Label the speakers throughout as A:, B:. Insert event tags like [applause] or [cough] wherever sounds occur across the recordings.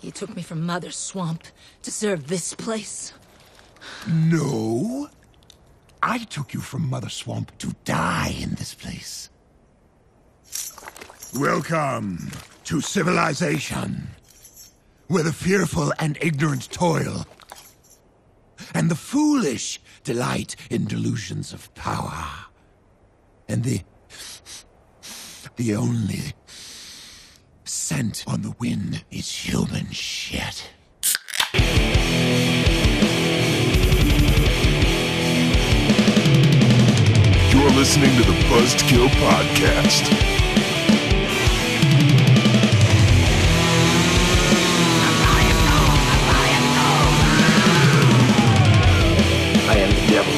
A: You took me from Mother's Swamp to serve this place.
B: No. I took you from Mother Swamp to die in this place. Welcome to civilization, where the fearful and ignorant toil, and the foolish delight in delusions of power, and the. the only scent on the wind is human shit.
C: You're listening to the Buzzkill Podcast.
D: I am the devil,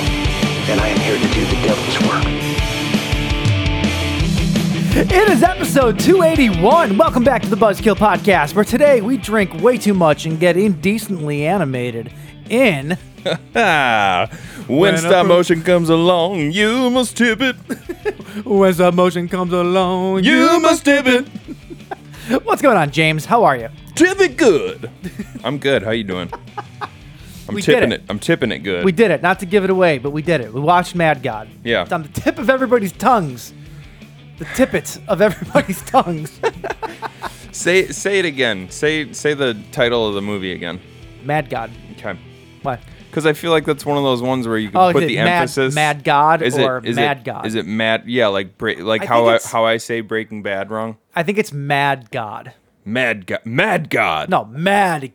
D: and I am here to do the devil's work.
E: It is episode 281. Welcome back to the Buzzkill Podcast, where today we drink way too much and get indecently animated in
F: Ah, [laughs] when, stop motion comes along, you must
E: [laughs]
F: tip it.
E: When Sub Motion Comes Along.
F: You must tip it.
E: What's going on, James? How are you?
F: Tip it good. I'm good. How
E: [laughs]
F: you doing? I'm
E: We did
F: tipping
E: it.
F: it. I'm tipping it good.
E: We did it. Not to give it away, but we did it. We watched Mad God.
F: Yeah.
E: It's on the tip of everybody's tongues. The tippets of everybody's [laughs] tongues.
F: say say it again. Say say the title of the movie again.
E: Mad God.
F: Okay.
E: What?
F: Because I feel like that's one of those ones where you can
E: Oh, is
F: put
E: it
F: the
E: Mad-
F: emphasis.
E: Mad God
F: is
E: or
F: it, is
E: Mad
F: it,
E: God?
F: Is it mad? Yeah, like bra- like
E: I
F: how
E: think
F: I,
E: it's-
F: how I say Breaking Bad wrong.
E: I think it's Mad God.
F: Mad God. Mad God.
E: No, Mad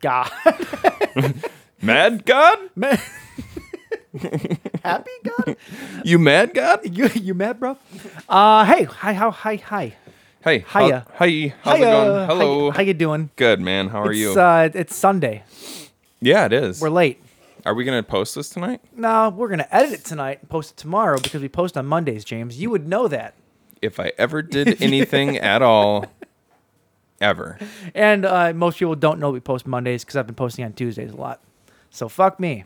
E: God. [laughs]
F: Mad God.
E: Ma- [laughs] Happy God?
F: You mad God?
E: You, you mad, bro? Uh, hey, hi, how, hi, hi.
F: Hey.
E: Hiya.
F: How, hi. How's
E: Hiya.
F: it going? Hello.
E: How, how you doing?
F: Good man. How are
E: it's,
F: you?
E: Uh, it's Sunday.
F: yeah, it is.
E: We're late.
F: Are we gonna post this tonight?
E: No, we're gonna edit it tonight and post it tomorrow because we post on Mondays, James. You would know that.
F: If I ever
E: [laughs]
F: did anything at all, ever.
E: And uh, most people don't know we post Mondays because I've been posting on Tuesdays a lot. So fuck me.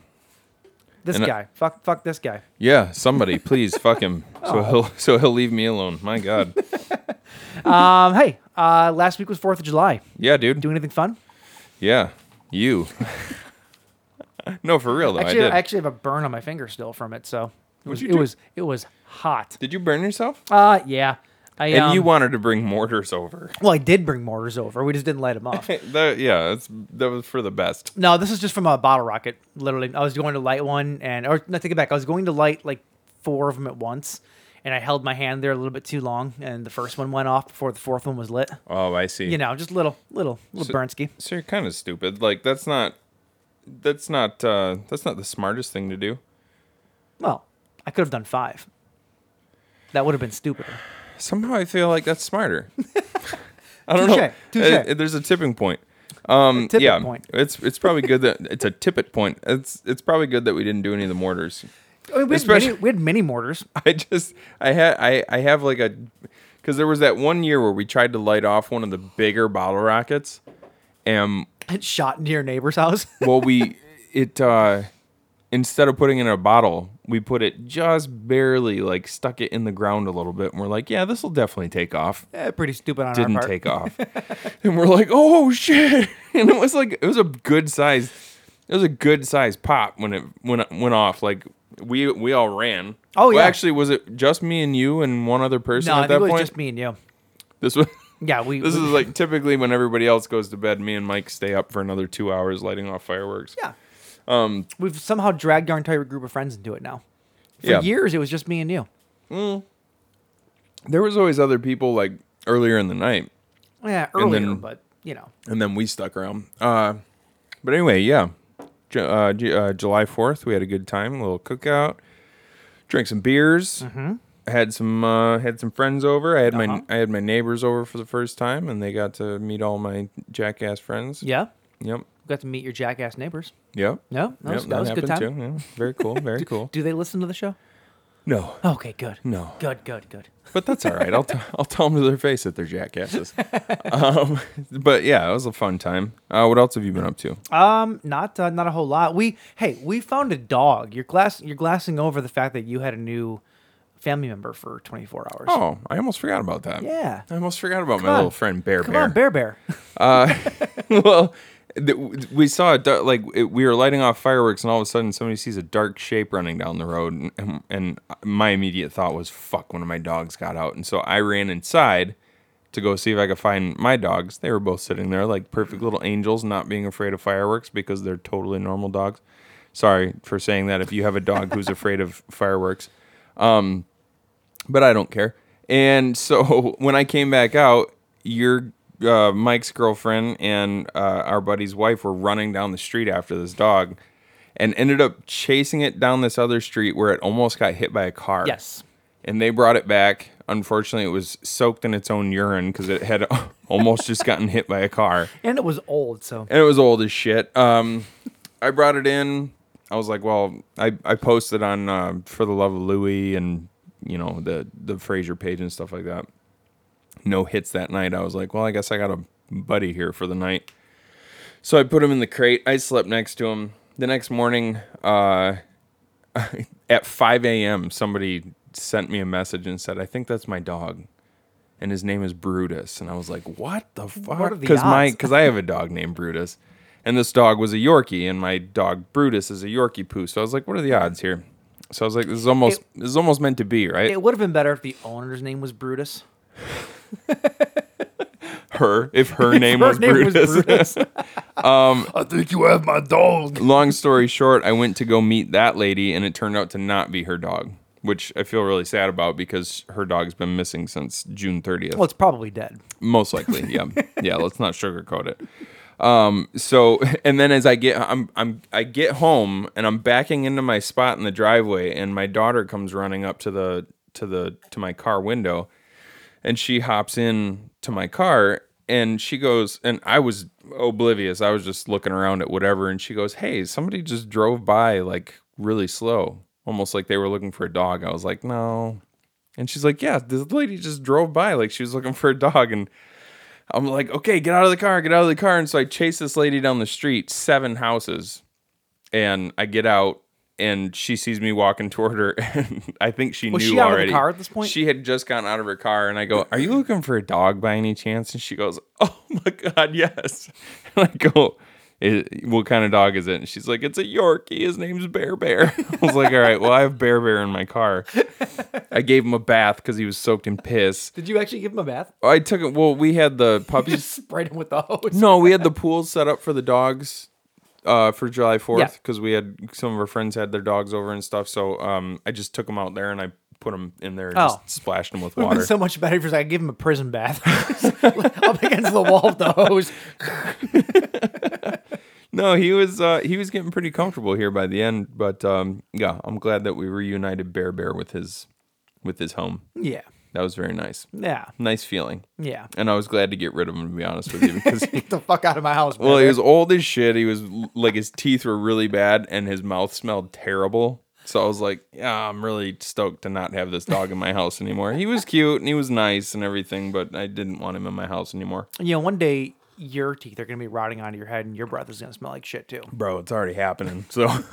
E: This
F: And I-
E: guy. fuck fuck this guy.
F: Yeah, somebody, please fuck him,
E: Oh.
F: so he'll so he'll leave me alone. My God.
E: Um, hey, uh, last week was Fourth of July.
F: Yeah, dude.
E: Do anything fun?
F: Yeah, you. [laughs] no, for real though.
E: Actually,
F: Oh, I
E: I,
F: did.
E: actually have a burn on my finger still from it. So it was
F: you
E: it
F: do?
E: was it was hot.
F: did you burn yourself?
E: Uh, yeah. I,
F: and you
E: um,
F: wanted to bring mortars over. [laughs]
E: well, I did bring mortars over. We just didn't light them off.
F: That, yeah, that's that was for the best.
E: No, this is just from a bottle rocket. Literally, I was going to light one, and or not take it back. I was going to light like four of them at once, and I held my hand there a little bit too long, and the first one went off before the fourth one was lit.
F: Oh, I see.
E: You know, just little, little, little Bernsky.
F: so you're kind of stupid. Like that's not, that's not, uh, that's not the smartest thing to do.
E: Well, I could have done five. That would have been stupid.
F: Somehow I feel like that's smarter. I don't know.
E: Touche,
F: Uh,
E: touche.
F: there's a tipping point. Um,
E: tipping
F: yeah,
E: point.
F: it's it's probably good that it's a tippet point. It's it's probably good that we didn't do any of the mortars. [laughs]
E: I mean, we, had
F: Especially-
E: many, we had many mortars. [laughs]
F: I just I had I I have like a because there was that one year where we tried to light off one of the bigger bottle rockets, and
E: It shot into your neighbor's house.
F: [laughs] well we it uh instead of putting it in a bottle we put it just barely like stuck it in the ground a little bit and we're like yeah this will definitely take off
E: Eh, Pretty stupid on
F: didn't
E: our part.
F: take off.
E: [laughs]
F: and we're like, oh shit! [laughs] And it was like it was a good size. It was a good size pop when it when it went off. Like we we all ran.
E: Oh,
F: Well,
E: yeah.
F: actually, was it just me and you and one other person
E: no, I think
F: at that
E: it was
F: point?
E: just me and you.
F: This was. [laughs]
E: Yeah, we.
F: This is
E: we-
F: like typically when everybody else goes to bed, me and Mike stay up for another two hours lighting off fireworks.
E: Yeah. Um, We've somehow dragged our entire group of friends into it now. For
F: Yeah.
E: years, it was just me and you.
F: There was always other people like earlier in the night,
E: Yeah,
F: And
E: earlier,
F: then-
E: but you know,
F: and then we stuck around. Uh, but anyway, yeah, Ju- uh, Ju- uh, July Fourth, we had a good time, a little cookout, drank some beers,
E: Mm-hmm.
F: had some uh, had some friends over. I had
E: Uh-huh.
F: my I had my neighbors over for the first time, and they got to meet all my jackass friends.
E: yeah,
F: Yep.
E: we got to meet your jackass neighbors.
F: Yep.
E: Yeah, that was- that was a good
F: happened
E: time.
F: Too. Yeah, very cool.
E: [laughs]
F: Very cool.
E: Do they listen to the show?
F: No,
E: Okay, good.
F: No.
E: good, good, good.
F: but that's all right. I'll t- I'll tell them to their face that they're
E: [laughs]
F: jackasses. um, but yeah, it was a fun time. Uh, what else have you been up to?
E: Um, not uh, not a whole lot. We hey, we found a dog. You're glass, you're glassing over the fact that you had a new family member for 24 hours.
F: Oh, I almost forgot about that.
E: Yeah.
F: I almost forgot about
E: Come
F: my
E: on.
F: little friend Bear
E: Come
F: Bear.
E: on, Bear Bear.
F: [laughs] well, th- we saw a dar- like it, we were lighting off fireworks, and all of a sudden somebody sees a dark shape running down the road, and, and, and my immediate thought was, "Fuck!" One of my dogs got out, and so I ran inside to go see if I could find my dogs. They were both sitting there like perfect little angels, not being afraid of fireworks because they're totally normal dogs. Sorry for saying that. If you have a dog who's afraid of fireworks, Um, but I don't care. And so [laughs] when I came back out, your uh, Mike's girlfriend and uh, our buddy's wife were running down the street after this dog, and ended up chasing it down this other street where it almost got hit by a car.
E: Yes.
F: And they brought it back. Unfortunately, it was soaked in its own urine because it had [laughs] almost just gotten hit by a car
E: And it was old, so
F: and it was old as shit. Um, I brought it in. I was like, well, I, I posted on uh, for the love of Louie and you know the the Fraser page and stuff like that. No hits that night. I was like, well, I guess I got a buddy here for the night. So I put him in the crate. I slept next to him. The next morning, uh, [laughs] at 5 a.m., somebody sent me a message and said, I think that's my dog. And his name is Brutus. And I was like, what the
E: are
F: fuck?
E: the
F: Because my
E: odds?
F: because I have a dog named Brutus. And this dog was a Yorkie, and my dog Brutus is a Yorkie poo. So I was like, what are the odds here? So I was like, this is almost this is almost meant to be, right?
E: it would have been better if the owner's name was Brutus.
F: her if her name,
E: Her
F: was, Brutus.
E: Brutus.
B: I think you have my dog.
F: [laughs] Long story short, I went to go meet that lady, and it turned out to not be her dog, which I feel really sad about because her dog's been missing since June 30th.
E: well, it's probably dead.
F: Most likely, yeah, yeah. Let's not sugarcoat it. Um, so, [laughs] and then as I get, I'm, I'm, I get home, and I'm backing into my spot in the driveway, and my daughter comes running up to the, to the, to my car window, and she hops in to my car, and she goes, and I was oblivious. I was just looking around at whatever, and she goes, "Hey, somebody just drove by like really slow, almost like they were looking for a dog." I was like, "No, and she's like, Yeah, this lady just drove by like she was looking for a dog. And I'm like, Okay, get out of the car, get out of the car. And so I chase this lady down the street, seven houses. And I get out and she sees me walking toward her. [laughs] And I think she
E: Was
F: knew
E: she out of the
F: already.
E: car at this point?
F: She had just gotten out of her car. And I go, Are you looking for a dog by any chance? And she goes, [laughs] Oh my God, yes. [laughs] And I go, "I- what kind of dog is it? And she's like, it's a Yorkie. His name's Bear Bear. [laughs] I was like, all right, well, I have Bear Bear in my car.
E: [laughs]
F: I gave him a bath because he was soaked in piss.
E: Did you actually give him a bath? [laughs]
F: I took it. Well, we had the puppies.
E: Just sprayed him with the hose.
F: no, we had the pool set up for the dogs uh, for July
E: Yeah.
F: Fourth because we had some of our friends had their dogs over and stuff. So um, I just took them out there and I put them in there and
E: Oh.
F: just splashed them
E: [laughs]
F: with
E: Would have
F: water.
E: been so much better if it was like, I give him a prison bath [laughs] up against the wall with the hose.
F: no, he was uh, he was getting pretty comfortable here by the end. But um, yeah, I'm glad that we reunited Bear Bear with his with his home.
E: Yeah,
F: That was very nice.
E: yeah,
F: Nice feeling.
E: yeah.
F: And I was glad to get rid of him to be honest with you because
E: Get the fuck out of my house.
F: Well,
E: brother.
F: he was old as shit. He was like his teeth were really bad and his mouth smelled terrible. So I was like, yeah, I'm really stoked to not have this dog in my house anymore. He was cute and he was nice and everything, but I didn't want him in my house anymore.
E: you know, one day your teeth are gonna be rotting onto your head, and your breath is gonna smell like shit too.
F: Bro, it's already happening. So [laughs]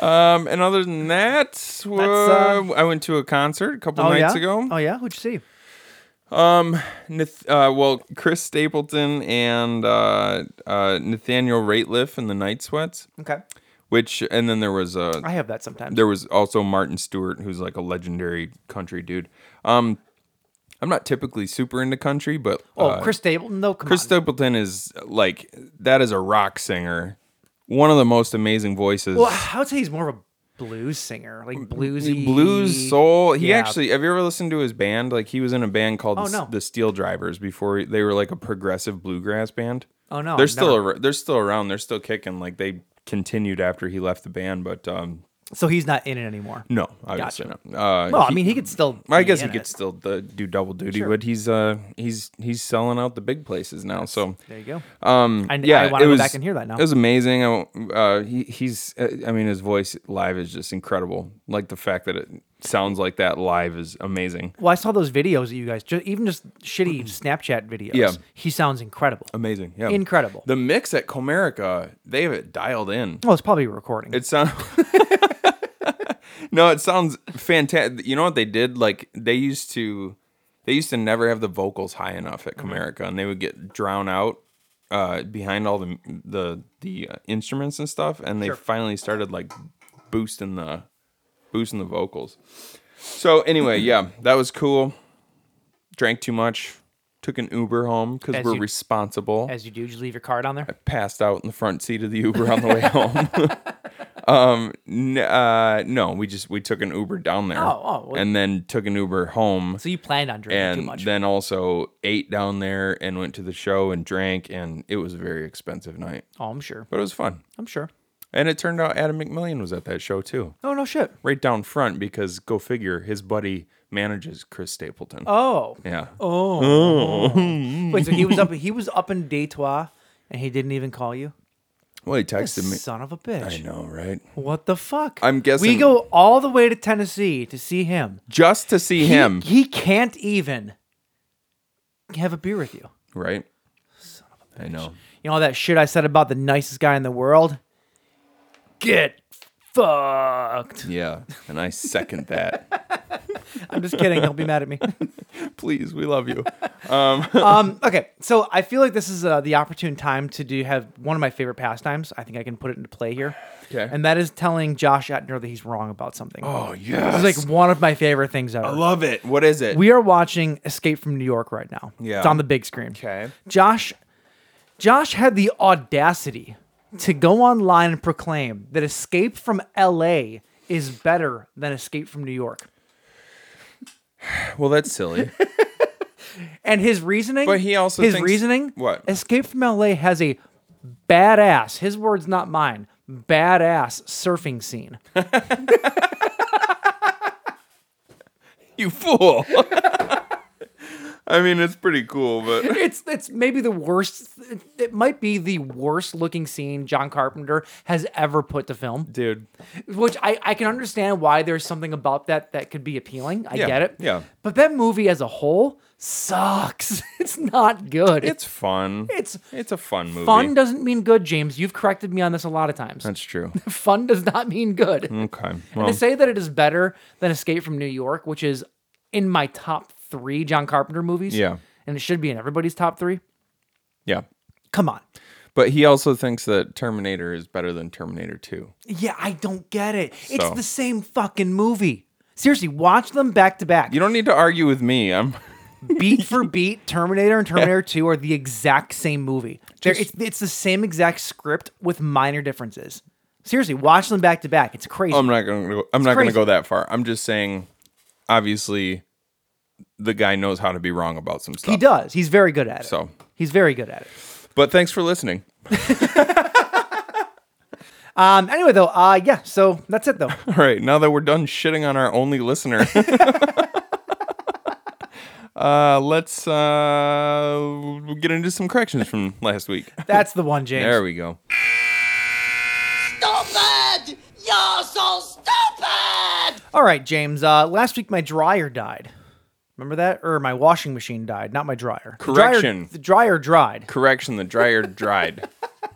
F: Um and other than that,
E: uh,
F: uh, I went to a concert a couple nights
E: yeah.
F: ago.
E: Oh yeah. Who'd you see?
F: Nath- uh, well, Chris Stapleton and uh, uh, Nathaniel Rateliff and the Night Sweats,
E: Okay.
F: which and then there was uh,
E: I have that sometimes.
F: There was also Martin Stewart, who's like a legendary country dude. Um, I'm not typically super into country, but
E: oh,
F: uh,
E: Chris Stapleton. No, come
F: Chris
E: on.
F: Stapleton is like that is a rock singer, one of the most amazing voices.
E: Well, I would say he's more of a blues singer, like bluesy
F: Blues soul. He
E: Yeah.
F: actually. Have you ever listened to his band? Like he was in a band called
E: Oh,
F: the,
E: no.
F: the Steel Drivers before they were like a progressive bluegrass band.
E: Oh, no,
F: they're
E: I've
F: still
E: never-
F: ar- they're still around. They're still kicking. Like they continued after he left the band, but um,
E: So he's not in it anymore.
F: no, obviously not. Uh,
E: Well, I mean, he could still.
F: I
E: be
F: guess he
E: in
F: could
E: it.
F: still uh, do double duty, but he's uh he's he's selling out the big places now. So
E: There you go.
F: um
E: I- I
F: yeah,
E: wanna
F: it
E: go
F: was-
E: back and hear that now.
F: It was amazing. I, won't- uh, he, he's uh, I mean his voice live is just incredible. Like the fact that it sounds like that live is amazing.
E: Well, I saw those videos that you guys, just, even just shitty Snapchat videos.
F: Yeah.
E: He sounds incredible.
F: Amazing, yeah,
E: Incredible.
F: The mix at Comerica, they have it dialed in.
E: Well, it's probably recording.
F: It [laughs] sounds. no, it sounds fantastic. You know what they did? Like they used to, They used to never have the vocals high enough at
E: Mm-hmm.
F: Comerica, and they would get drowned out uh, behind all the the the uh, instruments and stuff. And they finally started like boosting the boosting the vocals. So
E: [clears throat]
F: anyway, yeah, that was cool. Drank too much. Took an Uber home because
E: As
F: we're
E: you-
F: responsible
E: As you do, did you leave your card on there?
F: passed out in the front seat of the Uber on
E: [laughs]
F: the way home. [laughs] um, n- uh, no, we just we took an Uber down there.
E: Oh, oh, well-
F: and then took an Uber home,
E: So you planned on drinking too
F: and
E: much.
F: then also ate down there and went to the show and drank, and it was a very expensive night,
E: oh, I'm sure.
F: but it was fun.
E: I'm sure.
F: And it turned out Adam McMillian was at that show too,
E: Oh no shit.
F: right down front because go figure, his buddy manages Chris Stapleton.
E: Oh.
F: Yeah,
E: Wait, so he was up he was up in Detroit and he didn't even call you?
F: well, he texted me.
E: Son of a
F: I
E: bitch.
F: know, right?
E: What the fuck?
F: I'm
E: we
F: guessing-
E: go all the way to Tennessee to see him.
F: Just to see
E: He-
F: him,
E: He, can't even have a beer with you.
F: right? I know.
E: You know all that shit I said about the nicest guy in the world? Get fucked.
F: Yeah, and I second that.
E: I'm just kidding. Don't be mad at me.
F: [laughs] Please, we love you.
E: Um, okay, so I feel like this is uh, the opportune time to do have one of my favorite pastimes. I think I can put it into play here.
F: Okay.
E: And that is telling Josh Atner that he's wrong about something.
F: Oh yes,
E: This is like one of my favorite things ever.
F: I love it. What is it?
E: we are watching Escape from New York right now.
F: Yeah.
E: It's on the big screen.
F: Okay.
E: Josh Josh had the audacity to go online and proclaim that Escape from LA is better than Escape from New York.
F: well, that's
E: [laughs]
F: silly.
E: And his reasoning
F: But he also
E: his
F: thinks-
E: reasoning
F: what?
E: Escape from LA has a badass, his words not mine, badass surfing
F: [laughs]
E: scene.
F: [laughs] you fool. [laughs] I mean, it's pretty
E: [laughs]
F: cool, but
E: it's it's maybe the worst it, it might be the worst looking scene John Carpenter has ever put to film.
F: dude,
E: which I, I can understand why there's something about that that could be appealing. I
F: Yeah,
E: get it.
F: yeah.
E: But that movie as a whole sucks. [laughs] It's not good.
F: it's fun.
E: it's
F: it's a fun movie.
E: fun doesn't mean good, James. You've corrected me on this a lot of times. [laughs]
F: that's true.
E: fun does not mean good.
F: Okay.
E: And
F: Well,
E: to say that it is better than Escape from New York, which is in my top three John Carpenter movies.
F: Yeah.
E: And it should be in everybody's top three.
F: yeah,
E: Come on.
F: but he also thinks that Terminator is better than Terminator Two.
E: Yeah, I don't get it. It's
F: So.
E: the same fucking movie. Seriously, watch them back to back.
F: You don't need to argue with me. I'm. [laughs]
E: beat for beat, Terminator and Terminator 2 are the exact same movie. They're it's, it's the same exact script with minor differences. Seriously, watch them back to back. It's crazy.
F: I'm not gonna. Go, I'm not
E: crazy.
F: gonna go that far. I'm just saying. Obviously, the guy knows how to be wrong about some stuff.
E: he does. He's very good at it.
F: So.
E: he's very good at it.
F: But thanks for listening.
E: Um. Anyway, though. Uh. Yeah. So that's it,
F: [laughs]
E: though.
F: All right, now that we're done shitting on our only [laughs] listener, uh, let's uh, get into some corrections from last week.
E: That's the one, James.
F: There we go.
G: Stupid! You're so stupid!
E: All right, James. Uh. Last week my dryer died. Remember that? Or my washing machine died, not my dryer. The dryer-
F: Correction.
E: The dryer, dried.
F: Correction: the dryer dried,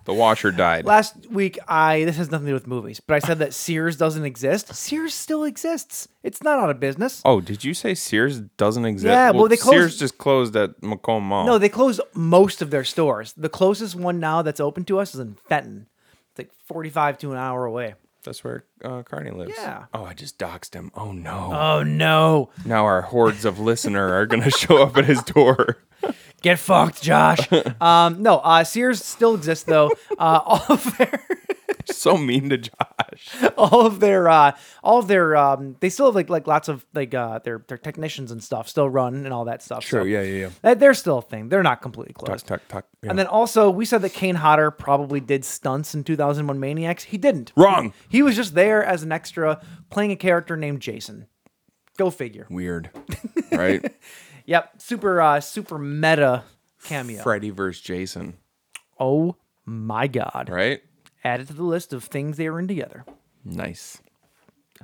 F: the washer died.
E: Last week, I this has nothing to do with movies, but I said that Sears doesn't exist. Sears still exists. It's not out of business.
F: oh, did you say Sears doesn't exist?
E: Yeah, well, they closed-
F: Sears just closed at Macomb Mall.
E: No, they closed most of their stores. The closest one now that's open to us is in Fenton. It's like 45 to an hour away.
F: that's where uh, Carney lives.
E: Yeah.
F: Oh, I just doxed him. Oh no!
E: Oh no.
F: now our hordes of listener are gonna show up at his door. [laughs]
E: Get fucked, Josh. [laughs] um, no, uh, Sears still exists though. [laughs] Uh, all of their
F: so mean to Josh.
E: all of their uh, all of their um, they still have like like lots of like uh, their their technicians and stuff still run and all that stuff. so
F: yeah.
E: that- They're still a thing. They're not completely
F: Tuck,
E: closed.
F: tuck, tuck. yeah.
E: And then also, we said that Kane Hodder probably did stunts in 2001 Maniacs. He didn't.
F: Wrong.
E: He was just there as an extra playing a character named Jason. Go figure.
F: [laughs] weird, right?
E: Yep. Super, uh, super meta cameo.
F: Freddy versus Jason,
E: Oh my God.
F: right?
E: Add it to the list of things they were in together.
F: Nice.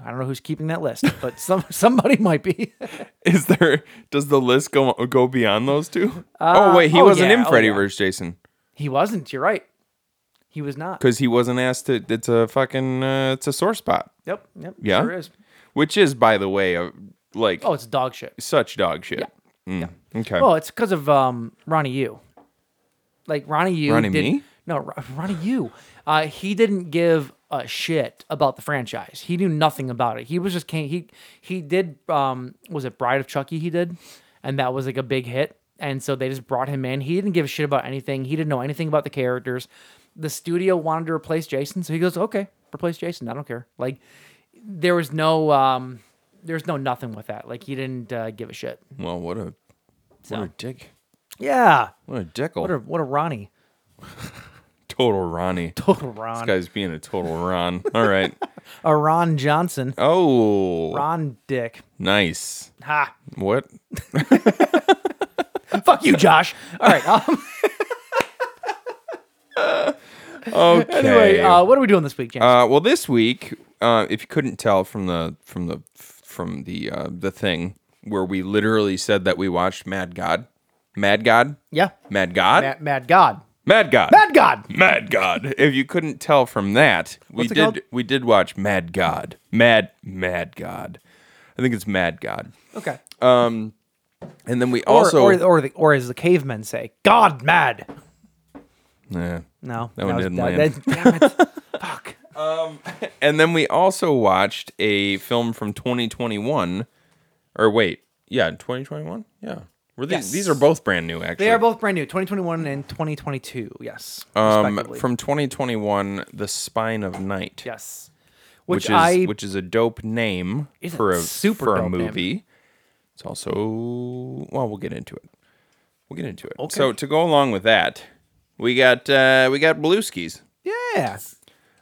E: I don't know who's keeping that list, [laughs] but some somebody might be. [laughs]
F: Is there? Does the list go go beyond those two? oh wait, he
E: oh,
F: wasn't
E: yeah,
F: in
E: oh,
F: Freddy
E: yeah.
F: versus Jason
E: he wasn't. You're right. He was not.
F: because he wasn't asked to. It's a fucking. Uh, it's a sore spot,
E: Yep. Yep.
F: Yeah?
E: Sure is.
F: which is, by the way, a, like
E: Oh, it's dog shit.
F: such dog shit. Mm, Okay.
E: Well, it's because of um, Ronnie Yu. Like Ronnie Yu.
F: Ronnie
E: did,
F: me?
E: No, Ro- Ronnie Yu. Uh, he didn't give a shit about the franchise. He knew nothing about it. He was just came. He he did. Um, was it Bride of Chucky? He did, and that was like a big hit. And so they just brought him in. He didn't give a shit about anything. He didn't know anything about the characters. The studio wanted to replace Jason, so he goes, "Okay, replace Jason. I don't care." Like there was no um, there's no nothing with that. Like he didn't uh, give a shit.
F: well, what a what a dick.
E: Yeah,
F: What a dickle.
E: what a what a Ronnie.
F: total Ronnie.
E: Total
F: This
E: Ron.
F: guy's being a total Ron. All right.
E: A [laughs] Ron Johnson.
F: Oh,
E: Ron Dick.
F: nice.
E: Ha.
F: What?
E: Fuck you, Josh. All right.
F: [laughs]
E: Um,
F: Okay.
E: anyway, uh, what are we doing this week, James?
F: Uh, well, this week, uh, if you couldn't tell from the from the from the uh, the thing where we literally said that we watched Mad God, Mad God,
E: yeah.
F: Mad God,
E: Mad, Mad God.
F: Mad God,
E: Mad God.
F: Mad God. If you couldn't tell from that, we
E: What's it
F: did
E: called?
F: we did watch Mad God, Mad Mad God. I think it's Mad God.
E: Okay.
F: And then we
E: Or,
F: also
E: or, or, the, or as the cavemen say, God mad.
F: Yeah.
E: No.
F: That one didn't land.
E: that-
F: [laughs]
E: that- damn it. Fuck.
F: And then we also watched a film from 2021. Or wait, yeah, 2021. Yeah, were these
E: Yes.
F: these are both brand new actually.
E: They are both brand new, 2021 and 2022. Yes.
F: um,
E: respectively.
F: from 2021, The Spine of Night.
E: yes. Which,
F: which, is
E: I
F: which is a dope name
E: It's
F: for
E: a
F: a
E: super
F: for a
E: dope name.
F: movie. It's also well, we'll get into it. We'll get into it. So to go along with that, we got uh, we got Blueskies.
E: yeah.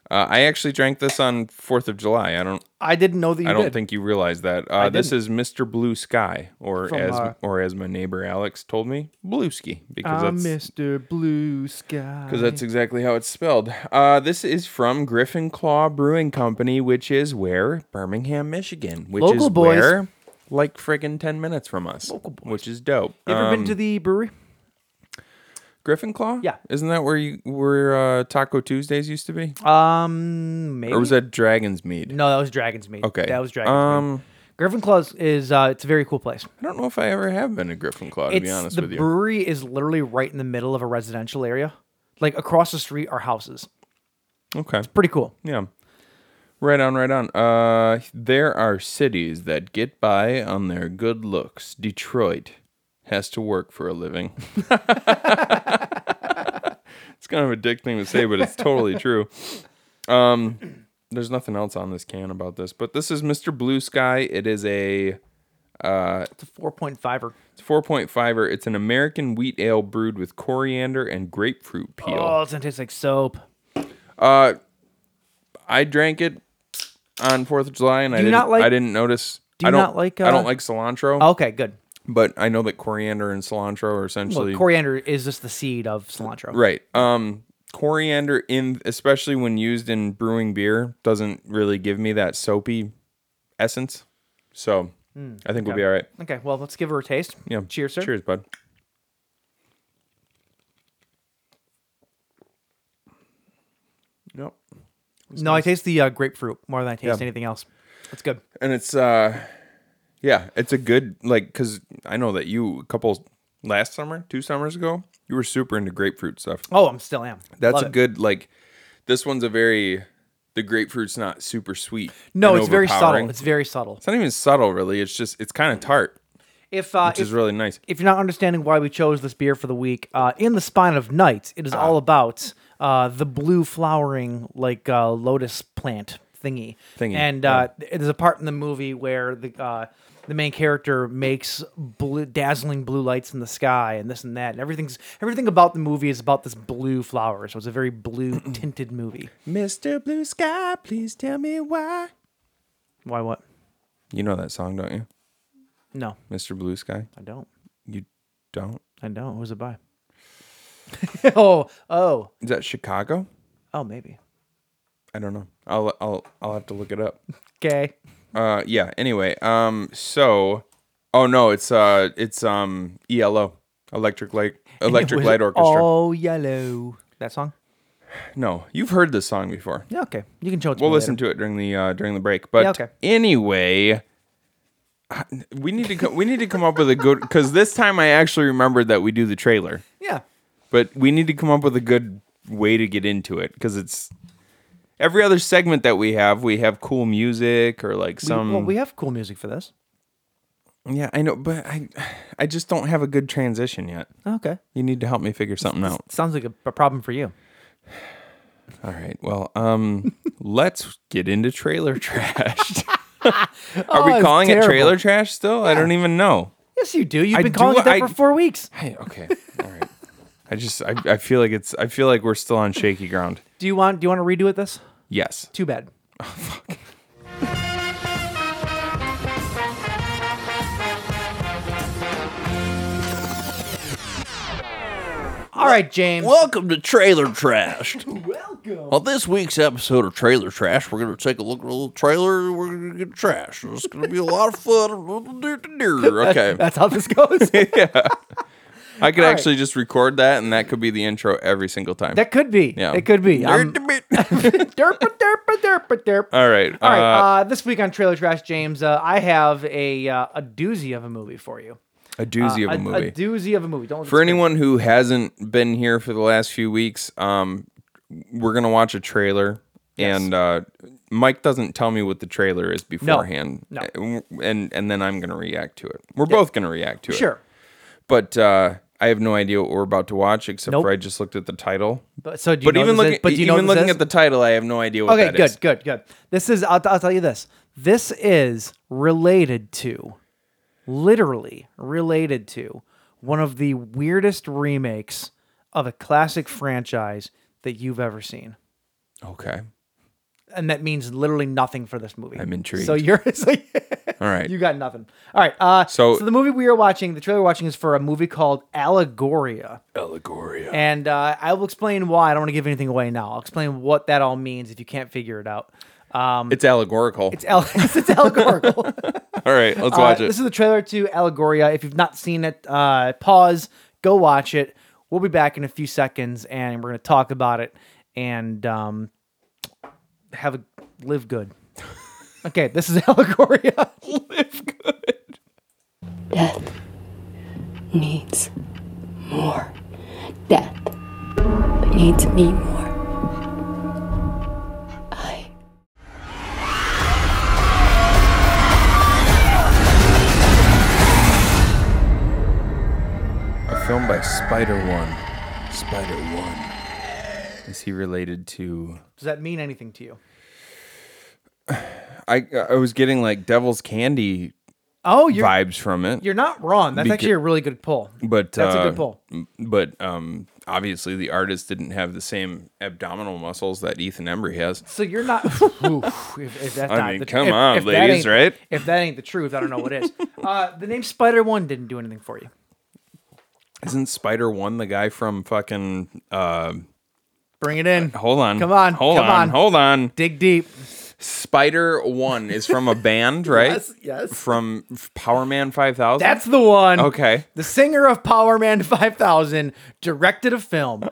F: Uh, I actually drank this on Fourth of July. I don't
E: I didn't know that you
F: I don't
E: did.
F: think you realize that. Uh, this is Mr. Blue Sky, or
E: From,
F: as
E: uh,
F: or as my neighbor Alex told me, Blueski, because
E: I'm
F: that's
E: Mr. Ah, Blue Sky.
F: because that's exactly how it's spelled. Uh, this is from Griffin Claw Brewing Company, which is where Birmingham, Michigan, which
E: Local
F: is
E: boys.
F: where like friggin' ten minutes from us, which is dope.
E: You ever
F: Um,
E: been to the brewery?
F: Griffin Claw?
E: Yeah.
F: isn't that where you where uh, Taco Tuesdays used to be,
E: Um, maybe.
F: or was that Dragon's Mead?
E: Uh, No, that was Dragon's Mead.
F: Okay.
E: that was Dragon's
F: um,
E: Mead. Griffin Claws is uh, it's a very cool place.
F: I don't know if I ever have been to Griffin Claw. To
E: It's
F: be honest
E: the
F: with you,
E: brewery is literally right in the middle of a residential area. Like across the street are houses.
F: okay.
E: Pretty cool.
F: Yeah. Right on, right on. Uh, there are cities that get by on their good looks. Detroit has to work for a living. [laughs] it's kind of a dick thing to say, but it's totally true. Um, there's nothing else on this can about this, but this is Mr. Blue Sky. It is a
E: It's a four point fiver.
F: it's 4.5er. er. It's an American wheat ale brewed with coriander and grapefruit peel.
E: Oh, it's gonna taste like soap.
F: I drank it on Fourth of July, and I
E: you
F: didn't.
E: not like-
F: I didn't notice.
E: do you
F: I don't
E: not like,
F: I
E: uh,
F: don't like cilantro,
E: Okay, good.
F: but I know that coriander and cilantro are essentially
E: Well, coriander is just the seed of cilantro.
F: right. Um, coriander in, especially when used in brewing beer, doesn't really give me that soapy essence. So I think we'll be all right.
E: Hmm, Okay, well, let's give her a taste.
F: Yeah.
E: Cheers, sir.
F: Cheers, bud. Yep.
E: No, I taste the uh, grapefruit more than I taste
F: Yeah.
E: anything else. That's good.
F: and it's uh yeah it's a good like because i know that you a couple last summer two summers ago you were super into grapefruit stuff
E: Oh, I'm still am.
F: that's
E: Love
F: a
E: it.
F: good like this one's a very the grapefruit's not super sweet
E: No,
F: and
E: it's very subtle.
F: overpowering.
E: It's very subtle.
F: it's not even subtle really it's just it's kind of tart
E: If uh,
F: which
E: if,
F: is really nice
E: if you're not understanding why we chose this beer for the week, uh, in the spine of night, it is all about uh, the blue flowering like uh, lotus plant thingy.
F: Thingy,
E: And uh, th- there's a part in the movie where the uh, the main character makes blue, dazzling blue lights in the sky and this and that and everything's everything about the movie is about this blue flower. So it's a very [clears throat] blue tinted movie.
F: mr blue sky please tell me why
E: Why what?
F: you know that song don't you
E: No,
F: mr blue sky
E: I don't.
F: you don't
E: I don't. Who's it [laughs] by? oh, oh,
F: is that chicago
E: oh, maybe.
F: i don't know i'll i'll i'll have to look it up
E: Okay.
F: Uh, yeah. Anyway, um, so, oh no, it's uh, it's um, ELO, Electric Light,
E: [laughs]
F: Electric Light Orchestra.
E: Oh, yellow. That song?
F: No, you've heard this song before.
E: Yeah, okay. You can show it to
F: We'll
E: me.
F: listen to it during the uh, during the break. But
E: Yeah, okay.
F: anyway, [sighs] We need to co- we need to come up with a good because this time I actually remembered that we do the trailer,
E: Yeah.
F: but we need to come up with a good way to get into it because it's every other segment that we have we have cool music or like
E: We-
F: some
E: well, we have cool music for this.
F: yeah I know but I I just don't have a good transition yet.
E: Oh, Okay.
F: You need to help me figure something
E: [laughs]
F: out.
E: Sounds like a, a problem for you.
F: All right. Well, um, let's get into trailer trash.
E: [laughs]
F: Are
E: Oh,
F: we
E: it's
F: calling it
E: terrible.
F: trailer trash still? I don't even know.
E: Yes, you do. You've
F: I
E: been
F: do-
E: calling it that
F: I-
E: for four weeks.
F: Hey, okay. All right. [laughs] I just I, I feel like it's I feel like we're still on shaky ground.
E: Do you want? Do you want to redo it? This?
F: Yes.
E: Too bad. [laughs] All right, James.
H: Welcome to Trailer Trashed. Welcome. On this week's episode of Trailer Trash, we're going to take a look at a little trailer and we're going to get trashed. It's going to be a lot of fun.
B: [laughs]
F: Okay.
E: That's how this [laughs] goes.
F: I could
E: all right.
F: actually just record that and that could be the intro every single time.
E: that could be.
F: Yeah.
E: It could be. I'm- [laughs] derp derp derp derp.
F: [laughs] All right.
E: All
F: uh,
E: right. Uh, this week on Trailer Trash, James, uh, I have a uh, a doozy of a movie for you.
F: a doozy
E: uh,
F: of a movie.
E: doozy of a movie. Don't
F: For anyone who hasn't been here for the last few weeks, um, we're gonna watch a trailer, and uh, Mike doesn't tell me what the trailer is beforehand. Uh,
E: No.
F: and and then I'm gonna react to it. We're both gonna react to it.
E: sure,
F: but uh, I have no idea what we're about to watch except
E: Nope.
F: for I just looked at the title.
E: but so do you
F: But
E: know this
F: even looking, e-,
E: is- but do you know
F: even
E: this
F: looking
E: is?
F: at the title, I have no idea what
E: Okay,
F: that
E: good,
F: is.
E: good, good. This is, I'll, I'll tell you this. This is related to, literally related to, one of the weirdest remakes of a classic franchise that you've ever seen.
F: Okay,
E: And that means literally nothing for this movie.
F: I'm intrigued.
E: So you're, [laughs] so
F: all right.
E: you got nothing. All right. Uh, so,
F: So-
E: so the movie we are watching, the trailer we're watching is for a movie called Allegoria.
F: Allegoria.
E: And uh, I will explain why. I don't want to give anything away now. I'll explain what that all means if you can't figure it out.
F: It's allegorical.
E: It's, al- [laughs] it's allegorical.
F: [laughs] all right, [laughs] let's
E: Uh,
F: watch it.
E: This is the trailer to Allegoria. If you've not seen it, uh, pause, go watch it. We'll be back in a few seconds, and we're going to talk about it and um, have a live
F: [laughs]
E: good. Okay, this is [laughs] Allegoria. live good.
I: Death needs more. Death needs me more. I.
F: A film by Spider One. Spider One. Is he related to?
E: Does that mean anything to you?
F: I I was getting like Devil's Candy
E: Oh, you're
F: vibes from it,
E: you're not wrong. That's
F: Beca-
E: actually a really good pull.
F: but
E: that's a
F: uh,
E: good pull.
F: m- But um, obviously the artist didn't have the same abdominal muscles that Ethan Embry has.
E: So you're
F: [laughs]
E: not. Oof, if, if that's
F: I
E: not
F: mean,
E: the-
F: come
E: if-
F: on,
E: if that
F: ladies,
E: ain't-
F: right?
E: If that ain't the truth, I don't know what is. Uh, the name Spider One didn't do anything for you.
F: Isn't Spider One the guy from fucking? Uh,
E: Bring it in.
F: hold on,
E: Come on,
F: hold
E: come
F: on,
E: on.
F: hold on.
E: Dig deep.
F: Spider One is from a band, right?
E: [laughs] Yes, yes.
F: From f- Power Man Five Thousand.
E: That's the one.
F: okay.
E: The singer of Power Man [laughs] 5000 directed a film.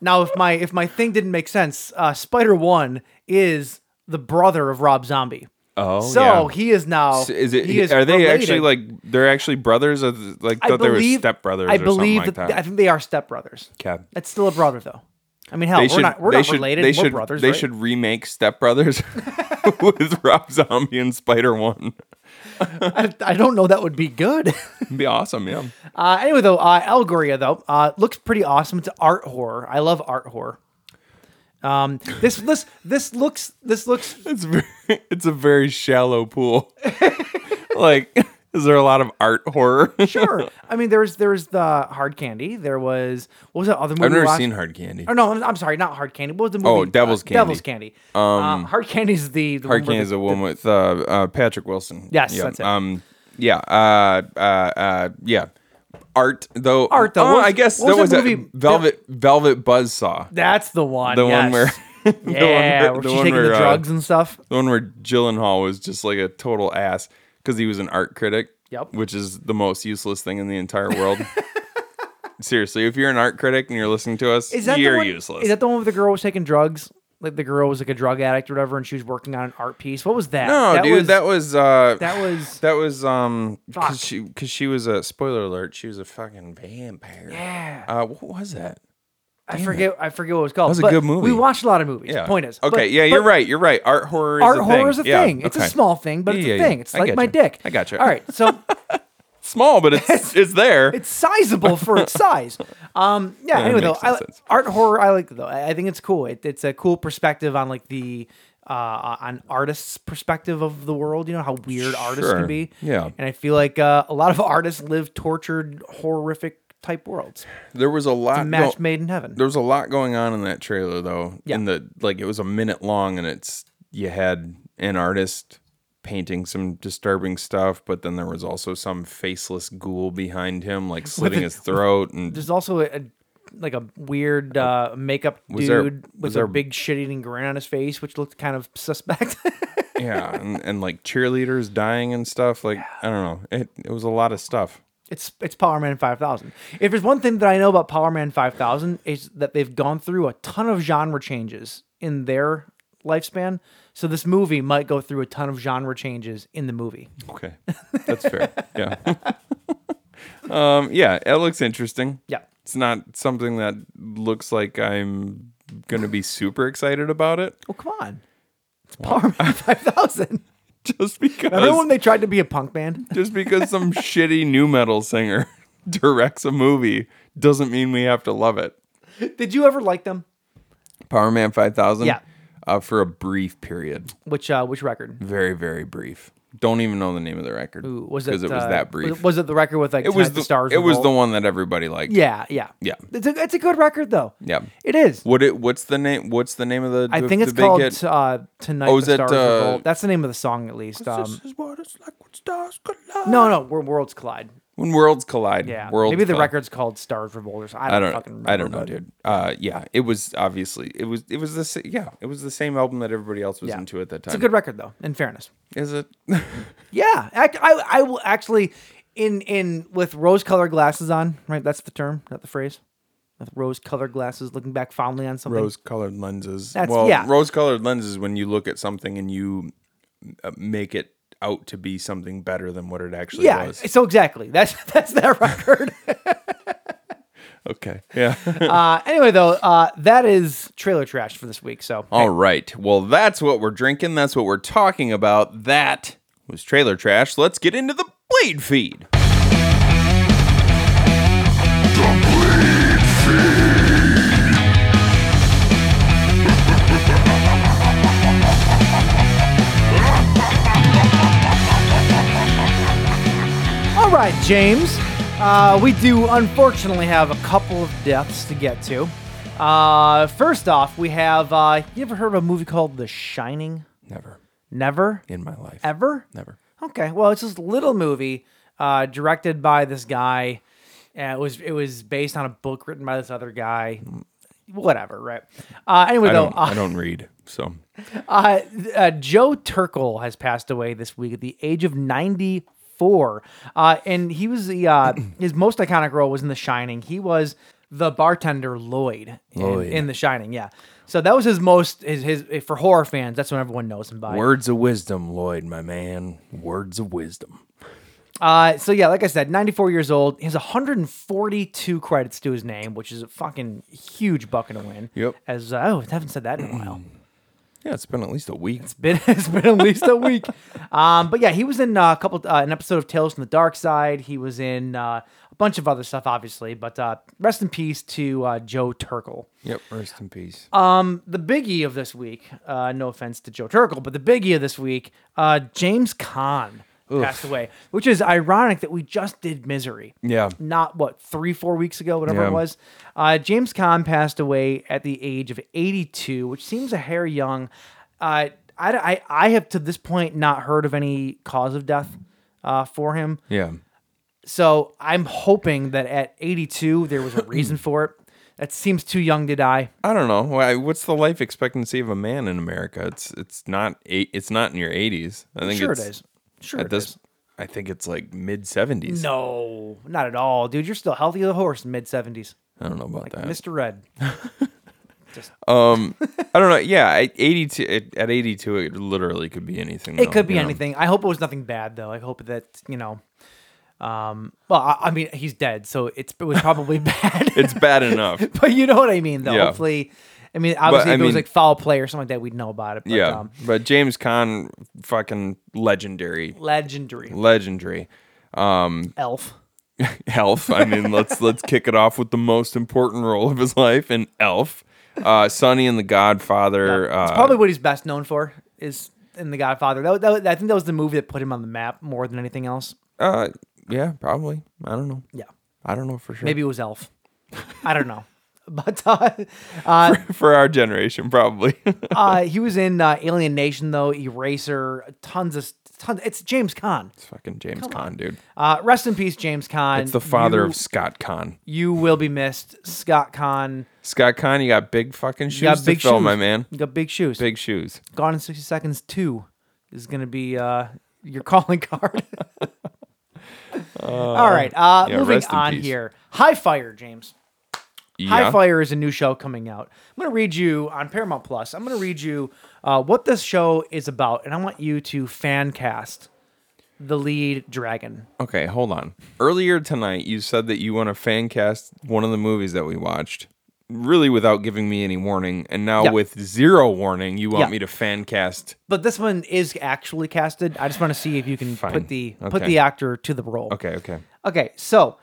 E: now, if my if my thing didn't make sense, uh, Spider One is the brother of Rob Zombie.
F: Oh,
E: so
F: yeah.
E: he is now.
F: So is it?
E: He is
F: are they
E: related.
F: actually like they're actually brothers? Or th- like
E: I
F: thought they were
E: believe
F: stepbrothers.
E: I
F: or
E: believe
F: something like
E: I
F: that.
E: think they are stepbrothers.
F: Okay.
E: That's still a brother though. I mean, hell,
F: They
E: we're
F: should.
E: not we're
F: they
E: not
F: should,
E: related.
F: They
E: we're
F: should.
E: brothers.
F: they
E: right?
F: should remake Step Brothers [laughs] with Rob Zombie and Spider One.
E: [laughs] I, I don't know. That would be good. [laughs]
F: It'd be awesome. Yeah.
E: uh, anyway, though, uh, Allegoria though uh, looks pretty awesome. It's art horror. I love art horror. Um, this this this looks this looks [laughs]
F: It's very, it's a very shallow pool. [laughs] like, is there a lot of art
E: [laughs]
F: horror?
E: sure.
F: [laughs]
E: I mean, there was there was the hard candy. There was what was that other movie?
F: I've
E: we
F: never
E: watched?
F: seen Hard Candy.
E: Oh no, I'm I'm sorry, not hard candy. What was the movie? Uh,
F: Oh, Devil's Candy.
E: Devil's candy. Um, hard candy is the, the
F: Hard
E: one where
F: Candy is
E: the-
F: a woman with uh, uh, Patrick Wilson.
E: Yes, that's it.
F: Um, yeah. Uh, uh, uh, yeah. Art though.
E: Art, though.
F: Oh,
E: What was-
F: I guess
E: what was
F: that
E: that
F: was
E: movie?
F: a Velvet Velvet Buzzsaw.
E: That's the one.
F: The
E: yes.
F: one where. [laughs]
E: [laughs]
F: the one
E: yeah,
F: where-
E: where
F: the
E: she's
F: one
E: taking
F: where,
E: the
F: uh,
E: drugs and stuff.
F: The one where Gyllenhaal was just like a total ass because he was an art critic.
E: Yep.
F: Which is the most useless thing in the entire world.
E: [laughs]
F: Seriously, if you're an art critic and you're listening to us,
E: Is that the
F: you're
E: one-
F: useless.
E: Is that the one where the girl was taking drugs? Like the girl was like a drug addict or whatever, and she was working on an art piece. What was that?
F: No, dude, that was uh,
E: that was-
F: [sighs] that was um,
E: Fuck.
F: because she because she was a spoiler alert. She was a fucking vampire.
E: Yeah.
F: Uh, what was that?
E: I forget. I forget what it was called.
F: That was a
E: but
F: good movie.
E: We watched a lot of movies.
F: Yeah.
E: Point is,
F: okay.
E: but-
F: yeah, you're
E: but
F: right. You're right. Art horror. Is
E: Art
F: a
E: horror
F: thing.
E: is a
F: Yeah,
E: thing. It's a
F: okay.
E: small thing, but it's
F: Yeah,
E: a
F: yeah, yeah.
E: thing. It's
F: I
E: like my
F: gotcha.
E: dick.
F: I gotcha.
E: All right,
F: [laughs]
E: so
F: Small, but
E: [laughs]
F: it's it's there.
E: it's sizable for its
F: [laughs]
E: size. Um, yeah.
F: Yeah, it
E: anyway, though,
F: makes
E: I,
F: sense.
E: art horror, I like though. I, I think it's cool. It, it's a cool perspective on like the uh, on artists' perspective of the world. You know how weird artists
F: Sure.
E: can be.
F: Yeah.
E: And I feel like uh, a lot of [laughs] artists live tortured, horrific type worlds.
F: There was a lot.
E: Match
F: go-
E: made in heaven.
F: There was a lot going on in that trailer, though.
E: Yeah.
F: In the like, it was a minute long, and it's you had an artist painting some disturbing stuff, but then there was also some faceless ghoul behind
E: [laughs]
F: him, like slitting his throat, and
E: There's also a, a- like a weird uh, makeup
F: Was
E: dude
F: there- was
E: with
F: there-
E: a big shit-eating grin on his face, which looked kind of suspect. [laughs]
F: yeah, and, and like cheerleaders dying and stuff. Like I don't know, it it was a lot of stuff.
E: it's it's Power Man 5000. If there's one thing that I know about Power Man 5000 is that they've gone through a ton of genre changes in their lifespan. So this movie might go through a ton of genre changes in the movie.
F: Okay, [laughs] that's fair.
E: [laughs]
F: yeah. um. Yeah, it looks interesting.
E: Yeah.
F: It's not something that looks like I'm gonna be super excited about it.
E: Well, come on. It's Power Man 5000.
F: [laughs] just because
E: Remember when they tried to be a punk band?
F: just
E: [laughs]
F: because some shitty new metal singer [laughs] directs a movie doesn't mean we have to love it.
E: Did you ever like them?
F: Power Man 5000
E: Yeah.
F: uh, for a brief period,
E: Which uh, which record?
F: very very brief. Don't even know the name of the record.
E: Ooh, was it
F: because it was
E: uh,
F: that brief?
E: Was, was it the record with like
F: it was
E: Tonight
F: the,
E: stars?
F: it was
E: Revolt?
F: the one that everybody liked.
E: Yeah, yeah,
F: Yeah.
E: It's a, it's a good record though.
F: Yeah.
E: it is.
F: What it what's the name what's the name of the
E: I
F: the-
E: think it's
F: the big
E: called
F: hit?
E: uh, "Tonight
F: Oh,
E: the
F: is that,
E: Stars
F: uh,
E: Revolt." That's the name of the song, at least. Um,
F: This is what it's like when stars collide.
E: no, no, where worlds collide.
F: When worlds collide.
E: Yeah,
F: Worlds
E: maybe the
F: collide.
E: record's called "Stars Revolt" or something. I
F: I
E: don't,
F: don't.
E: fucking remember.
F: I don't know,
E: but-
F: dude. Uh, yeah, it was obviously it was it was the sa- yeah it was the same album that everybody else was
E: Yeah.
F: into at that time.
E: It's a good record though. In fairness, [laughs]
F: Is it?
E: yeah, I, I, I will actually in in with rose-colored glasses on. Right, that's the term, not the phrase. With rose-colored glasses, looking back fondly on something.
F: rose colored lenses.
E: That's-
F: well,
E: yeah.
F: rose colored lenses when you look at something and you uh, make it out to be something better than what it actually
E: yeah,
F: was.
E: so exactly. That's [laughs] that's that
F: [laughs]
E: record.
F: Okay. Yeah. [laughs]
E: Uh, anyway, though, uh, that is trailer trash for this week. So
F: All right. Well, that's what we're drinking. That's what we're talking about. That was trailer trash. Let's get into the blade feed.
E: All right, James. Uh, we do unfortunately have a couple of deaths to get to. Uh, first off, we have uh, you ever heard of a movie called The Shining?
F: Never
E: Never,
F: in my life.
E: ever.
F: Never.
E: Okay, well, it's this little movie uh, directed by this guy. Uh, it was it was based on a book written by this other guy. Whatever, right? Uh, anyway,
F: Mm. I
E: though,
F: don't.
E: uh,
F: I don't read. So
E: uh, uh, Joe Turkel has passed away this week at the age of 94. Uh, and he was the, uh, his most iconic role was in The Shining. He was the bartender Lloyd in, in The Shining. Yeah. So that was his most, his, his, for horror fans, that's what everyone knows him by.
F: Words of wisdom, Lloyd, my man. Words of wisdom.
E: Uh, so yeah, like I said, 94 years old. He has 142 credits to his name, which is a fucking huge bucket of win.
F: Yep.
E: As, uh, oh, I haven't said that in a while.
F: Yeah, it's been at least a week.
E: been [laughs] it's been at least a week. Um, but yeah, he was in uh, a couple uh, an episode of Tales from the Dark Side. He was in uh, a bunch of other stuff, obviously. But uh, rest in peace to uh, Joe Turkel.
F: Yep. Rest in peace.
E: Uh, The biggie of this week, uh, no offense to Joe Turkel, but the biggie of this week, uh, James Caan passed away, which is ironic that we just did Misery.
F: Yeah.
E: Not what three, four weeks ago, whatever
F: Yeah.
E: it was. Uh, James Caan passed away at the age of 82, which seems a hair young. Uh, I, I, I have to this point not heard of any cause of death uh, for him.
F: yeah.
E: So I'm hoping that at 82 there was a
F: [clears throat]
E: reason for it. That seems too young to die.
F: I don't know. Why- What's the life expectancy of a man in America? It's it's not eight. It's not in your eighties. I think
E: Sure it
F: it's,
E: is. Sure
F: at
E: it
F: this,
E: is.
F: I think it's like mid seventies.
E: No, not at all, dude. You're still healthy as a horse in mid 70s.
F: I don't know about that.
E: Mr. Red.
F: Um, I don't know. Yeah, at 82, it- at 82, it literally could be anything.
E: It
F: though,
E: could be
F: you know?
E: anything. I hope it was nothing bad though. I hope that you know. Um. Well, I, I mean, he's dead, so it's it was probably
F: [laughs]
E: bad. [laughs]
F: It's bad enough.
E: but you know what I mean, though.
F: Yeah.
E: Hopefully, I mean, obviously,
F: I
E: if it was
F: mean-
E: like foul play or something like that, we'd know about it. But,
F: yeah,
E: Um,
F: but James Caan, fucking legendary,
E: legendary
F: legendary.
E: elf.
F: Elf. I
E: [laughs]
F: mean, let's let's kick it off with the most important role of his life in Elf. Uh, Sonny and the Godfather.
E: it's
F: uh,
E: probably what he's best known for is in The Godfather. That, that, I think that was the movie that put him on the map more than anything else.
F: uh, yeah, probably. I don't know.
E: Yeah.
F: I don't know for sure.
E: Maybe it was Elf. I don't know. [laughs] But uh, uh,
F: [laughs] for our generation, probably. [laughs]
E: uh, he was in uh, Alien Nation, though, Eraser, tons of tons. It's James Caan.
F: fucking James Caan, dude.
E: Uh, rest in peace, James Caan.
F: It's the father
E: you,
F: of Scott Caan.
E: You will be missed. Scott Caan.
F: Scott Caan, you got big fucking shoes
E: You got big
F: to fill,
E: shoes.
F: my man.
E: You got big shoes.
F: Big shoes.
E: Gone in 60 Seconds 2 is going to be uh, your [laughs] calling card. All right. Uh,
F: Uh, yeah,
E: moving
F: rest in
E: on
F: peace.
E: here. High Fire, James. High
F: Yeah.
E: Fire is a new show coming out. I'm going to read you on Paramount Plus. I'm going to read you uh, what this show is about, and I want you to fan cast the lead dragon.
F: Okay, hold on. Earlier tonight, you said that you want to fan cast one of the movies that we watched, really without giving me any warning. And now,
E: Yeah.
F: with zero warning, you want
E: Yeah.
F: me to fan cast.
E: But this one is actually casted. I just want to see if you can put the put
F: Okay.
E: the actor to the role.
F: Okay, okay.
E: Okay, so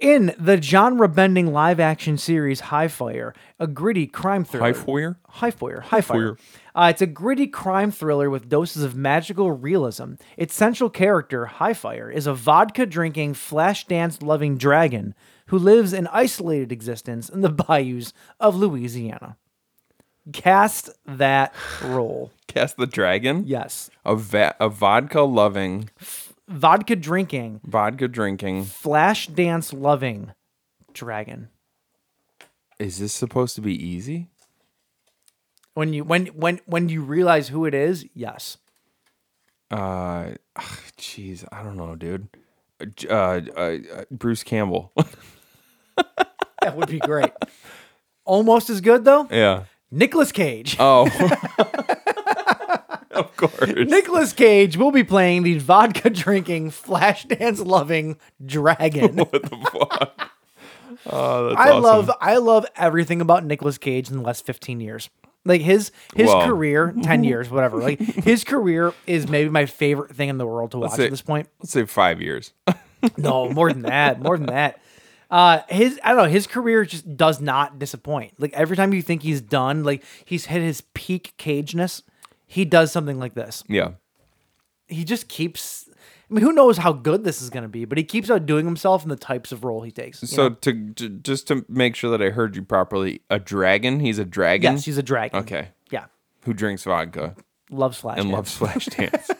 E: in the genre bending live action series High Fire, a gritty crime thriller.
F: High foyer?
E: High Fire. High Fire. Uh, it's a gritty crime thriller with doses of magical realism. Its central character, High Fire, is a vodka drinking, flash dance loving dragon who lives an isolated existence in the [laughs] bayous of Louisiana. Cast that role.
F: Cast the dragon?
E: Yes.
F: A, va- a vodka loving,
E: Vodka drinking,
F: vodka drinking.
E: flash dance loving dragon.
F: Is this supposed to be easy?
E: When you when when when you realize who it is, yes.
F: Uh, ugh, jeez, I don't know, dude. Uh, J- uh, uh, uh, Bruce Campbell. [laughs]
E: That would be great. Almost as good though.
F: yeah.
E: Nicholas Cage. [laughs]
F: Oh. of course.
E: Nicholas Cage will be playing the vodka drinking, flash dance loving
F: [laughs]
E: dragon.
F: Oh, that's
E: I
F: awesome.
E: love I love everything about Nicolas Cage in the last 15 years. Like his his
F: Well.
E: career,
F: [laughs]
E: 10 years, whatever. Like his career is maybe my favorite thing in the world to watch
F: say-
E: at this point.
F: Let's say five years. [laughs]
E: No, more than that. More than that. Uh, his I don't know. His career just does not disappoint. Like every time you think he's done, like he's hit his peak cageness, he does something like this.
F: yeah.
E: He just keeps. I mean, who knows how good this is going to be? But he keeps outdoing himself in the types of role he takes. you
F: So
E: know?
F: to, to just to make sure that I heard you properly, a dragon. He's a dragon.
E: yes, he's a dragon.
F: okay.
E: Yeah,
F: Who drinks vodka
E: loves Flash.
F: and
E: Dance.
F: loves
E: [laughs]
F: flash dance.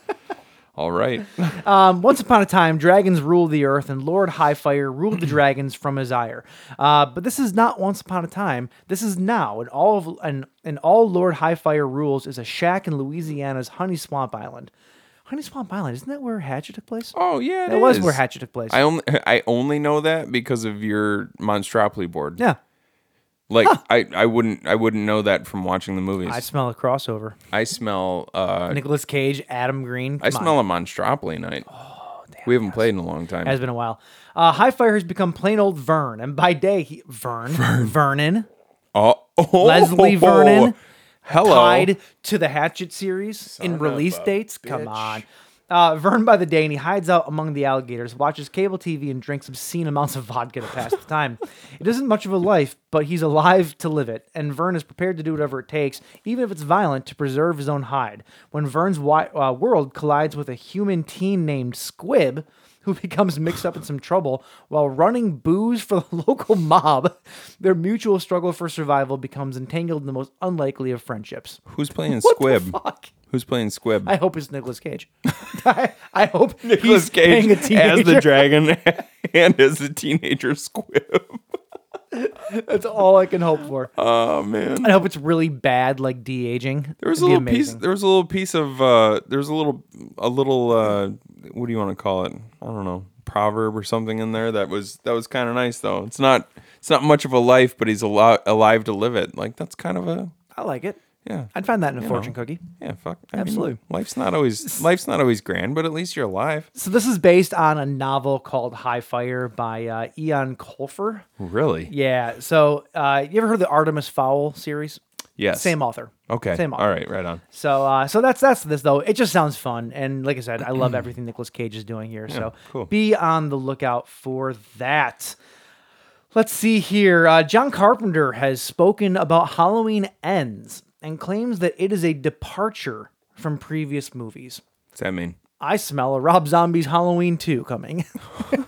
F: All right.
E: Um, Once upon a time, dragons ruled the earth, and Lord Highfire ruled
F: [clears throat]
E: the dragons from his ire. Uh, but this is not once upon a time. This is now, and all of and, and all Lord Highfire rules is a shack in Louisiana's Honey Swamp Island. Honey Swamp Island, isn't that where Hatchet took place?
F: Oh yeah, it
E: that was
F: is.
E: where Hatchet took place.
F: I only I only know that because of your Monstropoly board.
E: yeah, [laughs]
F: Like I, I wouldn't I wouldn't know that from watching the movies.
E: I
F: I,
E: smell a crossover.
F: smell uh
E: Nicholas Cage, Adam Green.
F: I
E: come on.
F: smell a Monstropoly night. Oh, damn, we haven't played in a long time.
E: Has been a while. Uh, Highfire has become plain old Vern, and by day, he, Vern, Vernon,
F: oh, [laughs] oh,
E: Leslie Vernon.
F: Hello.
E: tied to the Hatchet series in release dates. Come on. Uh, Vern by the day, and he hides out among the alligators, watches cable TV, and drinks obscene amounts of vodka to pass the time. It isn't much of a life, but he's alive to live it, and Vern is prepared to do whatever it takes, even if it's violent, to preserve his own hide. When Vern's wi- uh, world collides with a human teen named Squib, who [laughs] becomes mixed up in some trouble while running booze for the [laughs] local mob, their mutual struggle for survival becomes entangled in the most unlikely of friendships.
F: Who's playing
E: What the
F: Squib?
E: fuck?
F: Who's playing Squib?
E: I hope it's Nicolas Cage. [laughs] I, I hope
F: [laughs] Nicolas
E: he's playing a teenager.
F: as the dragon [laughs] and as the teenager Squib.
E: [laughs] That's all I can hope for.
F: Oh man.
E: I hope it's really bad, like de aging.
F: There was a little piece there was a little piece of uh there was a little a little uh what do you want to call it? I don't know. proverb or something in there that was that was kind of nice though. It's not it's not much of a life, but he's alive alive to live it. Like that's kind of a
E: I like it.
F: yeah.
E: I'd find that in a
F: You know.
E: fortune cookie.
F: Yeah, fuck. I mean,
E: Absolutely.
F: life's not always life's not always grand, but at least you're alive.
E: So this is based on a novel called High Fire by uh, Eon Colfer.
F: Really?
E: Yeah. So uh, you ever heard of the Artemis Fowl series?
F: Yes.
E: Same author.
F: Okay.
E: Same author.
F: All right. Right on.
E: So uh, so that's that's this though. It just sounds fun, and like I said, I love everything Nicolas Cage is doing here. so
F: cool.
E: be on the lookout for that. Let's see here. Uh, John Carpenter has spoken about Halloween Ends and claims that it is a departure from previous movies.
F: What's that mean?
E: I smell a Rob Zombie's Halloween 2 coming. [laughs]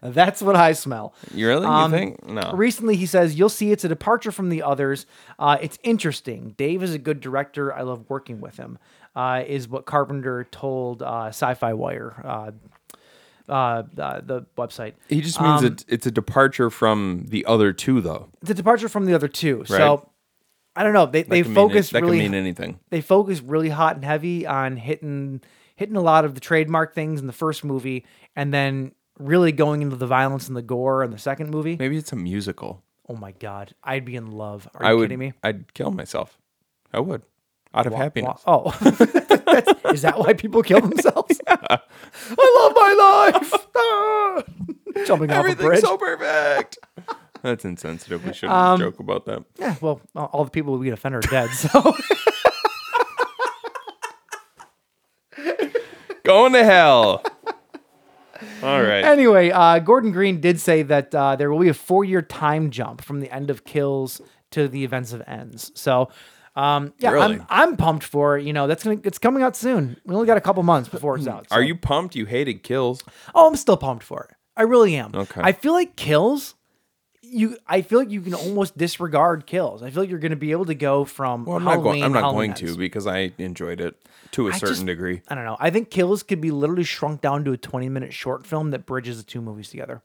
E: That's what I smell.
F: You really?
E: Um,
F: you think? No.
E: Recently, he says, You'll see it's a departure from the others. Uh, it's interesting. Dave is a good director. I love working with him, uh, is what Carpenter told uh, Sci Fi Wire, uh, uh, uh, the website.
F: he just
E: Um,
F: means it, it's a departure from the other two, though.
E: It's a departure from the other two. So I don't know. They, they
F: That can mean it-
E: focus
F: that
E: really.
F: can mean anything.
E: they focus really hot and heavy on hitting hitting a lot of the trademark things in the first movie and then really going into the violence and the gore in the second movie.
F: Maybe it's a musical.
E: Oh my god, I'd be in love. Are you
F: I would.
E: kidding me?
F: I'd kill myself. I would. Out of happiness.
E: Oh. [laughs] That's, is that why people kill
F: [laughs]
E: themselves? I love [laughs] my life. Ah! Jumping off a bridge. Um,
F: Everything's so perfect. [laughs] That's insensitive. We shouldn't joke about that.
E: Yeah, well, all all the people we offend are dead,
F: [laughs]
E: so
F: Going
E: [laughs]
F: to hell. All right.
E: Anyway, uh, Gordon Green did say that uh, there will be a four-year time jump from the end of Kills to the events of Ends. So, um, yeah,
F: Really?
E: I'm, I'm pumped for it. You know, that's gonna it's coming out soon. We only got a couple months before it's out. so-
F: Mm, Are you pumped? You hated kills.
E: Oh, I'm still pumped for it. I really am.
F: Okay.
E: I feel like Kills. You, I feel like you can almost disregard Kills. I feel like you're going to be able to go from
F: Well, I'm
E: Halloween.
F: not going. I'm not
E: Halloween
F: going to
E: Ends.
F: because I enjoyed it to a
E: I
F: certain
E: just-
F: degree.
E: I don't know. I think Kills could be literally shrunk down to a 20 minute short film that bridges the two movies together.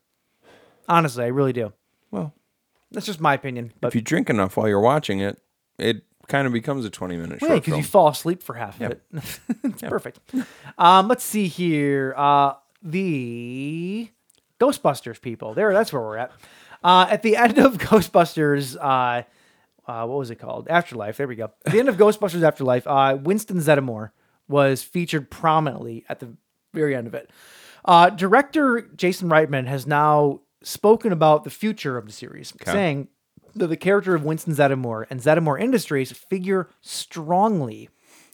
E: Honestly, I really do.
F: Well,
E: That's just my opinion. But
F: if you drink enough while you're watching it, it kind of becomes a 20 minute
E: Really,
F: short
E: because
F: film.
E: you fall asleep for half of it. [laughs] it's perfect. Um, let's see here. Uh, the Ghostbusters people. There, that's where we're at. Uh, at the end of [laughs] Ghostbusters, uh, uh, what was it called? Afterlife. There we go. At the end of Ghostbusters Afterlife, uh, Winston Zeddemore was featured prominently at the very end of it. Uh, director Jason Reitman has now spoken about the future of the series, saying that the character of Winston Zeddemore and Zeddemore Industries figure strongly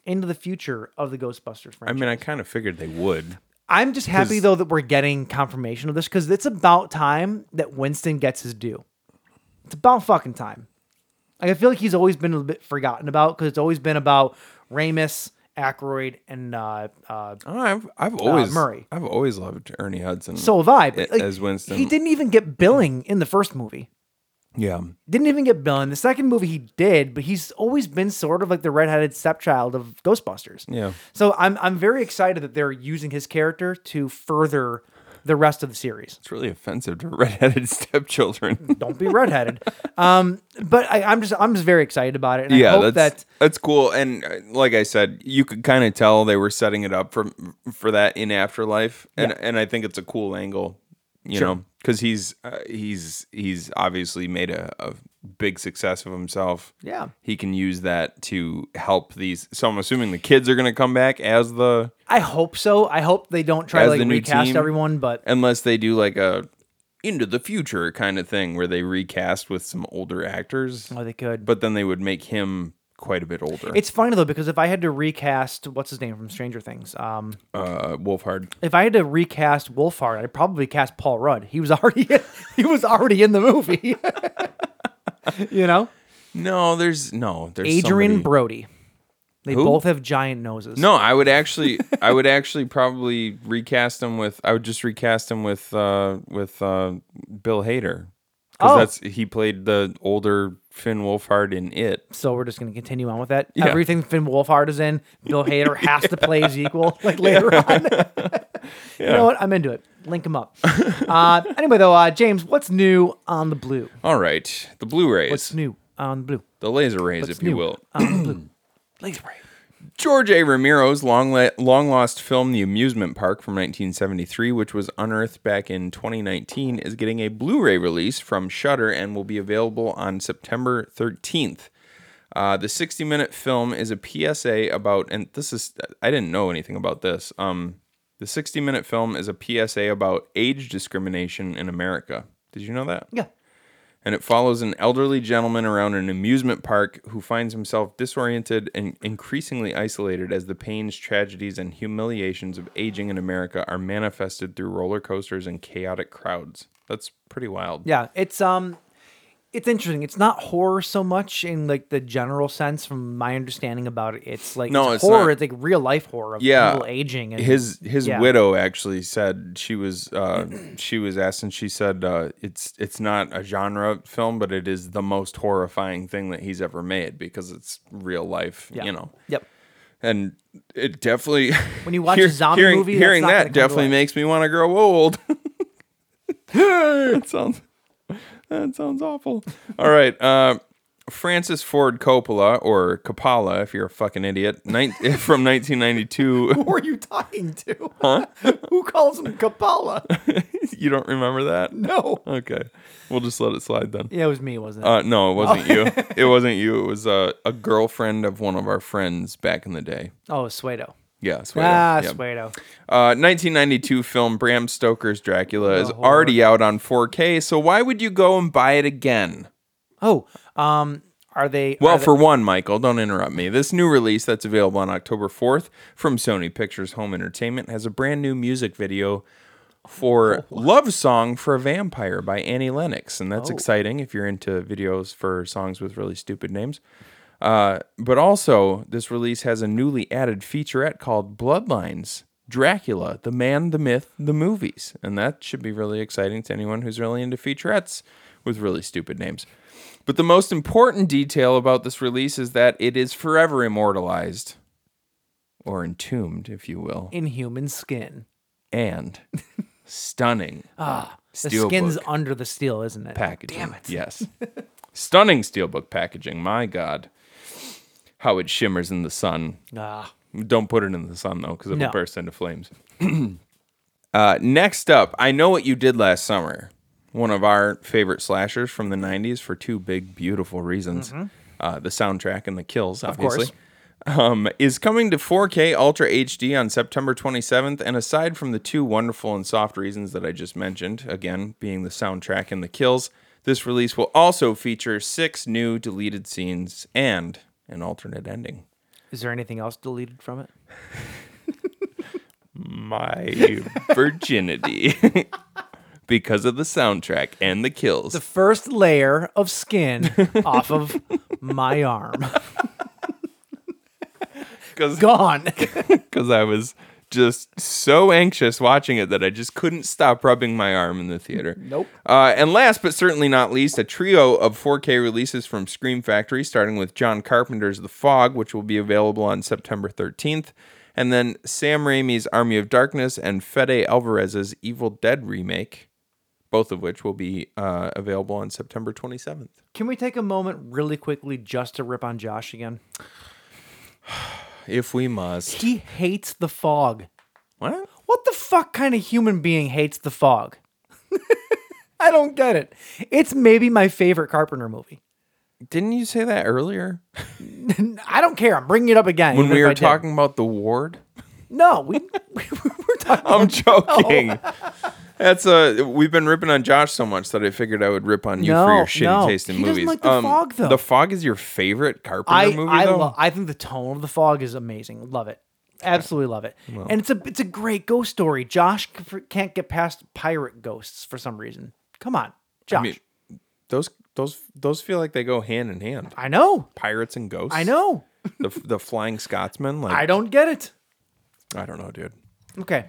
E: into the future of the Ghostbusters franchise.
F: I mean, I kind of figured they would.
E: I'm just happy
F: 'Cause-
E: though that we're getting confirmation of this because it's about time that Winston gets his due. It's about fucking time. Like, I feel like he's always been a bit forgotten about because it's always been about Ramus, Aykroyd, and uh, uh,
F: Oh, I've I've always
E: Murray.
F: I've always loved Ernie Hudson.
E: so have I.
F: a-
E: But, like,
F: as Winston.
E: he didn't even get billing in the first movie.
F: yeah,
E: Didn't even get billing. The second movie he did, but he's always been sort of like the redheaded stepchild of Ghostbusters.
F: yeah.
E: So I'm I'm very excited that they're using his character to further the rest of the series.
F: It's really offensive to [laughs] redheaded stepchildren.
E: [laughs] don't be redheaded. [laughs] um, but I, I'm just I'm just very excited about it, and I
F: [laughs] yeah,
E: hope
F: that's
E: that
F: that's cool. And uh, like I said, you could kind of tell they were setting it up for for that in Afterlife, and and I think it's a cool angle. You know, 'cause know, because he's uh, he's he's obviously made a, a big success of himself.
E: Yeah.
F: he can use that to help these. So I'm assuming the kids are going to come back as the
E: I hope so. I hope they don't try
F: As
E: to like
F: the new
E: recast
F: team-
E: everyone, but
F: unless they do like a into the future kind of thing where they recast with some older actors
E: oh, they could.
F: but then they would make him quite a bit older
E: it's funny though because if I had to recast what's his name from Stranger Things, um,
F: uh wolfhard
E: if I had to recast Wolfhard, I'd probably cast Paul Rudd. He was [laughs] already he was already in the movie. [laughs] you know,
F: no there's no there's
E: Adrian
F: somebody-
E: Brody. They
F: Who?
E: both have giant noses.
F: no i would actually i would actually probably recast him with i would just recast him with uh with uh bill hader because
E: Oh.
F: that's he played the older finn wolfhard in it
E: So we're just going to continue on with that.
F: Yeah.
E: Everything Finn Wolfhard is in, Bill Hader has to play his equal [laughs] like later
F: [laughs]
E: on. you know what? I'm into it. Link him up. uh, anyway, though, uh, James, what's new on the blue?
F: all right the blu-rays
E: What's new on the blue?
F: the laser rays
E: What's
F: if you
E: new
F: [clears throat] will
E: on the blue? Laser ray.
F: George A. Romero's long long lost film, The Amusement Park, from 1973, which was unearthed back in 2019, is getting a Blu-ray release from Shudder and will be available on September 13th. Uh, the 60 minute film is a PSA about, and this is, I didn't know anything about this. Um, the 60 minute film is a PSA about age discrimination in America. Did you know that?
E: Yeah.
F: and it follows an elderly gentleman around an amusement park who finds himself disoriented and increasingly isolated as the pains, tragedies, and humiliations of aging in America are manifested through roller coasters and chaotic crowds. That's pretty wild.
E: Yeah, it's um it's interesting. It's not horror so much in like the general sense from my understanding about it. It's like
F: No,
E: it's
F: it's
E: horror,
F: not.
E: it's like real life horror of
F: Yeah.
E: people aging and
F: His his
E: Yeah.
F: widow actually said she was uh, she was asked and she said uh, it's it's not a genre film but it is the most horrifying thing that he's ever made because it's real life
E: yeah.
F: you know
E: Yep.
F: and it definitely
E: [laughs] When you watch a zombie
F: hearing,
E: movie, that's
F: hearing
E: not gonna
F: that
E: come to
F: definitely
E: life.
F: makes me want to grow old. [laughs] that sounds that sounds awful. All right, uh, Francis Ford Coppola or Coppola, if you're a fucking idiot, nine, [laughs] from 1992.
E: [laughs] Who are you talking to? [laughs] Who calls him Kapala?
F: [laughs] you don't remember that?
E: No.
F: Okay, we'll just let it slide then.
E: Yeah, it was me, wasn't it?
F: Uh, no, it wasn't you.
E: [laughs]
F: It wasn't you. It was uh, a girlfriend of one of our friends back in the day.
E: oh, it was Suedo.
F: Yeah, Suedo.
E: Ah,
F: Yep.
E: Suedo.
F: Uh, 1992 film Bram Stoker's Dracula is already out on 4K, so why would you go and buy it again?
E: Oh, um, are they?
F: Well,
E: are they-
F: for one, Michael, don't interrupt me. This new release that's available on October 4th from Sony Pictures Home Entertainment has a brand new music video for Love Song for a Vampire by Annie Lennox, and that's exciting if you're into videos for songs with really stupid names. Uh, but also, this release has a newly added featurette called Bloodlines Dracula, the man, the myth, the movies. And that should be really exciting to anyone who's really into featurettes with really stupid names. But the most important detail about this release is that it is forever immortalized, or entombed, if you will,
E: in human skin?
F: and [laughs] stunning
E: The
F: Steelbook
E: skin's under the steel, isn't it?
F: packaging. Oh, Damn it. Yes. stunning steelbook packaging. My God. How it shimmers in the sun.
E: Ah,
F: Don't put it in the sun though, because it'll
E: No.
F: burst into flames. [clears throat] uh, next up, I know what you did last summer. One of our favorite slashers from the '90s for two big, beautiful reasons: uh, the soundtrack and the kills, obviously.
E: Mm-hmm. course.
F: Um, is coming to 4K Ultra HD on September 27th. And aside from the two wonderful and soft reasons that I just mentioned, again being the soundtrack and the kills, this release will also feature six new deleted scenes and an alternate ending.
E: is there anything else deleted from it?
F: my virginity [laughs] because of the soundtrack and the kills.
E: The first layer of
F: [laughs]
E: skin off of my arm [laughs]
F: Because
E: gone.
F: I was just so anxious watching it that I just couldn't stop rubbing my arm in the theater.
E: Nope.
F: Uh, and last but certainly not least, a trio of 4K releases from Scream Factory, starting with John Carpenter's The Fog, which will be available on September 13th. And then Sam Raimi's Army of Darkness and Fede Alvarez's Evil Dead remake, both of which will be uh, available on September 27th.
E: Can we take a moment really quickly just to rip on Josh again?
F: If we must.
E: He hates the fog.
F: What?
E: What the fuck kind of human being hates the fog? [laughs] I don't get it. It's maybe my favorite Carpenter movie.
F: Didn't you say that earlier
E: I don't care. I'm bringing it up again.
F: [laughs] when
E: even
F: we
E: if I
F: were
E: did.
F: talking about the ward?
E: No, we, [laughs] we were talking.
F: [laughs] I'm joking. [laughs] That's a we've been ripping on Josh so much that I figured I would rip on you for
E: No,
F: your shitty
E: no.
F: taste in
E: He doesn't
F: movies. Um,
E: like The Fog, though.
F: The fog is your favorite Carpenter
E: I
F: movie
E: I,
F: though.
E: lo- I think the tone of the fog is amazing. Love it. Absolutely love it. and it's a it's a great ghost story. Josh c- can't get past pirate ghosts for some reason. Come on, Josh. I,
F: mean- those those those feel like they go hand in hand.
E: know.
F: Pirates and ghosts.
E: I know.
F: the the Flying Scotsman. Like
E: I don't get it.
F: I don't know, dude.
E: Okay.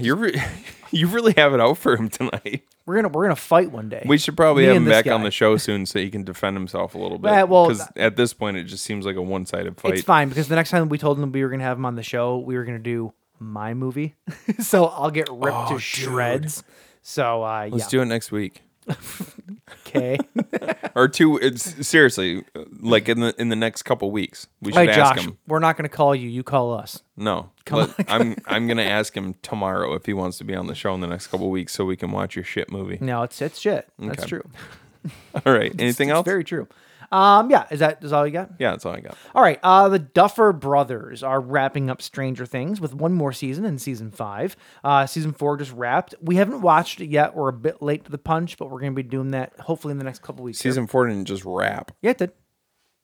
F: You're re- [laughs] you really have it out for him tonight.
E: We're gonna we're gonna fight one day.
F: We should probably
E: Me
F: have
E: and
F: him
E: this
F: back on
E: guy.
F: the show soon so he can defend himself a little bit.
E: Yeah, well,
F: because at this point it just seems like a one-sided fight.
E: It's fine because the next time we told him we were gonna have him on the show, we were gonna do my movie. [laughs] so I'll get ripped to shreds. So uh,
F: Oh, Let's
E: yeah,
F: do it next week. [laughs]
E: okay.
F: Or two. It's seriously. uh, like in the in the next couple weeks. We should
E: Hey,
F: ask
E: Josh,
F: him.
E: we're not going to call you. You call us.
F: No, let- I'm I'm gonna ask him tomorrow if he wants to be on the show in the next couple weeks so we can watch your
E: [laughs]
F: shit movie.
E: No, it's it's shit. That's
F: Okay.
E: true.
F: All right. Anything
E: It's
F: else?
E: Very true. Um, yeah, is that is all you got?
F: yeah, that's all I got.
E: All right. Uh, the Duffer Brothers are wrapping up Stranger Things with one more season in season five. Uh, season four just wrapped. We haven't watched it yet. We're a bit late to the punch, but we're going to be doing that hopefully in the next couple weeks. here.
F: Season four didn't just wrap.
E: yeah, it did.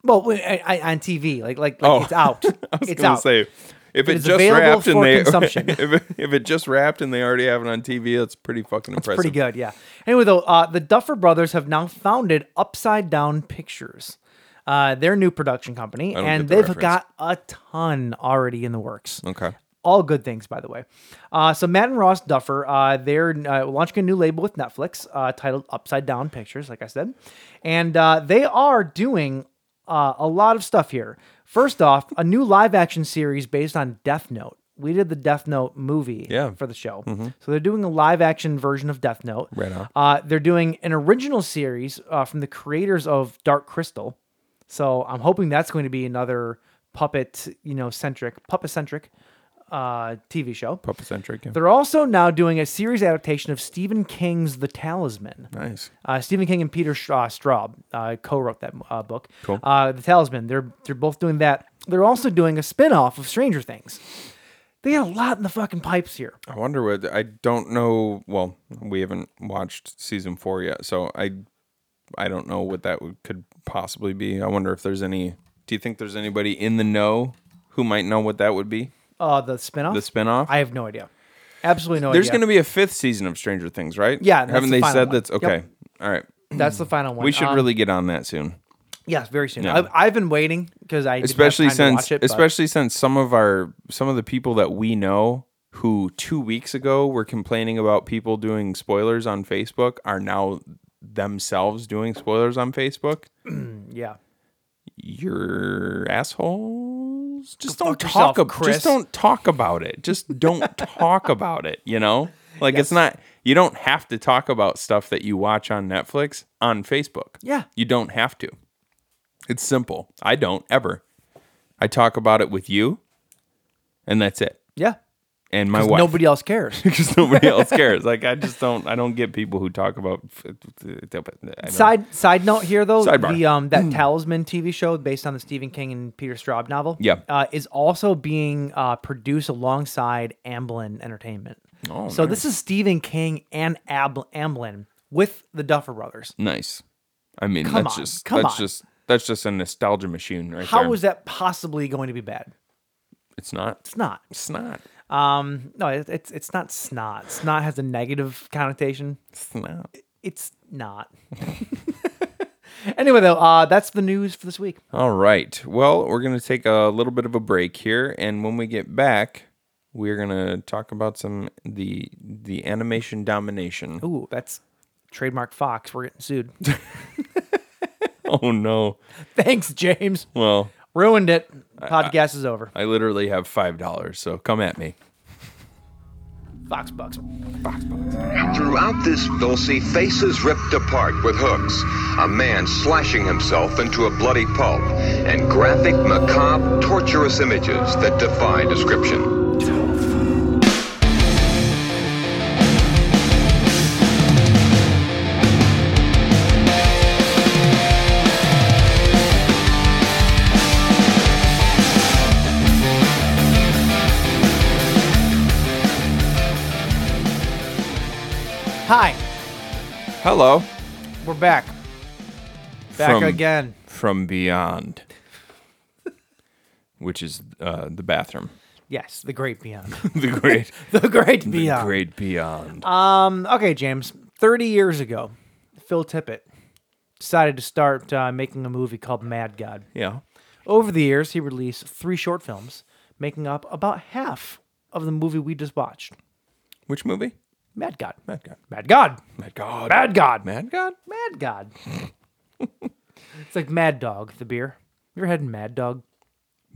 E: Well, we- I, I, on TV, like like, like
F: Oh.
E: it's out.
F: [laughs] I was
E: it's
F: gonna
E: out.
F: say if it,
E: is
F: just
E: available
F: wrapped and
E: for
F: they [laughs]
E: consumption.
F: if, it, if it just wrapped and they already have it on TV, that's pretty fucking impressive.
E: Pretty good, yeah. Anyway, though, uh, the Duffer Brothers have now founded Upside Down Pictures, uh, their new production company,
F: don't
E: and
F: get the
E: they've
F: reference.
E: got a ton already in the works.
F: Okay.
E: All good things, by the way. Uh, so Matt and Ross Duffer, uh, they're uh, launching a new label with Netflix uh, titled Upside Down Pictures, like I said, and uh, they are doing uh, a lot of stuff here. First off, a new live-action series based on Death Note. We did the Death Note movie
F: Yeah. Mm-hmm.
E: for the show, so they're doing a live-action version of Death Note.
F: Right on.
E: Uh, they're doing an original series uh, from the creators of Dark Crystal. So I'm hoping that's going to be another puppet, you know, centric, puppet centric uh, TV show.
F: Puppet centric. Yeah.
E: They're also now doing a series adaptation of Stephen King's The Talisman.
F: Nice.
E: Uh, Stephen King and Peter Stra- Straub uh, co-wrote that uh, book.
F: Cool.
E: Uh, the Talisman. They're they're both doing that. They're also doing a spin-off of Stranger Things. They got a lot in the fucking pipes here.
F: I wonder what I don't know. Well, we haven't watched season four yet, so I I don't know what that would, could possibly be. I wonder if there's any. Do you think there's anybody in the know who might know what that would be?
E: Uh, the spin-off.
F: The spin-off?
E: I have no idea. Absolutely no
F: There's
E: idea.
F: going to be a fifth season of Stranger Things, right?
E: Yeah, that's
F: Haven't
E: the
F: they
E: final
F: said
E: one.
F: that's okay?
E: Yep.
F: All right.
E: That's the final one.
F: We should
E: Um,
F: really get on that soon,
E: yes, very soon.
F: Yeah.
E: I've, I've been waiting because I didn't have
F: especially
E: time to
F: since
E: watch it, but-
F: especially since some of our some of the people that we know who two weeks ago were complaining about people doing spoilers on Facebook are now themselves doing spoilers on Facebook.
E: yeah.
F: You're assholes. Just
E: Go
F: don't
E: fuck yourself,
F: talk. Ab-
E: Chris.
F: just don't talk about
E: [laughs]
F: it. Just don't talk about it. You know, like it's not. You don't have to talk about stuff that you watch on Netflix on Facebook.
E: Yeah.
F: you don't have to. It's simple. I don't ever. I talk about it with you, and that's it.
E: Yeah.
F: And my
E: 'Cause
F: wife. [laughs]
E: Nobody else cares.
F: because
E: [laughs]
F: nobody else cares. Like I just don't. I don't get people who talk about. I don't-
E: Side side note here though,
F: Sidebar. Hmm.
E: the um that Talisman TV show based on the Stephen King and Peter Straub novel,
F: Yeah.
E: uh, is also being uh, produced alongside Amblin Entertainment.
F: Oh,
E: so this is Stephen King and Ab- Amblin with the Duffer Brothers.
F: Nice. I mean,
E: Come
F: that's
E: on,
F: just
E: come
F: that's
E: on.
F: just that's just a nostalgia machine, right
E: How
F: there.
E: is that possibly going to be bad?
F: It's not.
E: It's not.
F: It's not.
E: Um, no, it, it's it's not snot. Snot has a negative connotation.
F: It's not.
E: It's not. [laughs] anyway, though, uh, that's the news for this week.
F: All right. Well, we're gonna take a little bit of a break here, and when we get back, we're gonna talk about some the the animation domination.
E: Ooh, that's trademark Fox. We're getting sued.
F: [laughs]
E: [laughs]
F: Oh no.
E: Thanks, James.
F: Well,
E: Ruined it. Podcast is over.
F: I literally have five dollars, so come at me.
E: Fox Bucks.
J: Throughout this, they'll see faces ripped apart with hooks, a man slashing himself into a bloody pulp, and graphic, macabre, torturous images that defy description.
E: Hi,
F: Hello
E: we're back. Back
F: From-
E: again.
F: from beyond, which is uh, the bathroom. [laughs]
E: Yes, the great beyond. [laughs]
F: the great,
E: the great
F: the
E: beyond.
F: great beyond.
E: Um, okay, James. Thirty years ago, Phil Tippett decided to start uh, making a movie called Mad God.
F: yeah.
E: Over the years, he released three short films, making up about half of the movie we just watched.
F: Which movie?
E: Mad God.
F: Mad God.
E: Mad God.
F: Mad God.
E: Mad God.
F: Mad God?
E: Mad God. it's like Mad Dog, the beer. You ever had Mad Dog?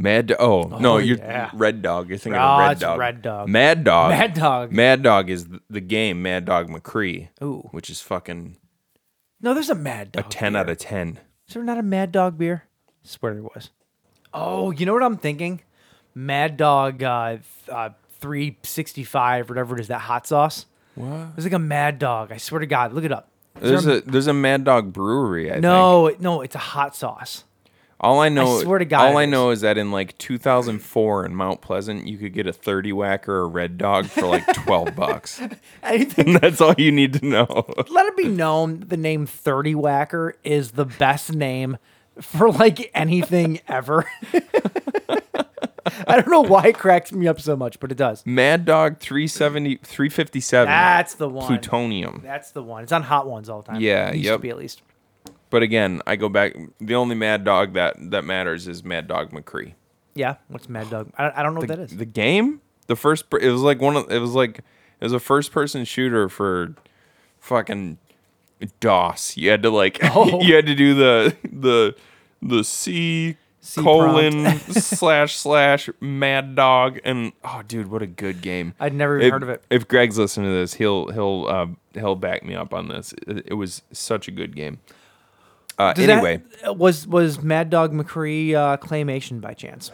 F: Mad. Oh, no, you're
E: yeah.
F: Red Dog. You're thinking
E: Oh,
F: of Red
E: it's
F: Dog.
E: Red Dog.
F: Mad Dog.
E: Mad Dog.
F: Mad Dog is th- the game. Mad Dog McCree.
E: Ooh. Oh,
F: Which is fucking
E: No, there's a Mad
F: a
E: Dog.
F: ten out of ten.
E: Is there not a Mad Dog beer? Swear there was. Oh, you know what I'm thinking? Mad Dog uh, th- uh, 365, whatever it is, that hot sauce. What? It's like a Mad Dog. I swear to God. Look it up. Is
F: There's
E: there
F: a there's a Mad Dog brewery. I think.
E: no, it- no, it's a hot sauce.
F: All I know,
E: swear to God
F: all
E: it
F: I
E: is.
F: know is that in like 2004 in Mount Pleasant, you could get a 30 whack or a Red Dog for like
E: [laughs]
F: 12 bucks. [laughs]
E: Anything
F: And that's all you need to know.
E: let it be known the name 30 whacker is the best name for like anything [laughs] ever i don't know why it cracks me up so much but it does
F: Mad Dog 370 357.
E: that's the one
F: plutonium.
E: that's the one it's on hot ones all the time
F: Yeah,
E: It used
F: yep.
E: to be at least
F: But again, I go back. The only Mad Dog that that matters is Mad Dog McCree.
E: yeah what's mad dog i, I don't know what that is
F: The game, the first, per- it was like one of, it was like, it was a first person shooter for fucking DOS. You had to like, [laughs]
E: Oh.
F: you had to do the the the C,
E: [laughs]
F: colon slash slash Mad Dog, and oh, dude, what a good game!
E: I'd never even heard of it.
F: If Greg's listening to this, he'll he'll uh, he'll back me up on this. It, it was such a good game. Uh,
E: Does that-
F: anyway,
E: was was mad dog mccree uh, claymation by chance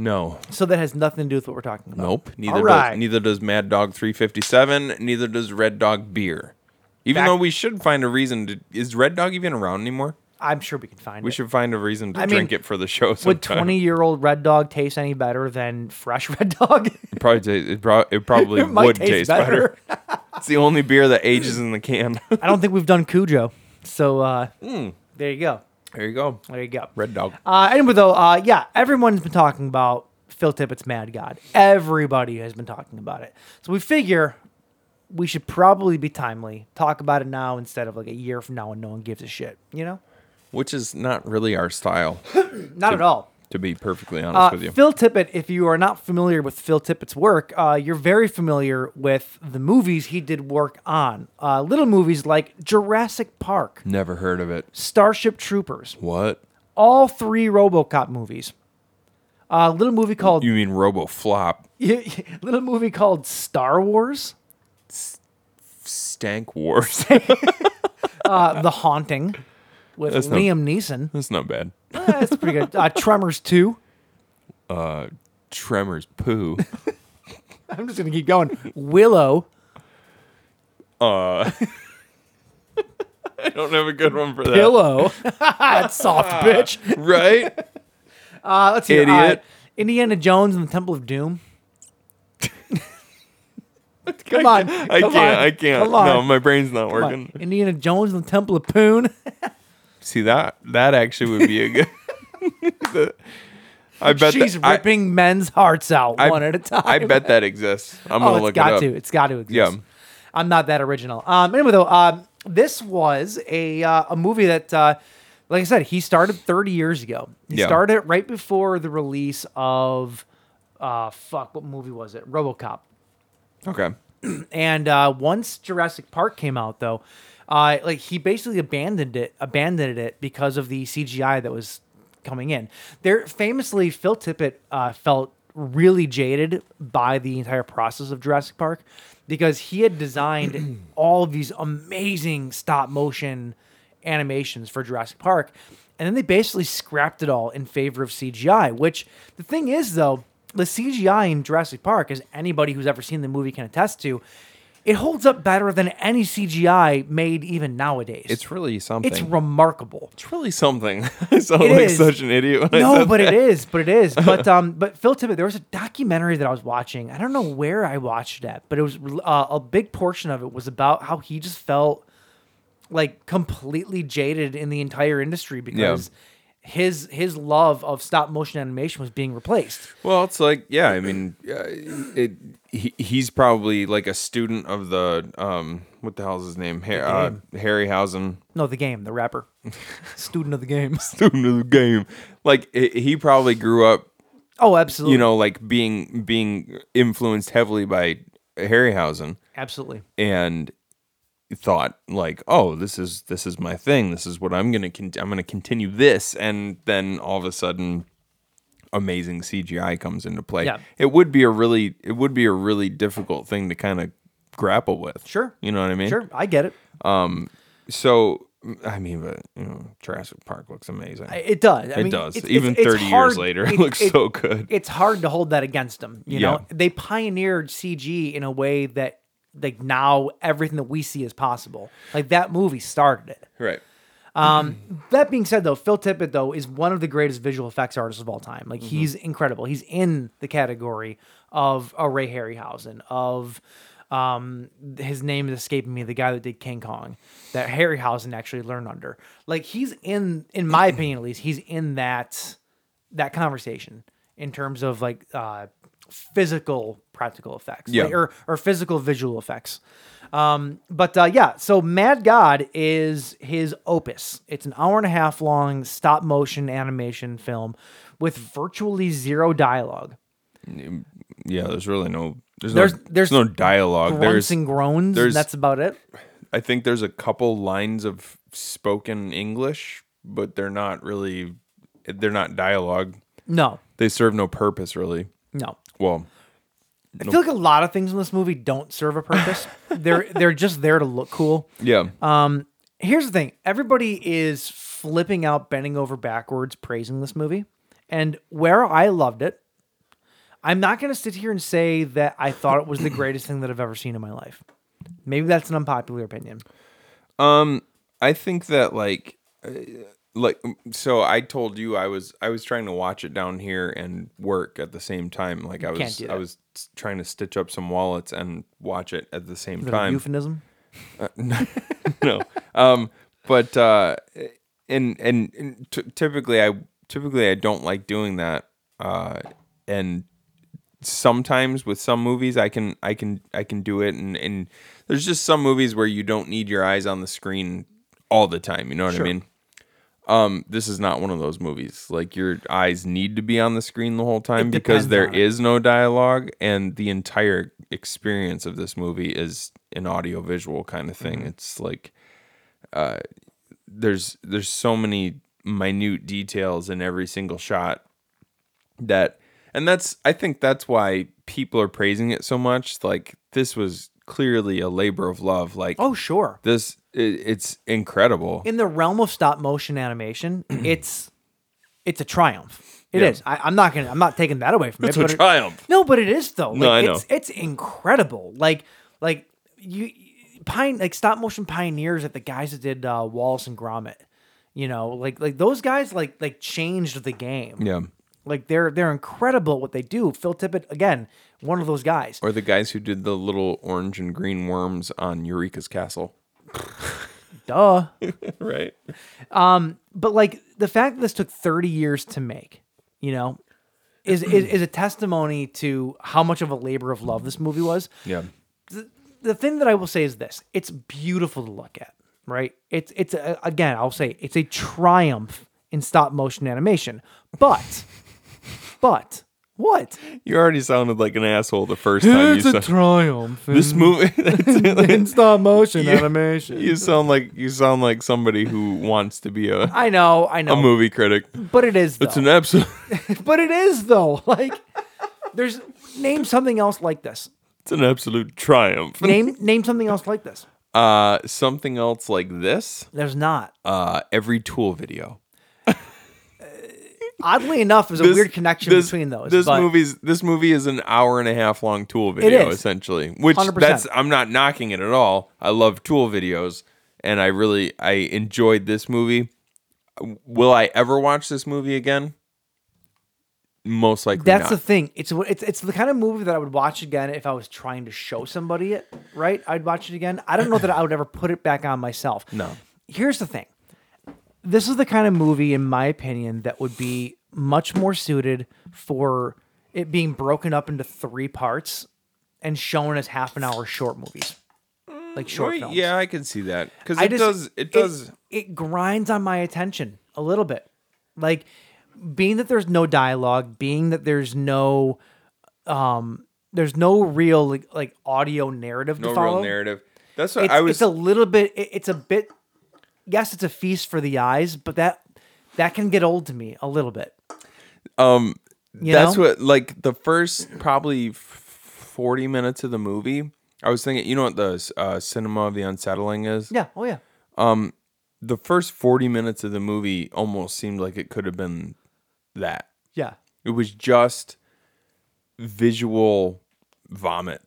F: no,
E: so that has nothing to do with what we're talking about
F: Nope. Neither
E: all right
F: does neither does Mad Dog 357. Neither does Red Dog beer. Even
E: Back-
F: though we should find a reason to is Red Dog even around anymore?
E: i'm sure we can find
F: We
E: it
F: should find a reason to
E: I mean,
F: drink it for the show. Sometime.
E: would 20 year old red dog taste any better than fresh [laughs] red dog
F: It probably ta- it, pro- it
E: [laughs]
F: probably
E: It might
F: would
E: taste
F: taste, better. it's the only beer that ages in the can. [laughs]
E: I don't think we've done Cujo. So uh, there you go.
F: there you go.
E: There you go.
F: Red Dog.
E: Uh, anyway, though, uh, yeah, everyone's been talking about Phil Tippett's Mad God. Everybody has been talking about it. So we figure we should probably be timely, talk about it now instead of like a year from now when no one gives a shit. You know?
F: Which is not really our style,
E: Not at all.
F: to be perfectly honest
E: Uh,
F: with you.
E: Phil Tippett, if you are not familiar with Phil Tippett's work, uh, you're very familiar with the movies he did work on. Uh, little movies like Jurassic Park,
F: Never heard of it.
E: Starship Troopers,
F: What?
E: all three RoboCop movies. A little movie called
F: You mean Robo Flop?
E: [laughs] little movie called Star Wars,
F: Stank Wars. [laughs]
E: uh, The Haunting, with
F: That's not-
E: Liam Neeson. [laughs]
F: That's not bad.
E: Eh, That's pretty good. Uh, Tremors Two.
F: Tremors poo.
E: I'm just gonna keep going. Willow,
F: Uh, [laughs] I don't have a good one for
E: [laughs]
F: that.
E: Pillow. That's
F: [laughs]
E: soft, bitch. [laughs]
F: Right?
E: Uh, let's see. here.
F: Idiot.
E: Uh, Indiana Jones and the Temple of Doom. [laughs] come on.
F: I
E: come
F: can't.
E: on,
F: I can't.
E: come on,
F: No, my brain's not
E: come on. [laughs]
F: working.
E: Indiana Jones and the Temple of Poon.
F: See that? That actually would be a good. [laughs] I
E: [laughs]
F: bet
E: She's
F: that, I-
E: ripping men's hearts out
F: I-
E: one at a time.
F: I bet that exists. I'm
E: oh,
F: gonna
E: it's
F: look
E: got
F: it up.
E: to. It's got to exist.
F: Yeah.
E: I'm not that original. Um, anyway, though, um, this was a uh, a movie that, uh, like I said, he started 30 years ago. He
F: Yeah.
E: started it right before the release of, uh, fuck, what movie was it? RoboCop.
F: Okay.
E: And uh, once Jurassic Park came out, though, uh, like he basically abandoned it, abandoned it because of the CGI that was coming in. There, famously, Phil Tippett uh, felt really jaded by the entire process of Jurassic Park because he had designed [clears throat] all of these amazing stop motion animations for Jurassic Park, and then they basically scrapped it all in favor of CGI. Which the thing is, though, the CGI in Jurassic Park, as anybody who's ever seen the movie can attest to, it holds up better than any CGI made even nowadays.
F: It's really something.
E: it's remarkable.
F: It's really something. [laughs] I sound
E: It
F: like
E: is.
F: such an idiot. When I
E: No,
F: said
E: but
F: that.
E: it is, but it
F: [laughs]
E: is. But um, but Phil Tippett, there was a documentary that I was watching. I don't know where I watched that, but it was uh, a big portion of it was about how he just felt like completely jaded in the entire industry because his his love of stop motion animation was being replaced.
F: Well, it's like yeah. I mean, uh, it. He, he's probably like a student of the um. What the hell's his name? Har- uh, Harryhausen.
E: No, the game, the rapper,
F: [laughs]
E: student of the game.
F: Student of the game. Like it, he probably grew up
E: Oh, absolutely.
F: you know, like being being influenced heavily by Harryhausen
E: absolutely.
F: and thought like, oh, this is this is my thing. This is what I'm gonna con- I'm gonna continue this, and then all of a sudden, amazing CGI comes into play.
E: Yeah.
F: It would be a really it would be a really difficult thing to kind of grapple with.
E: Sure.
F: you know what I mean.
E: Sure, I get it.
F: So I mean, but you know, Jurassic Park looks amazing.
E: I- It does. I
F: It
E: mean,
F: does.
E: it's-
F: Even
E: it's- it's
F: 30 years
E: hard-
F: later, it looks so good.
E: It's hard to hold that against them. You know,
F: Yeah.
E: they pioneered CG in a way that, like, now everything that we see is possible. Like that movie started it.
F: right.
E: That being said, though, Phil Tippett though is one of the greatest visual effects artists of all time. Like he's incredible. He's in the category of a Ray Harryhausen of. Um, his name is escaping me. The guy that did King Kong, that Harryhausen actually learned under. Like he's in, in my opinion at least, he's in that that conversation in terms of like uh, physical practical effects
F: Yeah.
E: like, or, or physical visual effects um, but uh, yeah so mad god is his opus it's an hour and a half long stop motion animation film with virtually zero dialogue
F: Yeah, there's really no there's
E: There's-
F: no,
E: there's
F: there's no dialogue.
E: grunts
F: There's
E: and groans and
F: there's-
E: that's about it
F: I think there's a couple lines of spoken English, but they're not really they're not dialogue.
E: no
F: They serve no purpose really.
E: no
F: Well,
E: I feel like a lot of things in this movie don't serve a
F: [laughs]
E: purpose. they're they're just there to look cool.
F: yeah.
E: Um, here's the thing everybody is flipping out bending over backwards praising this movie and where i loved it i'm not going to sit here and say that i thought it was
F: [clears throat]
E: the greatest thing that i've ever seen in my life maybe that's an unpopular opinion
F: I think that like uh, like so I told you I was I was trying to watch it down here and work at the same time. Like I
E: can't
F: was
E: do
F: I
E: that.
F: was trying to stitch up some wallets and watch it at the same
E: Is that a
F: time.
E: euphemism
F: [laughs] no. Um, but uh, and and, and t- typically I typically I don't like doing that. Uh, and sometimes with some movies I can I can I can do it, and and there's just some movies where you don't need your eyes on the screen all the time. You know what I mean? Um, this is not one of those movies. Like your eyes need to be on the screen the whole time because
E: depends
F: there
E: on
F: is
E: it.
F: no dialogue, and the entire experience of this movie is an audio visual kind of thing.
E: Mm-hmm.
F: It's like there's there's so many minute details in every single shot that and that's I think that's why people are praising it so much. Like this was clearly a labor of love. Like
E: oh sure
F: this i it's incredible.
E: in the realm of stop motion
F: [clears throat]
E: animation it's it's a triumph It is.
F: Yeah.
E: I, i'm not gonna i'm not taking that away from
F: It's
E: it
F: a
E: but it-
F: triumph.
E: No, but it is though. Like,
F: No, I know.
E: It's, it's incredible. Like like you pine like stop motion pioneers at the guys that did uh, Wallace and Gromit. You know, like like those guys like like changed the game.
F: yeah.
E: Like they're they're incredible at what they do. Phil Tippett again, one of those guys.
F: Or the guys who did the little orange and green worms on Eureka's Castle.
E: Duh.
F: Right.
E: but like the fact that this took 30 years to make, you know, is is, is a testimony to how much of a labor of love this movie was.
F: Yeah.
E: the thing that I will say is this: it's beautiful to look at, right? It's it's a, again, I'll say it's a triumph in stop motion animation, but but what?
F: You already sounded like an asshole the first time you
E: [laughs]
F: said
E: triumph
F: this movie.
E: stop motion animation.
F: [laughs] you sound like you sound like somebody who wants to be a,
E: I know, I know,
F: a movie critic.
E: but it is. Though.
F: It's an absolute. [laughs]
E: but it is though. [laughs] Like, there's name something else like this.
F: It's an absolute triumph.
E: Name name something else like this.
F: Uh, something else like this.
E: There's not.
F: Uh, every Tool video.
E: Oddly enough, there's a weird connection
F: this-
E: between those.
F: This
E: but
F: movie's this movie is an hour and a half long Tool video
E: is.
F: essentially, which
E: 100%.
F: that's I'm not knocking it at all. I love Tool videos, and I really I enjoyed this movie. Will I ever watch this movie again? Most likely.
E: That's
F: not.
E: the thing. It's wh- it's it's the kind of movie that I would watch again if I was trying to show somebody it. Right? I'd watch it again. I don't know that I would ever put it back on myself. No. Here's the thing. This is the kind of movie, in my opinion, that would be much more suited for it being broken up into three parts and shown as half an hour short movies, like short
F: Right,
E: films.
F: Yeah, I can see that because
E: I
F: it
E: just-
F: does. It does.
E: It, grinds on my attention a little bit, like being that there's no dialogue, being that there's no, um, there's no real like, like audio narrative
F: no
E: to follow.
F: real narrative. That's what
E: It's,
F: I was.
E: it's a little bit. It, it's a bit. Yes, it's a feast for the eyes, but that that can get old to me a little bit. Um, you
F: that's
E: know?
F: what like the first probably f- 40 minutes of the movie i was thinking you know what the uh, cinema of the unsettling is
E: Yeah. Oh yeah.
F: the first 40 minutes of the movie almost seemed like it could have been that.
E: Yeah.
F: It was just visual vomit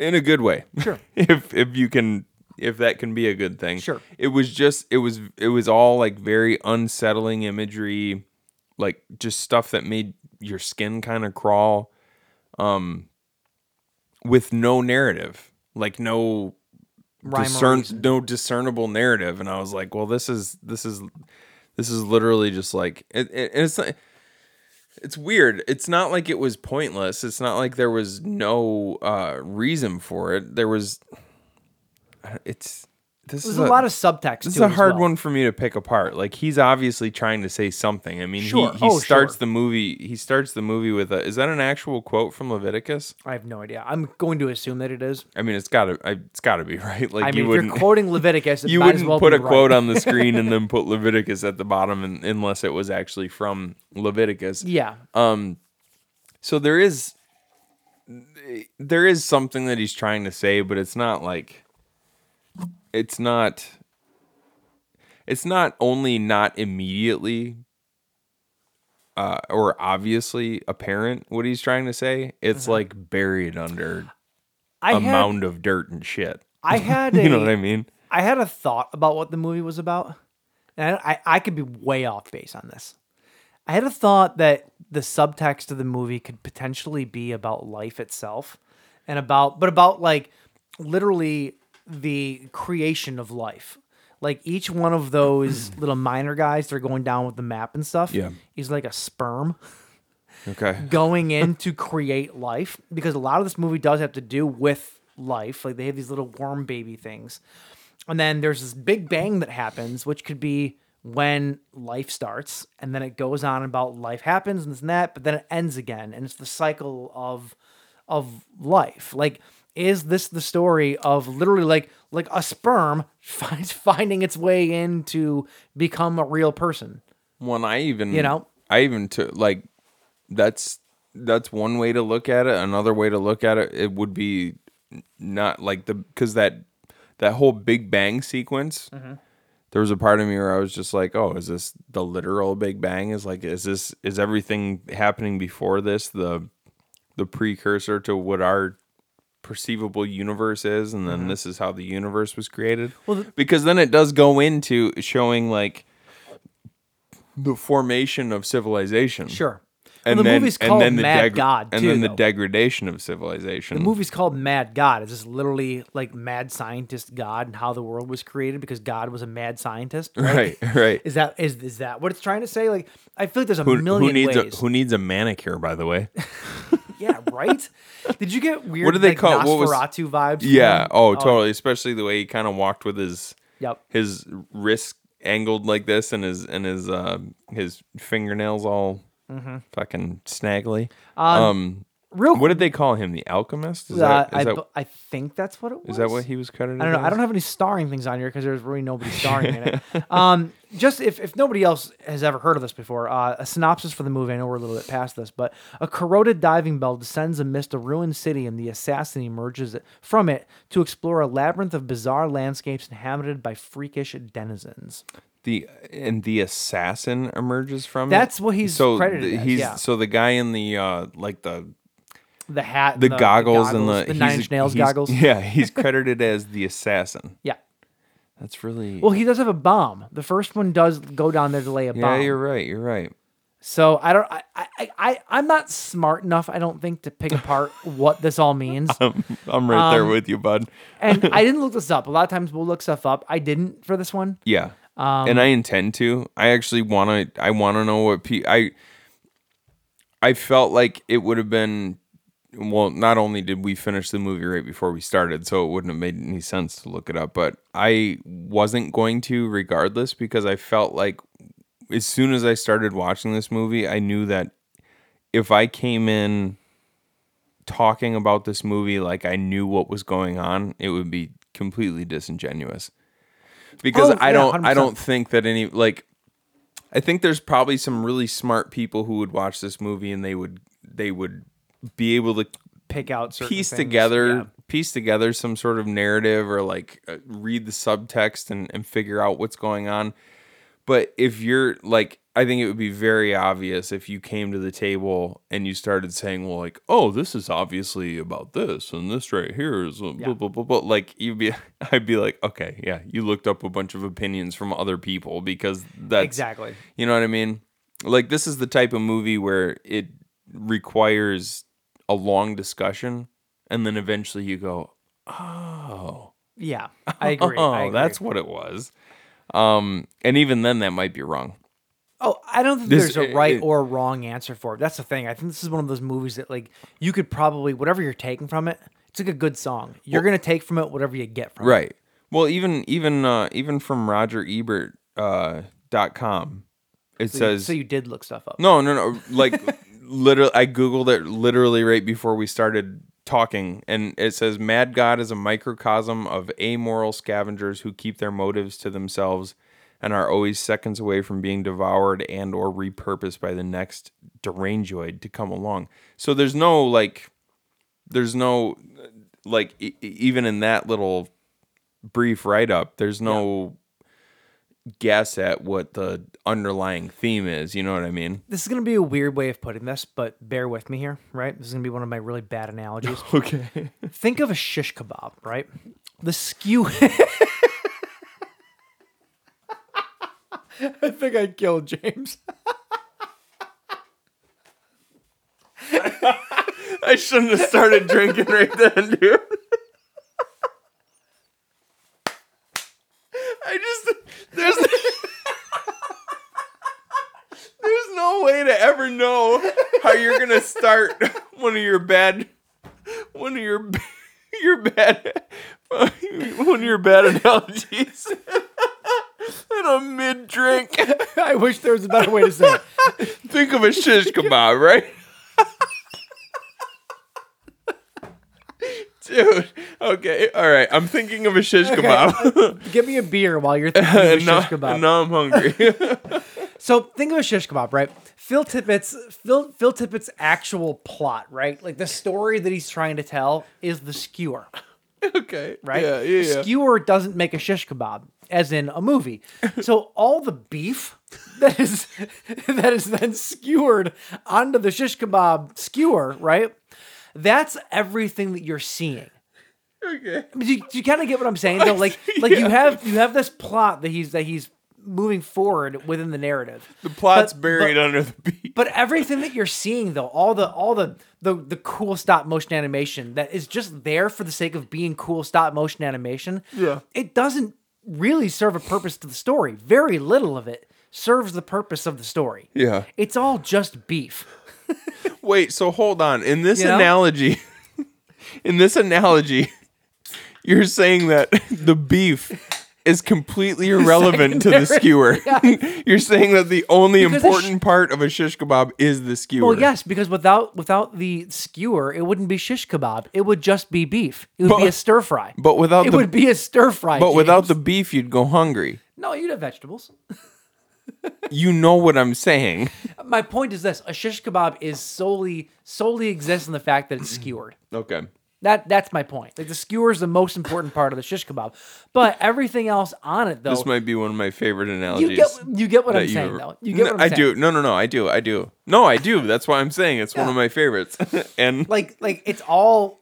F: in a good way.
E: Sure.
F: [laughs] if if you can if that can be a good thing.
E: Sure.
F: It was just it was it was all like very unsettling imagery, like just stuff that made your skin kind of crawl um with no narrative, like no
E: Rhyme or
F: discern
E: reason.
F: no discernible narrative and I was like, well this is this is this is literally just like it, it, it's like it's weird. It's not like it was pointless. It's not like there was no uh, reason for it. There was. uh, It's this
E: There's
F: is
E: a, lot of subtext.
F: This
E: to
F: is a
E: it as
F: hard
E: well.
F: one for me to pick apart. Like he's obviously trying to say something. I mean,
E: Sure.
F: he, he
E: Oh,
F: starts
E: sure.
F: the movie. He starts the movie with a. Is that an actual quote from Leviticus?
E: I have no idea. I'm going to assume that it is.
F: I mean, it's gotta. I, it's gotta be [laughs] right. Like
E: I
F: you
E: mean, if
F: wouldn't.
E: you're quoting Leviticus, it
F: [laughs] you
E: might as
F: wouldn't
E: well
F: put
E: be
F: a quote
E: right.
F: on the screen
E: [laughs]
F: and then put Leviticus at the bottom, and, unless it was actually from Leviticus.
E: Yeah.
F: so there is there is something that he's trying to say but it's not like it's not it's not only not immediately uh, or obviously apparent what he's trying to say it's like buried under
E: Mm-hmm. I
F: a
E: had,
F: mound of dirt and shit
E: I had. A,
F: [laughs] you know what i mean
E: I had a thought about what the movie was about, and I, I, I could be way off base on this. I had a thought that the subtext of the movie could potentially be about life itself, and about but about like literally the creation of life. Like each one of
F: [clears throat]
E: those little minor guys that are going down with the map and stuff
F: Yeah.
E: is like a sperm [laughs]
F: okay
E: going in to create life because a lot of this movie does have to do with life. Like they have these little worm baby things. And then there's this big bang that happens, which could be when life starts. And then it goes on about life happens and this and that, but then it ends again. And it's the cycle of of life. Like, is this the story of literally like like a sperm [laughs] finds finding its way in to become a real person?
F: when I even
E: You know?
F: I even took like that's that's one way to look at it. Another way to look at it, it would be not like the because that that whole Big Bang sequence. There was a part of me where I was just like, "Oh, is this the literal Big Bang? Is like, is this is everything happening before this the the precursor to what our perceivable universe is, and
E: Mm-hmm.
F: then this is how the universe was created?" Well, because then it does go into showing like the formation of civilization.
E: Sure.
F: And
E: well, the
F: then,
E: movie's
F: and
E: called
F: then the
E: Mad
F: deg-
E: God.
F: and
E: too,
F: then the
E: though.
F: degradation of civilization.
E: The movie's called Mad God. It's just literally like mad scientist God and how the world was created because God was a mad scientist.
F: [laughs] [laughs] right, right.
E: Is that is is that what it's trying to say? Like I feel like there's a
F: Who,
E: million
F: who needs
E: ways.
F: a who needs a manicure? By the way,
E: yeah, right. [laughs] Did you get weird?
F: What do they
E: like,
F: call- what was-
E: Nosferatu vibes? from
F: yeah.
E: him?
F: Oh, totally. Especially the way he kind of walked with his
E: Yep.
F: his wrist angled like this, and his and his uh, his fingernails all
E: Mm-hmm.
F: fucking snaggly. Um,
E: Real.
F: what did they call him? The alchemist? Is
E: quick, uh,
F: that,
E: I,
F: is, that,
E: bu- I think that's what it was.
F: is that what he was credited?
E: I don't know. I
F: as?
E: don't have any starring things on here because there's really nobody starring in it. Um, [laughs] just if, if nobody else has ever heard of this before, uh, a synopsis for the movie. I know we're a little bit past this, but a corroded diving bell descends amidst a ruined city, and the assassin emerges from it to explore a labyrinth of bizarre landscapes inhabited by freakish denizens.
F: the and the assassin emerges from it?
E: That's what he's
F: so
E: credited
F: the-
E: as,
F: he's
E: yeah.
F: so the guy in the uh like the
E: The hat, and
F: the, goggles, and the, he's-
E: Nine Inch Nails
F: he's-
E: goggles.
F: [laughs] yeah he's credited as the assassin
E: yeah.
F: that's really
E: Well, he does have a bomb. The first one does go down there to lay a
F: yeah
E: bomb.
F: you're right you're right
E: So I don't. I, I. I. I'm not smart enough. I don't think to pick apart what this all
F: [laughs]
E: means.
F: Um, i'm right
E: Um,
F: there with you bud
E: and I didn't look this up. A lot of times we'll look stuff up. I didn't for this one.
F: yeah and i intend to i actually want to i want to know what pe- i i felt like it would have been well not only did we finish the movie right before we started so it wouldn't have made any sense to look it up but i wasn't going to regardless because i felt like as soon as i started watching this movie i knew that if i came in talking about this movie like i knew what was going on it would be completely disingenuous because
E: Oh,
F: i
E: yeah,
F: don't i
E: 100%.
F: don't think that any like I think there's probably some really smart people who would watch this movie and they would they would be able to
E: Pick out certain
F: piece
E: things.
F: together
E: Yeah.
F: piece together some sort of narrative or like uh, read the subtext and, and figure out what's going on. But if you're like, I think it would be very obvious if you came to the table and you started saying, well, like, oh, this is obviously about this and this right here is a blah, blah, blah, blah. Like, you'd be, [laughs] I'd be like, okay, yeah, you looked up a bunch of opinions from other people because that's
E: Exactly.
F: you know what I mean? Like this is the type of movie where it requires a long discussion and then eventually you go, "Oh,
E: Yeah,
F: [laughs]
E: I agree.
F: oh,
E: I agree.
F: that's what it was." Um and even then that might be wrong.
E: Oh, I don't think
F: This-
E: there's a right
F: it-
E: or wrong answer for it. That's the thing. I think this is one of those movies that like you could probably whatever you're taking from it. It's like a good song. You're gonna take from it whatever you get from it.
F: Right. Well, even even uh even from Roger Ebert uh dot com it
E: So you,
F: says
E: so you did look stuff up.
F: [laughs] No, no, no. Like literally, I googled it literally right before we started talking, and it says Mad God is a microcosm of amoral scavengers who keep their motives to themselves and are always seconds away from being devoured and or repurposed by the next derangeoid to come along. So there's no like, there's no like e- e- even in that little brief write up, there's no. guess at what the underlying theme is you know what i mean
E: This is gonna be a weird way of putting this, but bear with me here, right? This is gonna be one of my really bad [laughs] analogies.
F: Okay.
E: Think of a shish kebab, right? The skew. [laughs] I think I killed James. [laughs]
F: I shouldn't have started drinking right then, dude. I just there's there's no way to ever know how you're gonna start one of your bad one of your b- your bad one of your bad analogies in a mid drink.
E: I wish there was a better way to say it.
F: Think of a [laughs] shish kebab, right? Dude, okay, all right. I'm thinking of a shish kebab.
E: Give me a beer while you're thinking of
B: [laughs]
F: [laughs]
E: a
F: and, now,
E: shish kebab.
F: and now I'm hungry.
E: So think of a shish kebab, right? Phil Tippett's Phil Phil Tippett's actual plot, right? Like the story that he's trying to tell is the skewer,
F: [laughs] okay,
E: right?
F: Yeah, yeah,
E: The
F: yeah.
E: Skewer doesn't make a shish kebab, as in a
F: [laughs]
E: movie. So all the beef that is [laughs] that is then skewered onto the shish kebab skewer, right? That's everything that you're seeing.
F: Okay.
E: Do you, kind of get what I'm saying
F: [laughs]
E: though? Like like you have you have this plot that he's that he's moving forward within the narrative.
F: The plot's
E: But-
F: buried
E: but-
F: under the beat.
E: But everything that you're seeing though, all the all the the the cool stop motion animation that is just there for the sake of being cool stop motion animation. Yeah. It doesn't really serve a purpose to the story. Very little of it serves the purpose of the story.
F: Yeah.
E: It's all just beef.
F: Wait, so hold on. In this
E: You know?
F: analogy, [laughs] in this analogy, you're saying that [laughs] the beef is completely irrelevant to the skewer. [laughs]
E: Secondary,
F: you're saying that the only
E: Because the sh-
F: important part of a shish kebab is the skewer.
E: Well, yes, because without without the skewer, it wouldn't be shish kebab. It would just be beef. It would be
F: But-
E: a stir fry.
F: but without
E: it
F: the-
E: would be a stir fry.
F: But without the
E: James.
F: beef, you'd go hungry.
E: no, you'd have vegetables.
F: You know what I'm saying.
E: My point is this: a shish kebab is solely solely exists in the fact that it's
F: Mm-hmm.
E: skewered.
F: Okay.
E: That that's my point. Like the skewer is the most important part of the shish kebab, but everything else on it though,
F: This might be one of my favorite analogies.
E: you get you get what
F: that
E: I'm
F: you've
E: saying
F: ever-
E: though. You get
F: No,
E: what I'm
F: I
E: saying.
F: do. No, no, no. I do. I do. No, I do. That's why I'm saying it's one of my favorites. [laughs] and
E: Like like it's all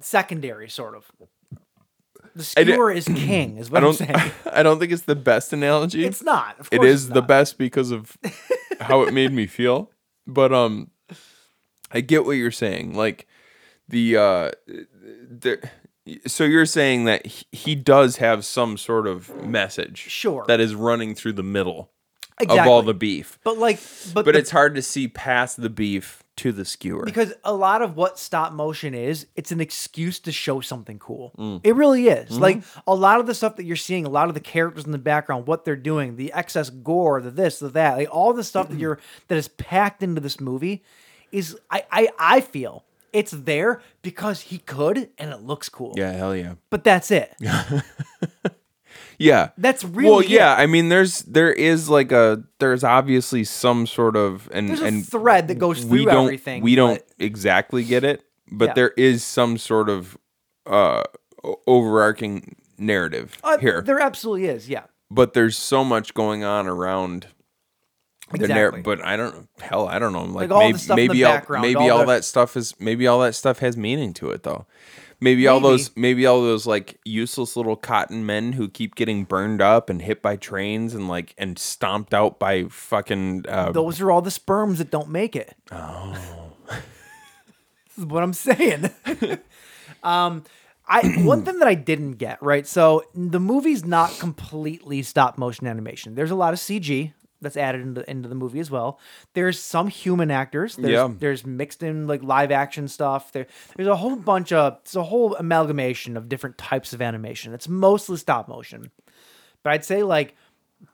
E: secondary, sort of. The
F: I di-
E: skewer is king, is
F: I
E: what I'm
F: don't.
E: saying.
F: [laughs] I don't think it's the best analogy.
E: It's not. Of
F: It
E: course
F: is
E: it's
F: the
E: not.
F: best
E: [laughs]
F: because of how it made me feel. But um, I get what you're saying. Like the uh, the. So you're saying that he- he does have some sort of message,
E: Sure.
F: that is running through the middle of all
E: Exactly.
F: the beef.
E: But like, but,
F: but
E: the-
F: it's hard to see past the beef to the skewer.
E: because a lot of what stop motion is, it's an excuse to show something cool.
F: Mm.
E: It really is.
F: Mm-hmm.
E: Like a lot of the stuff that you're seeing, a lot of the characters in the background, what they're doing, the excess gore, the this, the that, like all the stuff
F: [clears throat]
E: that you're that is packed into this movie, is I I, I feel. It's there because he could and it looks cool.
F: yeah, hell yeah,
E: But that's it.
F: yeah.
E: That's really
F: well,
E: it.
F: yeah. I mean, there's there is like a there's obviously some sort of and
E: There's a
F: and
E: thread that goes through
F: we don't
E: everything.
F: we don't
E: but
F: exactly get it, but
E: Yeah.
F: there is some sort of uh, o- overarching narrative
E: Uh,
F: here.
E: There absolutely is. Yeah.
F: but there's so much going on around the narr-
E: Exactly.
F: But I don't. Hell, I don't know.
E: Like,
F: Like,
E: all the
F: maybe
E: stuff in the
F: maybe all,
E: background,
F: maybe all,
E: all the-
F: that stuff is maybe all that stuff has meaning to it though. Maybe, all
E: Maybe.
F: those maybe all those like useless little cotton men who keep getting burned up and hit by trains and like and stomped out by fucking uh,
E: Those are all the sperms that don't make it. Oh. [laughs] this is what I'm saying. [laughs] um I one thing that I didn't get, right? So the movie's not completely stop motion animation. There's a lot of CG that's added into, into the movie as well. There's some human actors. There's,
F: Yeah.
E: there's mixed in like live action stuff. There there's a whole bunch of it's a whole amalgamation of different types of animation. It's mostly stop motion. But I'd say like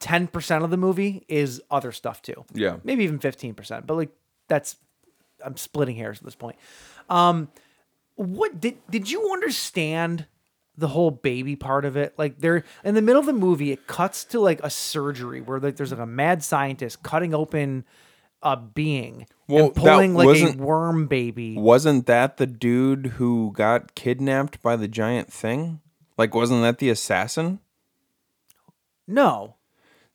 E: 10% of the movie is other stuff too.
F: Yeah.
E: Maybe even 15%. But like that's I'm splitting hairs at this point. Um what did did you understand the whole baby part of it? Like they're in the middle of the movie it cuts to like a surgery where like there's like a mad scientist cutting open a being
F: Well,
E: and
F: that
E: pulling like a
F: wasn't-
E: worm baby.
F: Wasn't that the dude who got kidnapped by the giant thing? Like, wasn't that the assassin?
E: No.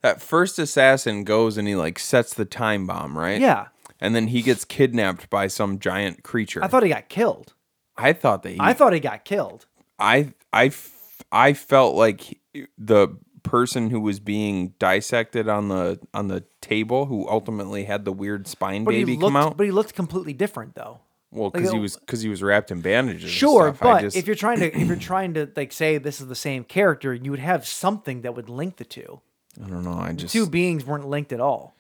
F: That first assassin goes and he like sets the time bomb, right?
E: Yeah.
F: And then he gets kidnapped by some giant creature.
E: I thought he got killed.
F: I thought that he,
E: I thought he got killed.
F: I I f- I felt like he- the person who was being dissected on the on the table, who ultimately had the weird spine
E: But
F: baby
E: he looked
F: come out.
E: but he looked completely different though.
F: well,
E: like,
F: because he
E: it-
F: was because he was wrapped in bandages. and
E: Sure,
F: stuff. I
E: but
F: just-
E: if you're trying to
F: [clears throat]
E: if you're trying to like say this is the same character, you would have something that would link the two.
F: I don't know. I just
E: Two beings weren't linked at all.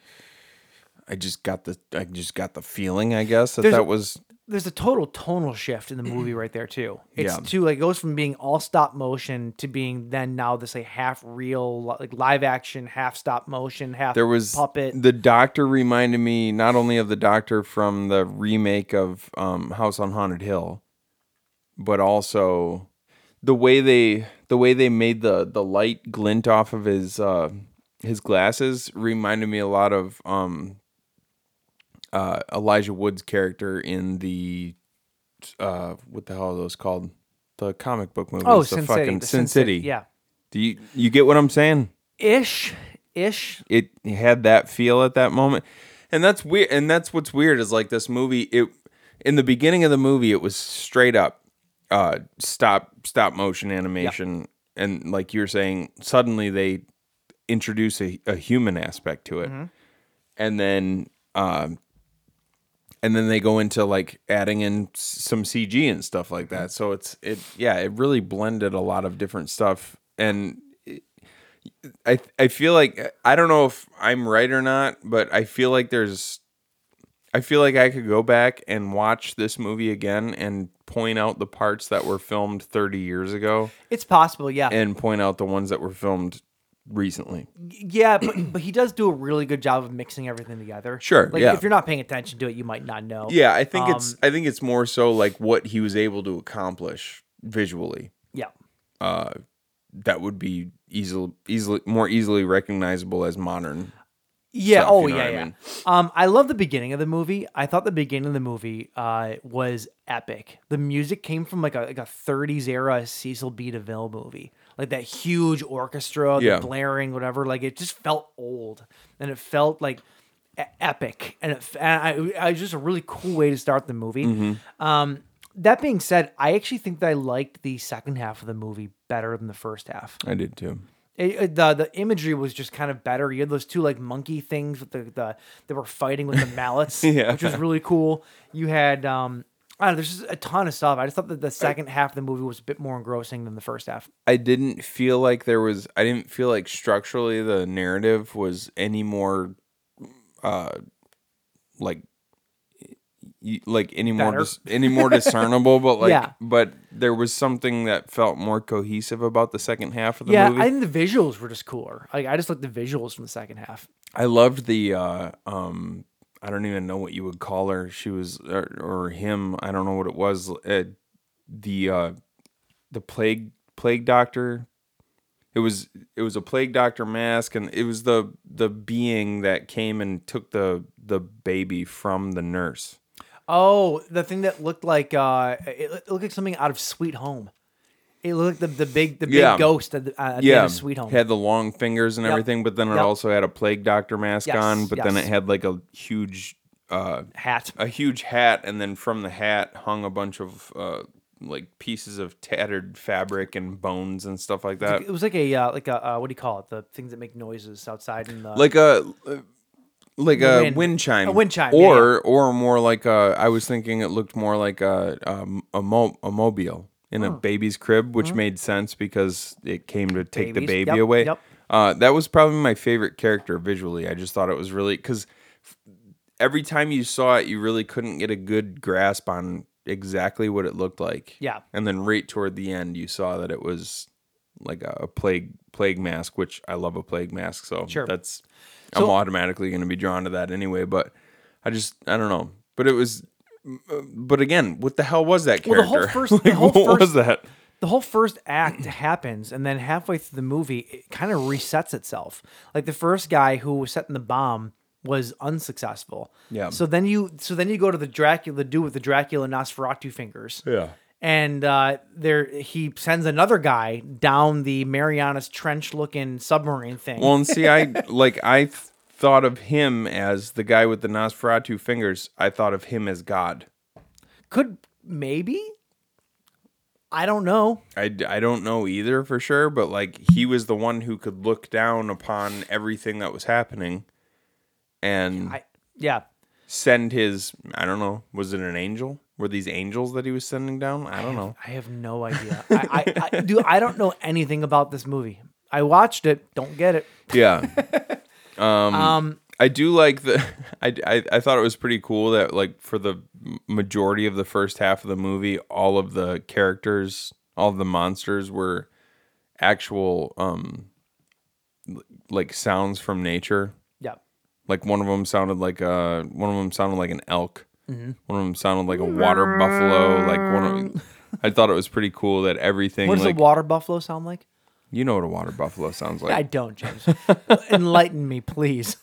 F: I just got the I just got the feeling, I guess, that
E: There's a-
F: that was
E: There's a total tonal shift in the movie right there too. It's
F: Yeah.
E: too like it goes from being all stop motion to being then now this like half real li- like live action, half stop motion, half
F: there was
E: puppet.
F: the doctor reminded me not only of the doctor from the remake of um, House on Haunted Hill, but also the way they the way they made the the light glint off of his uh, his glasses reminded me a lot of um, uh, Elijah Wood's character in the uh, what the hell are those called the comic book movies
E: oh,
F: the
E: Sin City,
F: fucking
E: the
F: Sin City
E: Yeah.
F: do you you get what I'm saying
E: Ish, ish.
F: it had that feel at that moment and that's weird and that's what's weird is like this movie it in the beginning of the movie it was straight up uh stop stop motion animation and like you're saying suddenly they introduce a, a human aspect to it and then um and then they go into like adding in s- some CG and stuff like that. So it's it yeah, it really blended a lot of different stuff and I I feel like I don't know if I'm right or not, but I feel like there's I feel like I could go back and watch this movie again and point out the parts that were filmed 30 years ago
E: It's possible, yeah.
F: and point out the ones that were filmed recently.
E: Yeah, but but he does do a really good job of mixing everything together.
F: Sure,
E: Like
F: yeah.
E: if you're not paying attention to it, you might not know.
F: Yeah, I think it's I think it's more so like what he was able to accomplish visually.
E: Yeah.
F: That would be easily easily more easily recognizable as modern.
E: Yeah.
F: stuff,
E: oh,
F: you know
E: yeah.
F: what I
E: yeah.
F: mean?
E: Um, I love the beginning of the movie. I thought the beginning of the movie uh, was epic. The music came from like a like a 30s era Cecil B. DeVille movie, like that huge orchestra,
F: Yeah.
E: the blaring, whatever. Like it just felt old, and it felt like e- epic, and it, f- and I, I it was just a really cool way to start the movie.
F: Mm-hmm.
E: Um, that being said, I actually think that I liked the second half of the movie better than the first half.
F: I did too.
E: It, it- the the imagery was just kind of better. You had those two like monkey things with the the that were fighting with the mallets,
F: [laughs] Yeah.
E: which was really cool. You had um I don't know, there's just a ton of stuff. I just thought that the second half of the movie was a bit more engrossing than the first half.
F: I didn't feel like there was I didn't feel like structurally the narrative was any more uh like y- like any more
E: Better.
F: dis- any more
E: [laughs]
F: discernible but like
E: Yeah.
F: but there was something that felt more cohesive about the second half of the
E: yeah,
F: movie.
E: I think the visuals were just cooler. Like I just liked the visuals from the second half.
F: I loved the uh um I don't even know what you would call her. She was or, or him, I don't know what it was. Uh, the uh the plague plague doctor. It was it was a plague doctor mask and it was the the being that came and took the the baby from the nurse.
E: Oh, the thing that looked like uh, it, it looked like something out of Sweet Home. It looked like the, the big the big
F: Yeah.
E: ghost at the, uh, at the end
F: yeah,
E: of Sweet Home.
F: had the long fingers and
E: Yep.
F: everything, but then it
E: Yep.
F: also had a plague doctor mask
E: Yes,
F: on. But then it
E: yes.
F: had like a huge, uh,
E: Hat.
F: a huge hat, and then from the hat hung a bunch of uh, like pieces of tattered fabric and bones and stuff like that.
E: It was like a uh, like a uh, what do you call it? The things that make noises outside in the
F: like a uh, like a
E: Wind.
F: wind, chime,
E: A wind chime, yeah,
F: or or more like a. I was thinking it looked more like a um, a, mo- a mobile in
E: Oh.
F: a baby's crib, which made sense because it came to take
E: Uh-huh.
F: the
E: Babies,
F: baby
E: yep,
F: away.
E: yep.
F: Uh, that was probably my favorite character visually. I just thought it was really because every time you saw it, you really couldn't get a good grasp on exactly what it looked like.
E: Yeah.
F: and then right toward the end, you saw that it was like a, a plague plague mask, which I love a plague mask. So
E: Sure.
F: that's I'm
E: So-
F: automatically going to be drawn to that anyway. But I just I don't know. But it was. uh, But again, what the hell was that
E: Well, the
F: character?
E: whole first- the
F: [laughs] Like,
E: whole
F: what
E: first-
F: was that?
E: the whole first act happens and then halfway through the movie it kind of resets itself like the first guy who was setting the bomb was unsuccessful
F: Yeah.
E: so then you so then you go to the dracula the dude with the dracula nosferatu fingers
F: Yeah.
E: and uh there he sends another guy down the marianas trench looking submarine thing
F: Well, and see, I
E: [laughs]
F: like I th- thought of him as the guy with the Nosferatu fingers. I thought of him as God.
E: could maybe i don't know
F: I, d- I don't know either for sure, but like he was the one who could look down upon everything that was happening and
E: i yeah
F: send his I don't know, was it an angel? Were these angels that he was sending down? I don't know.
E: I have no idea. I, I, I do. I don't know anything about this movie. I watched it. Don't get it.
F: Yeah.
E: [laughs]
F: Um,
E: Um,
F: I do like the. [laughs] I, I I thought it was pretty cool that like for the m- majority of the first half of the movie, all of the characters, all of the monsters were actual um l- like sounds from nature.
E: Yeah.
F: Like one of them sounded like a one of them sounded like an elk.
E: Mm-hmm.
F: One of them sounded like a water buffalo. Like one of. I thought it was pretty cool that everything
E: What does
F: like
E: a water buffalo sound like?
F: you know what a water buffalo sounds like.
E: I don't, James.
F: [laughs]
E: Enlighten me, please.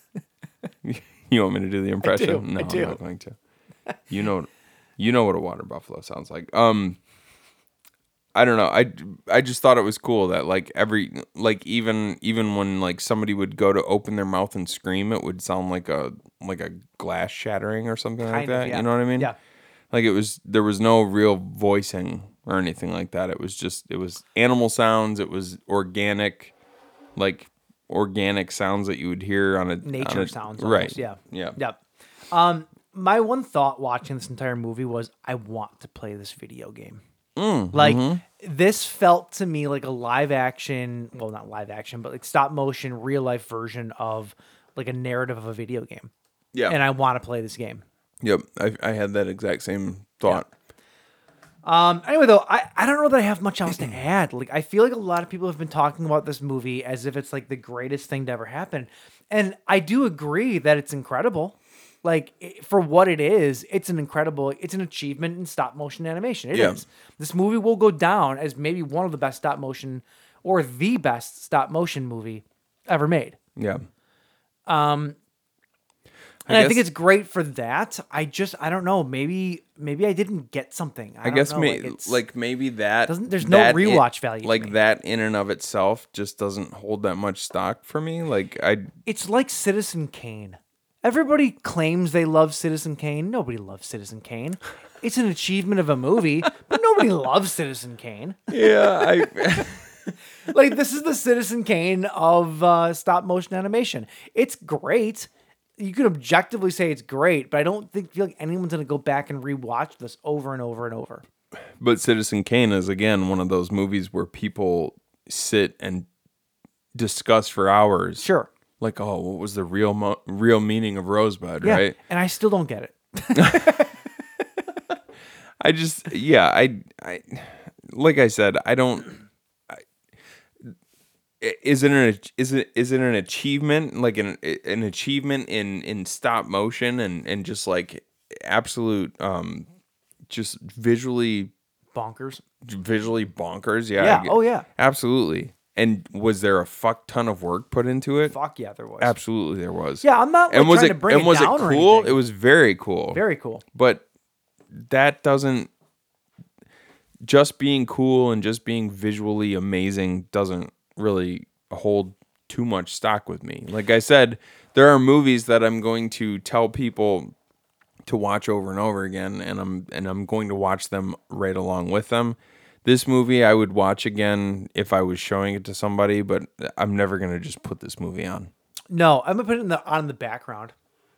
F: You want me to do the impression? no,
E: I do.
F: am not going to. You know, you know what a water buffalo sounds like. Um, I don't know. I I just thought it was cool that like every like even even when like somebody would go to open their mouth and scream, it would sound like a like a glass shattering or something like
E: Kind of,
F: that.
E: yeah.
F: You know what I mean?
E: Yeah.
F: Like it was there was no real voicing or anything like that. It was just it was animal sounds. It was organic, like organic sounds that you would hear on a on
E: Nature
F: a-
E: sounds.
F: right.
E: almost, Yeah.
F: Yeah.
E: Yep. Um, my one thought watching this entire movie was I want to play this video game.
F: Mm,
E: like
F: mm-hmm.
E: this felt to me like a live action, well, not live action, but like stop motion, real life version of like a narrative of a video game.
F: Yeah.
E: And I want to play this game.
F: Yep, I, I had that exact same thought.
E: Um, anyway, though, I, I don't know that I have much
F: [clears throat]
E: else to add. Like, I feel like a lot of people have been talking about this movie as if it's like the greatest thing to ever happen. And I do agree that it's incredible. Like, it, for what it is, it's an incredible, it's an achievement in stop motion animation. It is.
F: Yeah.
E: This movie will go down as maybe one of the best stop motion or the best stop motion movie ever made.
F: Yeah.
E: And I, think
F: guess-
E: it's great for that. I just, I don't know. Maybe, maybe I didn't get something. I,
F: I,
E: don't
F: guess
E: know.
F: may, like,
E: it's-
F: maybe that
E: Doesn't- there's no
F: that
E: rewatch
F: in-
E: value to
F: Like
E: me.
F: that in and of itself just doesn't hold that much stock for me. Like I
E: it's like Citizen Kane. Everybody claims they love Citizen Kane. Nobody loves Citizen Kane. It's an achievement of a movie, but nobody loves Citizen Kane.
F: yeah, [laughs] I
E: Like this is the Citizen Kane of uh, stop motion animation. It's great. You could objectively say it's great, but I don't think feel like anyone's gonna go back and rewatch this over and over and over.
F: but Citizen Kane is again one of those movies where people sit and discuss for hours.
E: Sure.
F: Like, oh, what was the real mo- real meaning of Rosebud,
E: Yeah.
F: right?
E: And I still don't get it.
F: I just yeah, I I like I said, I don't I, is it an is it is it an achievement like an an achievement in in stop motion and and just like absolute um just visually
E: Bonkers.
F: visually bonkers yeah I
E: Yeah,
F: get-
E: oh, yeah.
F: absolutely and was there a fuck ton of work put into it
E: Fuck yeah, there was.
F: absolutely there was
E: Yeah, I'm not, like,
F: and was
E: trying
F: it
E: to bring
F: and
E: it
F: was
E: down
F: it
E: or
F: cool
E: anything.
F: it was very cool
E: Very cool.
F: but that doesn't just being cool and just being visually amazing doesn't really hold too much stock with me. Like I said, there are movies that I'm going to tell people to watch over and over again and I'm and I'm going to watch them right along with them. This movie I would watch again if I was showing it to somebody, but I'm never going to just put this movie on.
E: No, I'm gonna put it in the on in the background.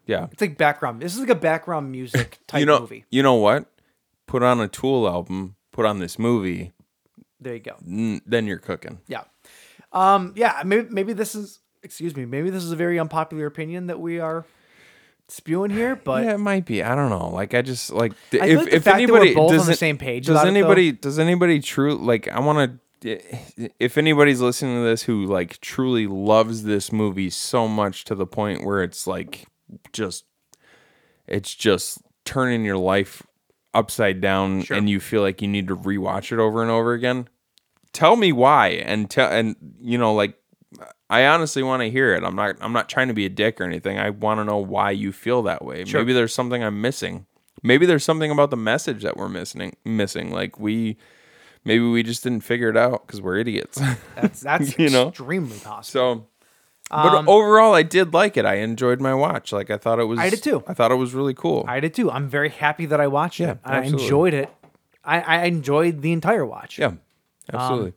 F: Yeah.
E: It's like background. This is like a background music type
F: [laughs] you know,
E: movie.
F: You know what? Put on a Tool album, put on this movie,
E: There you go.
F: n- then you're cooking.
E: Yeah. Um, yeah, maybe maybe this is excuse me, maybe this is a very unpopular opinion that we are spewing here, but
F: [laughs] yeah, it might be. I don't know. Like I just like th-
E: I feel
F: if
E: like the
F: if
E: fact that we're
F: anybody
E: both on the
F: doesn't-
E: same page
F: does
E: about it, though-
F: anybody does anybody true like I want to if anybody's listening to this who like truly loves this movie so much to the point where it's like just it's just turning your life upside down and you feel like you need to rewatch it over and over again tell me why and tell and you know like I honestly want to hear it. I'm not I'm not trying to be a dick or anything. I want to know why you feel that way. Maybe there's something I'm missing. Maybe there's something about the message that we're missing missing. Like we maybe we just didn't figure it out cuz we're idiots. [laughs]
E: that's that's
F: You know?
E: extremely possible.
F: so
E: Um,
F: but overall I did like it. I enjoyed my watch. Like I thought it was
E: I did too.
F: I thought it was really cool.
E: I did too. I'm very happy that I watched
F: Yeah,
E: it. I
F: absolutely.
E: enjoyed it. I, I enjoyed the entire watch.
F: yeah. Absolutely.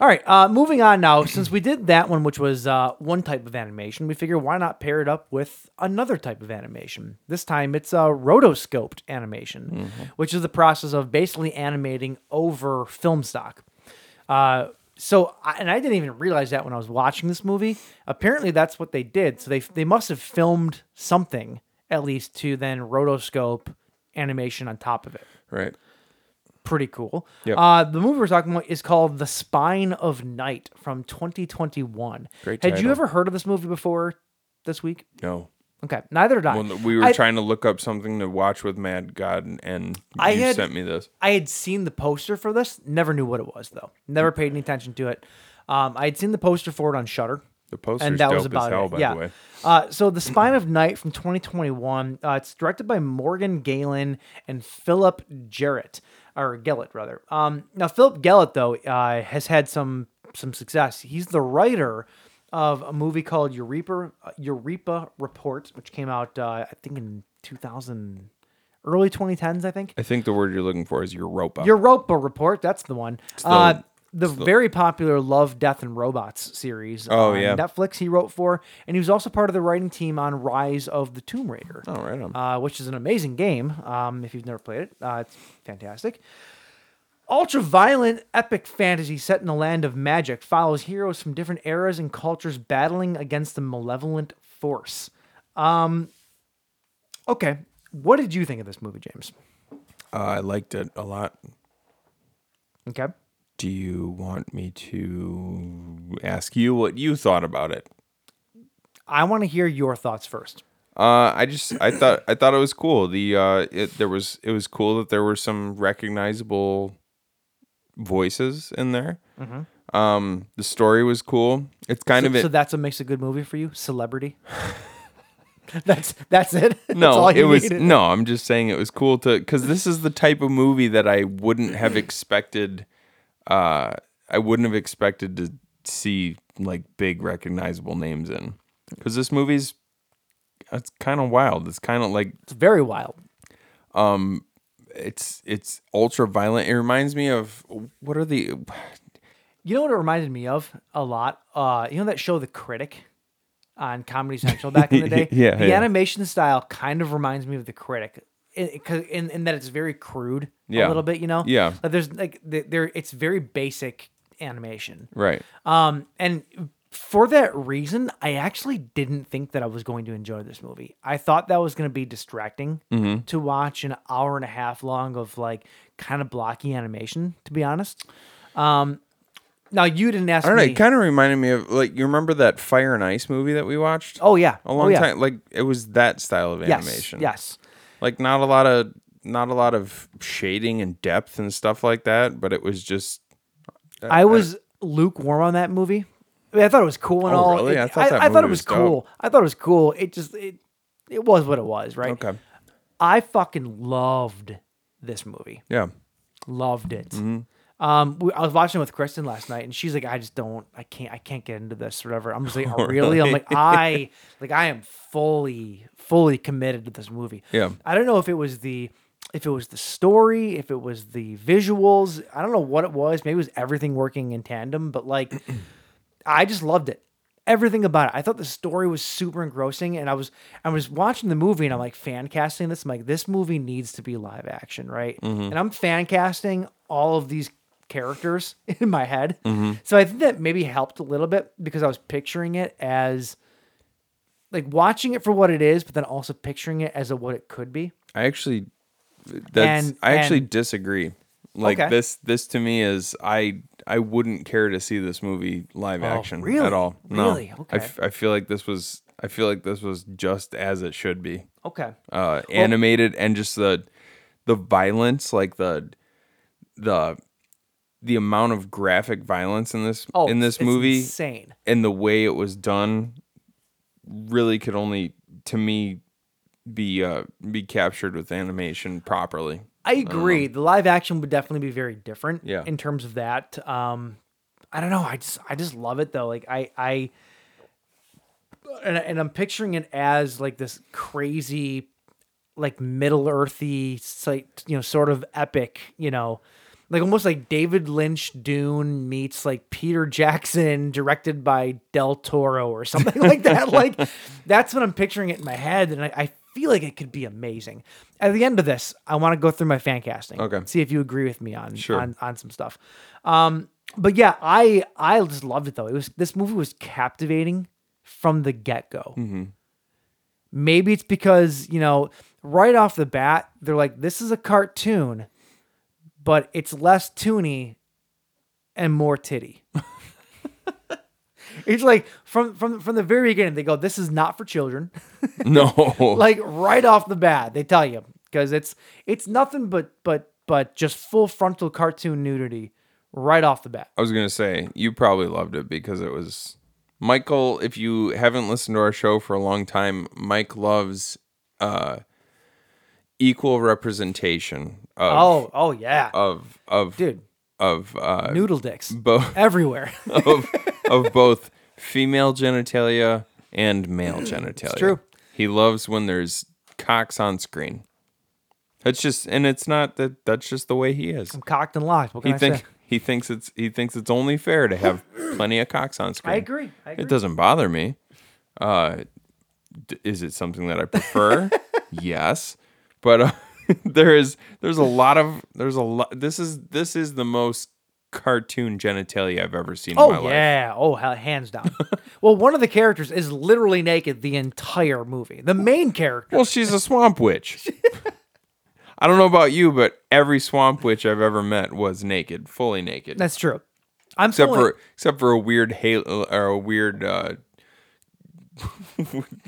E: All right. Uh, moving on now. Since we did that one, which was uh, one type of animation, we figure why not pair it up with another type of animation. This time it's a rotoscoped animation, which is the process of basically animating over film stock. Uh, so, I, and I didn't even realize that when I was watching this movie. Apparently, that's what they did. So they they must have filmed something at least to then rotoscope animation on top of it
F: right.
E: pretty cool.
F: Yep.
E: Uh, the movie we're talking about is called The Spine of Night from 2021.
F: Great
E: Had you
F: title.
E: ever heard of this movie before this week?
F: No.
E: Okay, neither did I.
F: When we were
E: I,
F: trying to look up something to watch with Mad God and, and
E: I
F: you
E: had-
F: sent me this.
E: I had seen the poster for this, never knew what it was though. Never paid any attention to it. Um, I had seen the poster for it on Shutter.
F: The poster's
E: and that
F: dope
E: was about
F: as hell,
E: it.
F: by
E: yeah.
F: the way.
E: Uh, so the Spine of Night from 2021. Uh, it's directed by Morgan Galen and Philip Jarrett, or Gellett rather. Um, now Philip Gellett though uh, has had some some success. He's the writer of a movie called Eureka uh, Eureka Report, which came out uh, I think in 2000, early 2010s, I think.
F: I think the word you're looking for is Europa.
E: Europa Report. That's the one.
F: the-
E: uh, the very popular Love, Death, and Robots series.
F: Oh,
E: on
F: yeah.
E: Netflix. He wrote for, and he was also part of the writing team on Rise of the Tomb Raider.
F: Oh, right on.
E: Uh, which is an amazing game. Um, if you've never played it, uh, it's fantastic. Ultra violent epic fantasy set in the land of magic follows heroes from different eras and cultures battling against a malevolent force. Um, okay, what did you think of this movie, James?
F: Uh, I liked it a lot.
E: Okay.
F: Do you want me to ask you what you thought about it?
E: I want to hear your thoughts first.
F: Uh, I just I thought I thought it was cool. The uh, it, there was it was cool that there were some recognizable voices in there. Um, the story was cool. It's kind
E: Mm-hmm. So,
F: of it.
E: so that's what makes a good movie for you, celebrity. [laughs] that's that's it. [laughs]
F: [laughs]
E: That's
F: no,
E: all you
F: it was
E: needed?
F: no. I'm just saying it was cool to because this is the type of movie that I wouldn't have expected. Uh, I wouldn't have expected to see like big recognizable names in because this movie's it's kind of wild. It's kind of like
E: It's very wild.
F: it's it's ultra violent. It reminds me of what are the
E: You know what it reminded me of a lot? Uh, you know that show The Critic on Comedy Central back
F: [laughs]
E: in the day.
F: Yeah,
E: the
F: yeah.
E: animation style kind of reminds me of The Critic. In, 'cause- in, in that it's very crude a
F: Yeah.
E: little bit, you know.
F: Yeah.
E: Like there's like th- there, it's very basic animation.
F: right.
E: Um, and for that reason, I actually didn't think that I was going to enjoy this movie. I thought that was going to be distracting
F: Mm-hmm.
E: to watch an hour and a half long of like kind of blocky animation, to be honest. Um, now you didn't ask
F: I don't know.
E: me.
F: It kind of reminded me of like you remember that Fire and Ice movie that we watched.
E: oh yeah,
F: a long
E: oh, yeah.
F: time. Like it was that style of
E: Yes,
F: animation.
E: yes.
F: like not a lot of not a lot of shading and depth and stuff like that but it was just Uh,
E: I was lukewarm on that movie. I, mean, I thought it was cool and
F: Oh,
E: all.
F: really?
E: It-
F: I thought that
E: I thought it
F: movie
E: was
F: was dope.
E: cool. I thought it was cool. It just it it was what it was, right?
F: okay
E: I fucking loved this movie.
F: Yeah.
E: Loved it. Um, we, I was watching with Kristen last night, and she's like, "I just don't, I can't, I can't get into this, or whatever." I'm just like, oh, "Really?" I'm like, "I, like, I am fully, fully committed to this movie."
F: Yeah.
E: I don't know if it was the, if it was the story, if it was the visuals. I don't know what it was. Maybe it was everything working in tandem, but like, I just loved it. Everything about it. I thought the story was super engrossing, and I was I was watching the movie, and I'm like fan casting this. I'm like, this movie needs to be live action, right?
F: Mm-hmm.
E: And I'm fan casting all of these characters [laughs] in my head,
F: Mm-hmm.
E: so I think that maybe helped a little bit because I was picturing it as like watching it for what it is, but then also picturing it as a, what it could be.
F: I actually that's
E: And-
F: I actually
E: and-
F: disagree. Like
E: Okay.
F: this this to me is I I wouldn't care to see this movie live action
E: Oh, really?
F: at all. No.
E: Really?
F: I,
E: Okay.
F: f- I feel like this was I feel like this was just as it should be.
E: Okay.
F: Uh animated and just the the violence like the the the amount of graphic violence in this
E: Oh,
F: in this
E: it's
F: movie
E: insane.
F: and the way it was done really could only to me be uh be captured with animation properly. [laughs]
E: I agree. the live action would definitely be very different
F: Yeah.
E: in terms of that. Um, I don't know. I just I just love it though. Like I I and, and I'm picturing it as like this crazy, like Middle Earthy, like you know, sort of epic. You know, like almost like David Lynch Dune meets like Peter Jackson, [laughs] directed by Del Toro or something like that. like that's what I'm picturing it in my head, and I, I feel like it could be amazing. At the end of this, I want to go through my fan casting.
F: Okay.
E: see if you agree with me on on on some stuff. Um, but yeah, I I just loved it though. It was this movie was captivating from the get go. Maybe it's because you know right off the bat they're like this is a cartoon, but it's less toony and more titty. [laughs] it's like from from from the very beginning they go this is not for children. [laughs]
F: No.
E: like right off the bat they tell you because it's it's nothing but but but just full frontal cartoon nudity right off the bat.
F: I was gonna say you probably loved it because it was Michael. If you haven't listened to our show for a long time, Mike loves uh, equal representation of
E: Oh oh yeah,
F: of of
E: dude,
F: of uh,
E: noodle dicks
F: both
E: everywhere. [laughs]
F: of, of both female genitalia and male genitalia.
E: true.
F: He loves when there's cocks on screen. That's just, and it's not that. That's just the way he is.
E: Cocked and locked. What can
F: he
E: I
F: think
E: say?
F: he thinks it's he thinks it's only fair to have plenty of cocks on screen.
E: I agree. I agree.
F: It doesn't bother me. Uh, d- is it something that
E: [laughs]
F: I prefer? yes, but uh, [laughs] there is there's a lot of there's a lot. This is this is the most cartoon genitalia I've ever seen in my
E: Oh
F: life.
E: yeah, oh hell, hands down. well, one of the characters is literally naked the entire movie. The main character.
F: Well, she's a
E: [laughs]
F: swamp witch. I don't know about you, but every swamp witch I've ever met was naked, fully naked.
E: That's true. I'm
F: except
E: fully-
F: for except for a weird hail or a weird uh [laughs]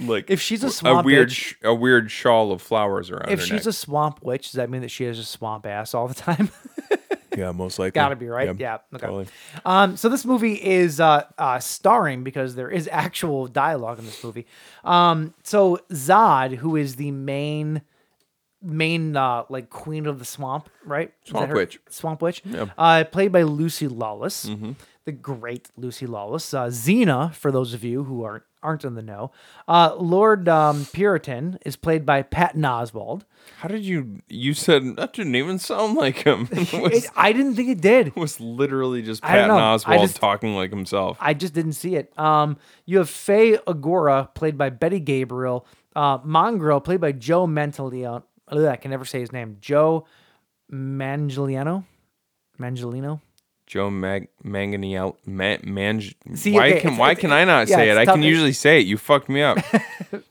F: like
E: If she's a
F: a
E: swamp
F: weird
E: bitch-
F: sh- a weird shawl of flowers around
E: if
F: her
E: she's a
F: neck.
E: swamp witch, does that mean that she has a swamp ass all the time? [laughs]
F: yeah most likely
E: Gotta be right. Yeah. okay. Um, so this movie is uh, uh, starring because there is [laughs] actual dialogue in this movie. Um, so Zod, who is the main main uh, like queen of the swamp, right? Is that
F: Swamp
E: her-
F: witch. Mm-hmm.
E: Swamp witch. Uh, played by Lucy Lawless, the great Lucy Lawless. Uh, Xena, for those of you who aren't aren't in the know, uh, Lord um, Puritan is played by Patton Oswald.
F: how did you you said that didn't even sound like him [laughs]
E: [laughs]
F: it was,
E: It, I didn't think it did.
F: was literally just
E: I don't
F: patton
E: know. I
F: oswald
E: just-
F: talking like himself
E: I just didn't see it. Um, you have Faye Agora, played by Betty Gabriel. Uh, Mongrel, played by Joe Mantegano. Ugh, I can never say his name. Joe Manganiello. Mangelino.
F: joe mag manganiel Ma- Mang-
E: See,
F: why
E: okay,
F: can
E: it's-
F: why
E: it's-
F: can i not
E: yeah,
F: say it
E: it's
F: i
E: tough.
F: can usually say it you fucked me
E: [laughs]
F: up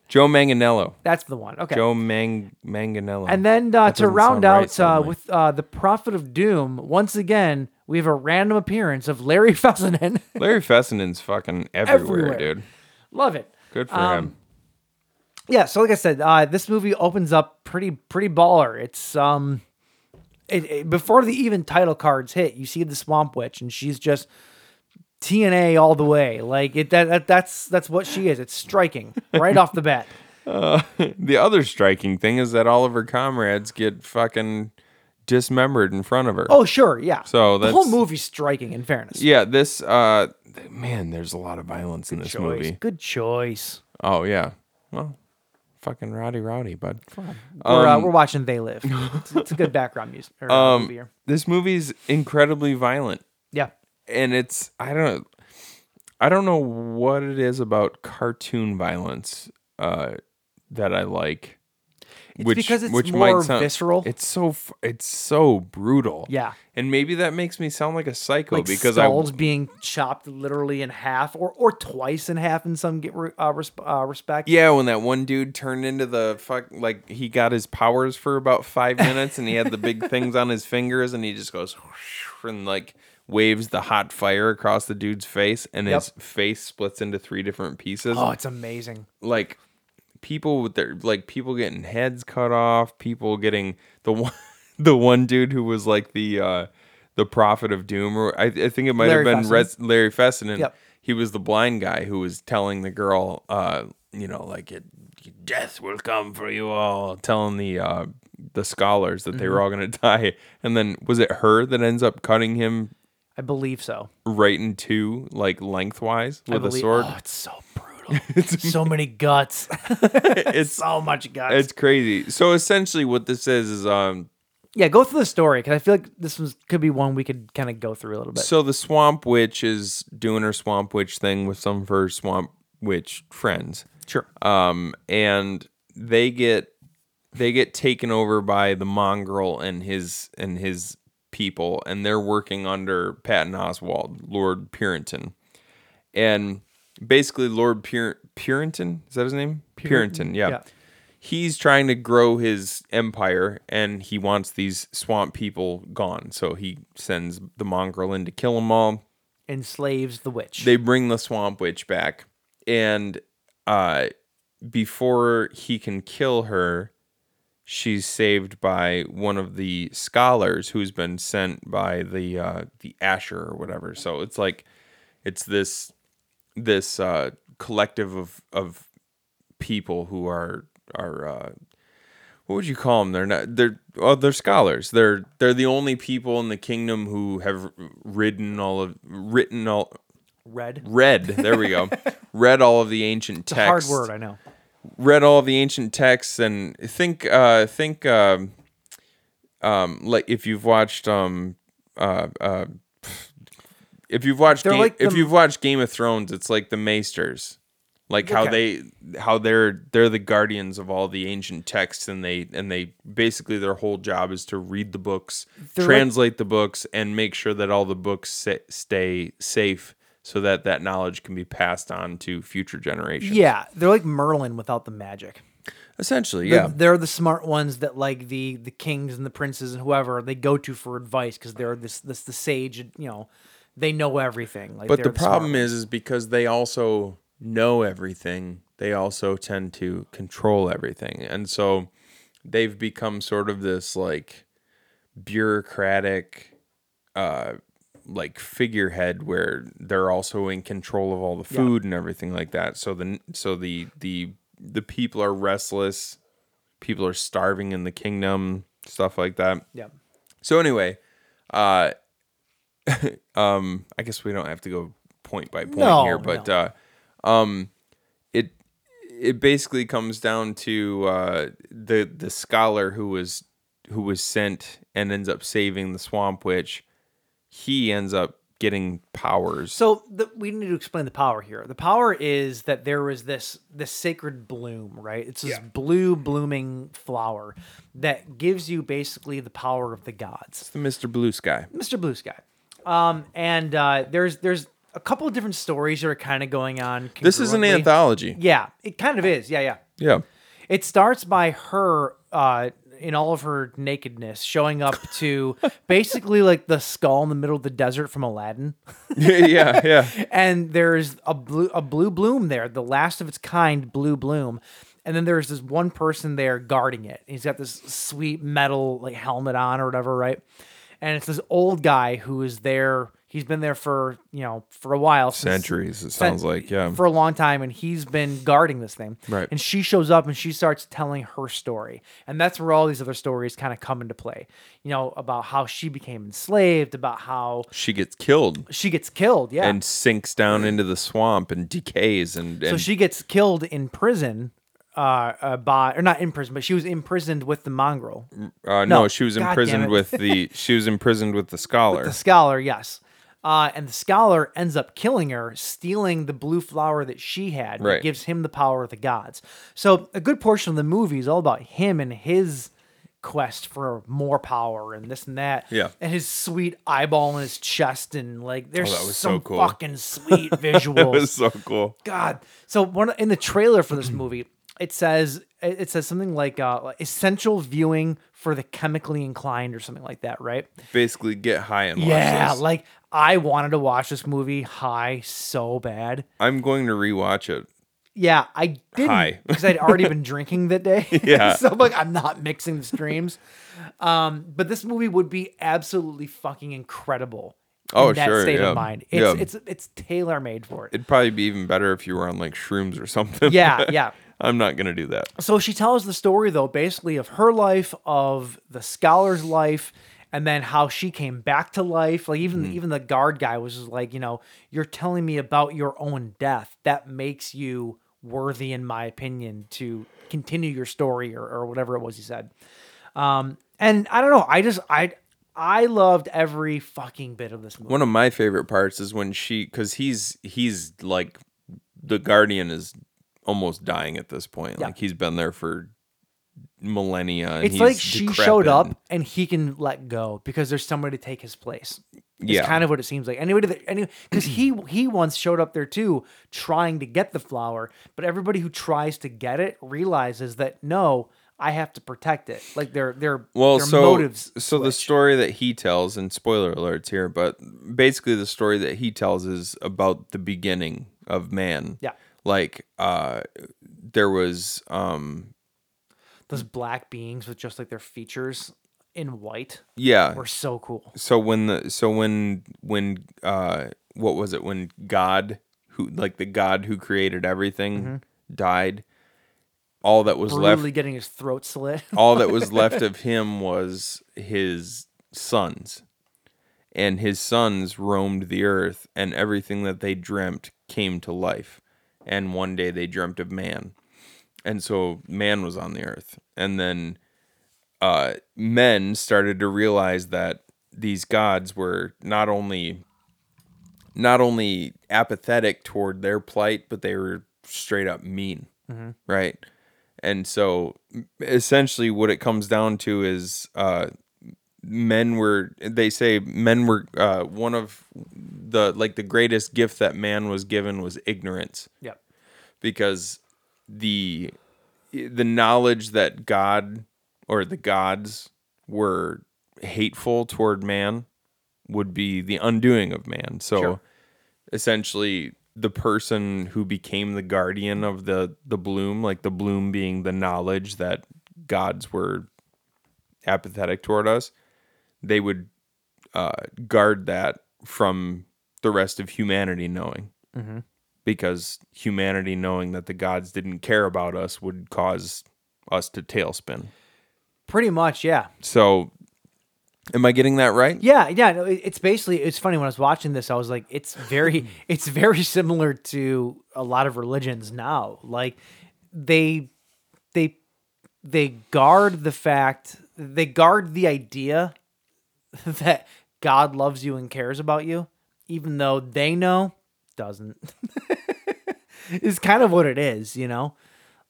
F: joe manganello
E: That's the one. Okay.
F: joe Mang- manganello
E: and then uh,
F: That
E: to
F: doesn't
E: round
F: sound right,
E: out uh,
F: suddenly.
E: with uh, the Prophet of Doom, once again, we have a random appearance of Larry [laughs] Fessenden.
F: Larry Fessenden's fucking everywhere,
E: Everywhere. Um,
F: dude.
E: Love it.
F: Good for him.
E: yeah so like i said uh, this movie opens up pretty pretty baller it's um it, it- before the even title cards hit you see the swamp witch and she's just tna all the way like it that, that that's that's what she is it's
F: [laughs]
E: striking right off the bat
F: The other striking thing is that all of her comrades get fucking dismembered in front of her.
E: Oh, sure, yeah.
F: So
E: the whole
F: that's-
E: movie's striking. In fairness,
F: yeah. This uh, th- man, there's a lot of violence in this
E: choice.
F: movie.
E: Good choice.
F: Oh yeah. Well, fucking rowdy, rowdy, bud.
E: we're,
F: Um,
E: uh, we're watching They
F: [laughs]
E: Live. It's, it's a good background music. Or, uh, movie here.
F: This movie's incredibly violent,
E: Yeah.
F: and it's I don't I don't know what it is about cartoon violence uh, that I like.
E: It's because it's more visceral.
F: It's so f- it's so brutal.
E: Yeah.
F: and maybe that makes me sound like a psycho
E: like
F: because
E: skulls
F: I
E: being chopped literally in half or or twice in half in some get re, uh, resp- uh, respect.
F: yeah when that one dude turned into the fuck like he got his powers for
E: [laughs]
F: about five minutes and he had the big things on his fingers and he just goes whoosh and like waves the hot fire across the dude's face and
E: Yep.
F: his face splits into three different pieces.
E: Oh, it's amazing.
F: like people with their like people getting heads cut off, people getting the [laughs] one the one dude who was like the uh the prophet of doom or I, I think it might
E: Larry
F: have been
E: Fessenden.
F: Res- Larry Fessenden.
E: Yep.
F: He was the blind guy who was telling the girl uh you know like it, death will come for you all telling the uh the scholars that they
E: Mm-hmm.
F: were all going to [laughs] die and then was it her that ends up cutting him
E: I believe so.
F: right in two like lengthwise
E: I
F: with a
E: believe-
F: sword
E: Oh, it's so brutal.
F: [laughs]
E: so many guts. [laughs]
F: it's
E: so much guts.
F: It's crazy. So essentially, what this is is um.
E: yeah, go through the story because I feel like this was, could be one we could kind of go through a little bit.
F: So the swamp witch is doing her swamp witch thing with some of her swamp witch friends.
E: sure.
F: Um, and they get they get taken over by the mongrel and his and his people, and they're working under Patton Oswald, Lord Purinton, and basically Lord Pur- Purinton is that his name? Purinton, yeah.
E: yeah.
F: He's trying to grow his empire, and he wants these swamp people gone. So he sends the mongrel in to kill them all
E: Enslaves the witch.
F: they bring the swamp witch back and uh before he can kill her she's saved by one of the scholars who's been sent by the uh the asher or whatever so it's like it's this this uh collective of of people who are are uh what would you call them? They're not. They're oh, they're scholars. They're they're the only people in the kingdom who have ridden all of written all
E: Red.
F: read there we go read all of the ancient
E: It's a hard
F: texts
E: word, I know.
F: read all of the ancient texts and think uh think um um like if you've watched um uh uh if you've watched
E: They're
F: game,
E: like
F: if
E: the-
F: you've watched game of thrones it's like the maesters like how they how they're they're the guardians of all the ancient texts and they and they basically their whole job is to read the books
E: They're like-
F: translate the books and make sure that all the books sa- stay safe so that that knowledge can be passed on to future generations
E: Yeah, they're like Merlin without the magic.
F: essentially
E: They're-
F: yeah
E: They're the smart ones that like the the kings and the princes and whoever they go to for advice because they're this this the sage, you know, they know everything. Like
F: But
E: they're
F: the
E: smart
F: problem
E: ones.
F: is, is because they also know everything, they also tend to control everything, and so they've become sort of this like bureaucratic, uh, like figurehead where they're also in control of all the food and everything like that. So the so the the the people are restless, people are starving in the kingdom, stuff like that.
E: yeah.
F: So anyway, uh, [laughs] um, I guess we don't have to go point by point
E: No,
F: here, but
E: no.
F: uh, um, it it basically comes down to uh, the the scholar who was who was sent and ends up saving the swamp witch. He ends up getting powers.
E: So the, we need to explain the power here. The power is that there was this this sacred bloom, right? It's this blue blooming flower that gives you basically the power of the gods.
F: the Mr. Blue Sky.
E: Mr. Blue Sky. Um, and uh, there's there's a couple of different stories that are kind of going on.
F: This is an
E: congruently.
F: anthology.
E: Yeah, it kind of is. Yeah, yeah.
F: Yeah. [laughs]
E: It starts by her uh, in all of her nakedness showing up to [laughs] basically like the skull in the middle of the desert from Aladdin.
F: yeah, yeah.
E: And there's a blue a blue bloom there, the last of its kind blue bloom. And then there's this one person there guarding it. He's got this sweet metal like helmet on or whatever, right? And it's this old guy who is there. He's been there for you know for a while, since-
F: Centuries, it sounds like, yeah.
E: for a long time, and he's been guarding this thing.
F: Right.
E: And she shows up and she starts telling her story, and that's where all these other stories kind of come into play. You know about how she became enslaved, about how
F: She gets killed
E: she gets killed, yeah,
F: and sinks down into the swamp and decays and,
E: so
F: and
E: she gets killed in prison. Uh, uh, by or not in prison, but she was imprisoned with the mongrel,
F: uh, no,
E: no,
F: she was
E: God damn
F: imprisoned
E: it. [laughs]
F: with the she was imprisoned with the scholar. [laughs]
E: the scholar. Yes, uh, and the scholar ends up killing her, stealing the blue flower that she had. that
F: Right.
E: gives him the power of the gods. So a good portion of the movie is all about him and his quest for more power and this and that.
F: Yeah.
E: and his sweet eyeball in his chest and like there's
F: Oh, that was so
E: some
F: cool.
E: fucking
F: [laughs]
E: sweet visuals.
F: it was so cool.
E: God. So one in the trailer for
F: [clears throat]
E: this movie, it says it it says something like uh, like, essential viewing for the chemically inclined or something like that, right?
F: Basically, get high and watch
E: yeah,
F: this.
E: like I wanted to watch this movie high so bad.
F: I'm going to rewatch it.
E: Yeah, I [laughs]
F: High.
E: didn't because I'd already
F: [laughs]
E: been drinking that day. [laughs]
F: Yeah.
E: so I'm like, I'm not mixing the streams. Um, but this movie would be absolutely fucking incredible.
F: Oh,
E: in that
F: sure,
E: state
F: yeah,
E: of mind. It's
F: yeah.
E: it's it's tailor made for it.
F: It'd probably be even better if you were on like shrooms or something.
E: Yeah,
F: [laughs]
E: yeah.
F: I'm not gonna do that.
E: so she tells the story though basically of her life of the scholar's life and then how she came back to life like even
F: Mm-hmm.
E: even the guard guy was just like you know you're telling me about your own death that makes you worthy in my opinion to continue your story or, or whatever it was he said um and i don't know i just i i loved every fucking bit of this movie
F: One of my favorite parts is when she, because he's he's like the guardian is almost dying at this point. Like he's been there for millennia. And
E: it's
F: he's
E: like she showed
F: decrepit and-
E: up and he can let go because there's somebody to take his place. It's
F: Yeah.
E: kind of what it seems like. Anybody that any because
F: [clears throat]
E: he he once showed up there too, trying to get the flower, but everybody who tries to get it realizes that no, I have to protect it. Like their their
F: well
E: their
F: so
E: motives.
F: so the
E: switch.
F: story that he tells and spoiler alerts here but basically the story that he tells is about the beginning of man
E: Yeah.
F: like uh there was um
E: those black beings with just like their features in white
F: yeah
E: were so cool.
F: so when the so when when uh what was it when god who like the god who created everything
E: Mm-hmm.
F: died all that was left
E: Brutally getting his throat slit. [laughs]
F: all that was left of him was his sons. And his sons roamed the earth, and everything that they dreamt came to life. And one day they dreamt of man. And so man was on the earth. And then uh, men started to realize that these gods were not only not only apathetic toward their plight, but they were straight up mean, right? And so, essentially, what it comes down to is uh, men were. They say men were uh, one of the like the greatest gift that man was given was ignorance
E: yep.
F: because the the knowledge that God or the gods were hateful toward man would be the undoing of man. So essentially the person who became the guardian of the the bloom, like the bloom being the knowledge that gods were apathetic toward us, they would uh, guard that from the rest of humanity knowing because humanity knowing that the gods didn't care about us would cause us to tailspin.
E: Pretty much, yeah.
F: So, am I getting that right?
E: Yeah, yeah. No, it- it's basically it's funny when I was watching this, I was like, it's very it's very similar to a lot of religions now. Like they they they guard the fact they guard the idea [laughs] that God loves you and cares about you, even though they know doesn't. [laughs] is kind of what it is, you know?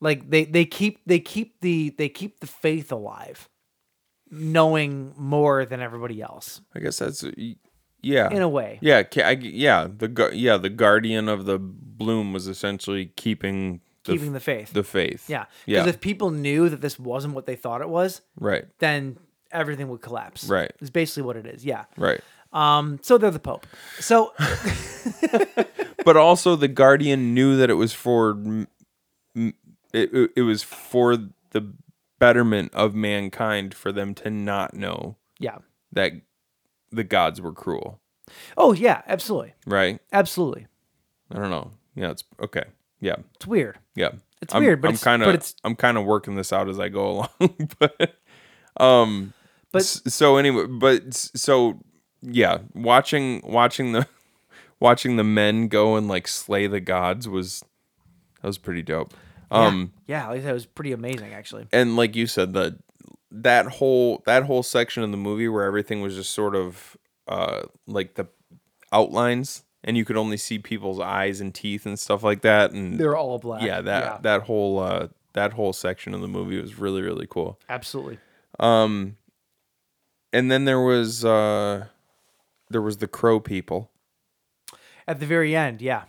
E: Like they they keep they keep the they keep the faith alive knowing more than everybody else.
F: I guess that's yeah.
E: In a way.
F: Yeah, ca- I g yeah, the gu- yeah, the guardian of the bloom was essentially keeping the
E: Keeping
F: f-
E: the faith.
F: The faith.
E: Yeah. Because
F: Yeah.
E: if people knew that this wasn't what they thought it was,
F: right.
E: then everything would collapse.
F: Right.
E: It's basically what it is. Yeah.
F: Right.
E: Um, so they're the Pope. So [laughs]
F: But also the guardian knew that it was for m- m- it, it, it was for the betterment of mankind for them to not know
E: yeah.
F: that the gods were cruel.
E: Oh yeah, absolutely,
F: right?
E: absolutely.
F: I don't know. Yeah, it's okay. Yeah,
E: It's weird.
F: yeah.
E: It's
F: I'm,
E: weird, but
F: I'm
E: it's-
F: kind
E: but
F: of
E: it's-
F: I'm kind of working this out as I go [laughs] along. but um,
E: But
F: S- so anyway, but s- so yeah, watching watching the [laughs] watching the men go and like slay the gods was that was pretty dope. Um
E: yeah, like I said, it was pretty amazing actually.
F: and like you said the that whole that whole section of the movie where everything was just sort of uh like the outlines and you could only see people's eyes and teeth and stuff like that and
E: They were all black.
F: yeah, that that whole uh that whole section of the movie was really really cool.
E: absolutely.
F: And then there was uh there was the crow people.
E: At the very end, yeah.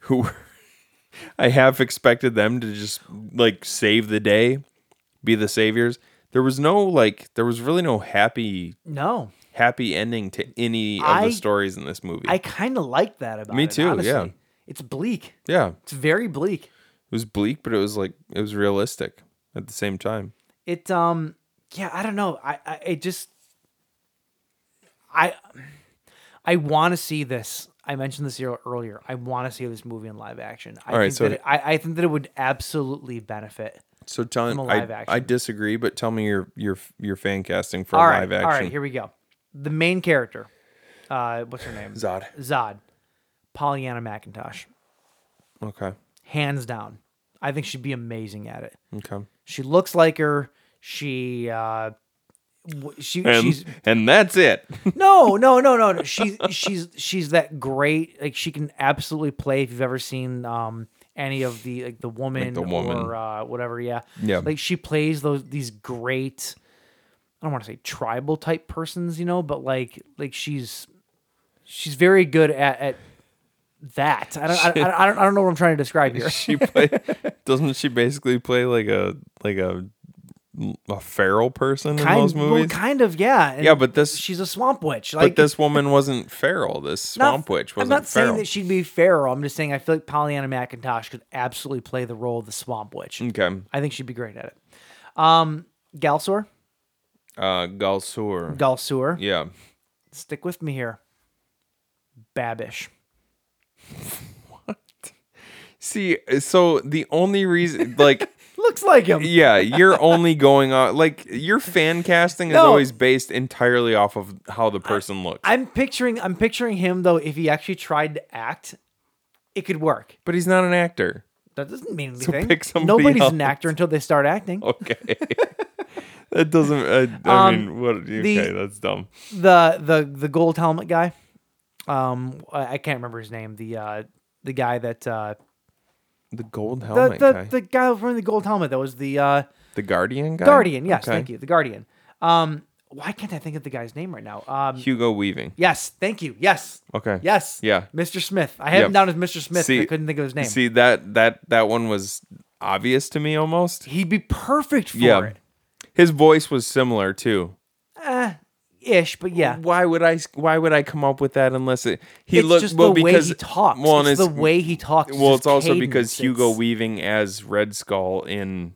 F: who were- [laughs] I half expected them to just like save the day, be the saviors. There was no like there was really no happy
E: No,
F: happy ending to any of
E: I-
F: the stories in this movie.
E: I kind of like that about
F: Me
E: it,
F: too,
E: honestly.
F: yeah.
E: it's bleak.
F: yeah. It
E: It's very bleak.
F: was bleak, but it was like it was realistic at the same time.
E: It um yeah, I don't know. I, I it just I I want to see this. I mentioned this ear- earlier. I want to see this movie in live action. I
F: All right,
E: think
F: so-
E: that it, I, I think that it would absolutely benefit.
F: So tell
E: From a
F: I,
E: live action.
F: I disagree, but tell me your your your fan casting for
E: All right,
F: live
E: all right.
F: action.
E: Here we go. The main character, uh, what's her name?
F: Zod.
E: Zod, Pollyanna McIntosh,
F: Okay.
E: hands down. I think she'd be amazing at it.
F: Okay.
E: She looks like her. She uh, w- she she's
F: And, and that's it.
E: no, no, no, no, no. She's she's she's that great. Like she can absolutely play. If you've ever seen um any of the like the woman,
F: the Woman.
E: or uh, whatever, yeah,
F: Yeah.
E: Like she plays those these great. I don't want to say tribal type persons, you know, but like like she's she's very good at. at that I don't, I, I, I don't I don't know what I'm trying to describe
F: [laughs]
E: here. [laughs]
F: she play doesn't she basically play like a like a a feral person in those
E: well,
F: movies?
E: kind of, yeah. and
F: Yeah, but this-
E: she's a swamp witch. Like
F: but this woman wasn't feral. This
E: not-
F: swamp witch
E: I'm
F: wasn't
E: not
F: feral.
E: saying that she'd be feral. I'm just saying I feel like Pollyanna McIntosh could absolutely play the role of the swamp witch.
F: okay,
E: I think she'd be great at it. Um, Galsor,
F: uh, Galsur.
E: Galsor,
F: yeah,
E: stick with me here. Babish.
F: see, so the only reason, like,
E: Looks like him.
F: yeah, you're only going on like your fan casting is
E: No.
F: always based entirely off of how the person looks.
E: I'm picturing I'm picturing him though if he actually tried to act, it could work.
F: but he's not an actor.
E: That doesn't mean anything.
F: pick somebody
E: Nobody's an
F: else. Oh.
E: actor until they start acting. [laughs]
F: Okay, that doesn't. I, I
E: Um,
F: mean, what?
E: the-
F: Okay, that's dumb.
E: the the the gold helmet guy. Um, I I can't remember his name. The uh, the guy that uh,
F: The gold
E: the
F: helmet
E: the,
F: guy,
E: the guy from the gold helmet that was the uh,
F: the guardian guy,
E: guardian. Yes,
F: Okay.
E: thank you. The guardian. Um, why can't I think of the guy's name right now? Um,
F: Hugo Weaving.
E: yes, thank you. Yes.
F: Okay.
E: Yes.
F: Yeah.
E: Mr. Smith. I had him
F: Yep.
E: down as Mr. Smith.
F: See-
E: I couldn't think of his name.
F: See that that that one was obvious to me almost.
E: He'd be perfect for
F: Yeah.
E: it,
F: His voice was similar too.
E: ish. But yeah,
F: Why would I? Why would I come up with that unless it? He
E: it's
F: looked
E: just
F: well
E: the
F: because
E: way he talks.
F: Well, and
E: it's,
F: it's,
E: the way he talks.
F: well,
E: his
F: it's also
E: cadence.
F: because Hugo
E: It's-
F: Weaving as Red Skull in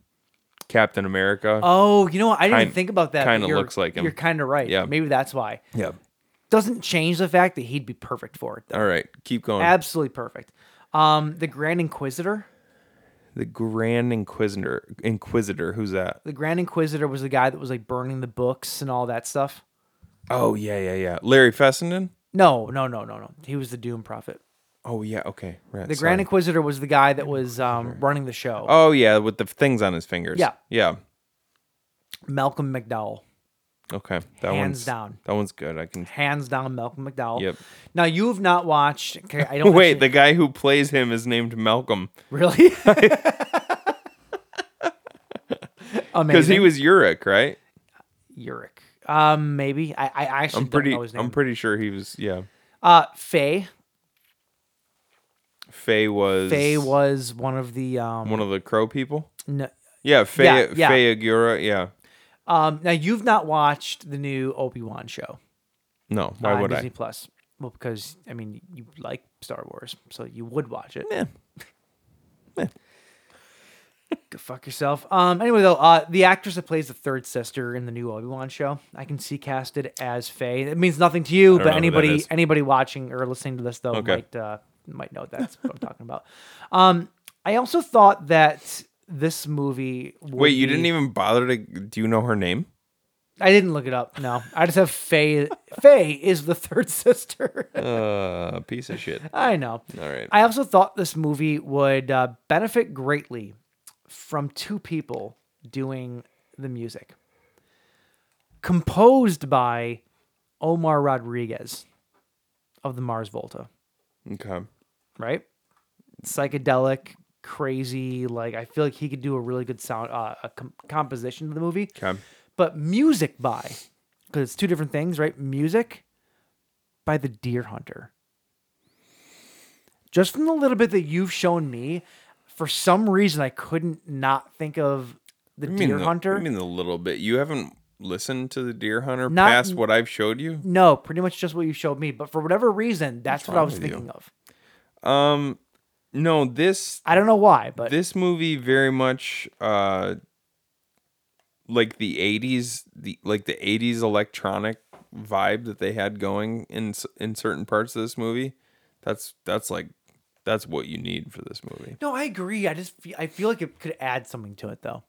F: Captain America.
E: Oh, you know what? I didn't
F: Kind-
E: think about that. but
F: kinda
E: you're-
F: looks like him.
E: You're kind of right.
F: Yeah.
E: Maybe that's why.
F: yeah.
E: doesn't change the fact that he'd be perfect for it. Though.
F: All right, keep going.
E: Absolutely perfect. Um, the Grand Inquisitor.
F: the Grand Inquisitor. Inquisitor. Who's that?
E: The Grand Inquisitor was the guy that was like burning the books and all that stuff.
F: Oh yeah, yeah, yeah. Larry Fessenden.
E: No, no, no, no, no. He was the Doom Prophet.
F: Oh yeah. Okay. Right.
E: The
F: sorry.
E: Grand Inquisitor was the guy that was um, running the show.
F: Oh yeah, with the things on his fingers.
E: Yeah.
F: Yeah.
E: Malcolm McDowell,
F: Okay, that
E: Hands
F: one's
E: down.
F: That one's good. I can.
E: hands down, Malcolm McDowell.
F: Yep.
E: Now you have not watched. Okay,
F: [laughs]
E: I don't
F: Wait,
E: actually-
F: the guy who plays him is named Malcolm
E: [laughs]
F: [laughs]
E: really.
F: because
E: Amazing.
F: he was Urich, right?
E: Yurik. Um, maybe I. I actually
F: I'm pretty.
E: don't know his name.
F: I'm pretty sure he was. Yeah,
E: Uh, Faye.
F: Faye was.
E: Faye was one of the um.
F: one of the crow people.
E: n-
F: Yeah, Faye.
E: Yeah, yeah.
F: Faye Agura. Yeah.
E: um. Now you've not watched the new Obi Wan show
F: No, why
E: on
F: would
E: Disney
F: I?
E: Plus. Well, because I mean you like Star Wars, so you would watch it. [laughs] Go fuck yourself. Um. Anyway, though, uh, the actress that plays the third sister in the new Obi Wan show, I can see casted as Faye. It means nothing to you,
F: don't
E: but
F: know who that
E: anybody
F: is.
E: anybody watching or listening to this though
F: Okay.
E: might uh, might know that's what I'm talking about. Um. I also thought that this movie. Would
F: Wait, you
E: be-
F: didn't even bother to. Do you know her name?
E: I didn't look it up. No, I just have Faye. Faye is the third [laughs] sister.
F: Uh, piece of shit.
E: I know.
F: All right.
E: I also thought this movie would uh, benefit greatly from two people doing the music. Composed by Omar Rodriguez of the Mars Volta,
F: Okay.
E: right? Psychedelic, crazy. Like, I feel like he could do a really good sound, uh, a com- composition to the movie.
F: Okay.
E: But music by, because it's two different things, right? Music by the Deer Hunter. Just from the little bit that you've shown me, for some reason I couldn't not think of the
F: I
E: Deer
F: the,
E: Hunter.
F: I mean, the little bit. You haven't listened to the Deer Hunter
E: Not-
F: past what I've showed you.
E: no, pretty much just what you showed me. But for whatever reason, that's what I
F: wrong
E: was
F: with you?
E: thinking of.
F: Um, no, this
E: I don't know why, but
F: this movie very much uh like the 80s the like the 80s electronic vibe that they had going in s- in certain parts of this movie that's that's like that's what you need for this movie
E: no, I agree. I just feel, I feel like it could add something to it though,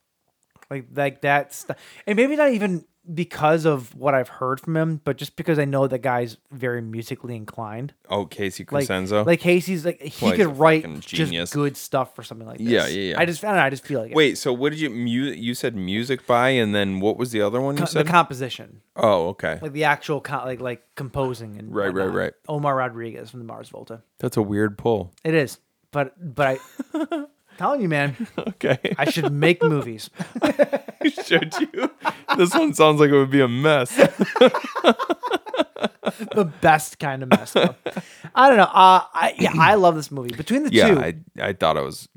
E: like like that stuff, and maybe not even because of what I've heard from him, but just because I know that guy's very musically inclined.
F: oh casey
E: like
F: crescenzo
E: like Casey's like he
F: Well, he's a
E: could write
F: fucking genius.
E: just good stuff for something like this.
F: Yeah, yeah, yeah.
E: I just I don't know, I just feel like it.
F: wait so what did you mu- you said music by and then what was the other one you
E: Co- the
F: said
E: composition,
F: oh okay
E: like the actual co- like like composing and
F: Right, right,
E: whatnot.
F: right.
E: Omar Rodriguez from the Mars Volta.
F: that's a weird pull
E: It is, but but I
F: [laughs]
E: telling you, man,
F: okay
E: [laughs]
F: [laughs]
E: I should make movies.
F: showed
E: [laughs]
F: you this one sounds like it would be a mess
E: the best kind of mess. Though. I don't know. Uh, I yeah,
F: [clears throat]
E: I love this movie. Between the
F: yeah
E: two,
F: I, I thought i was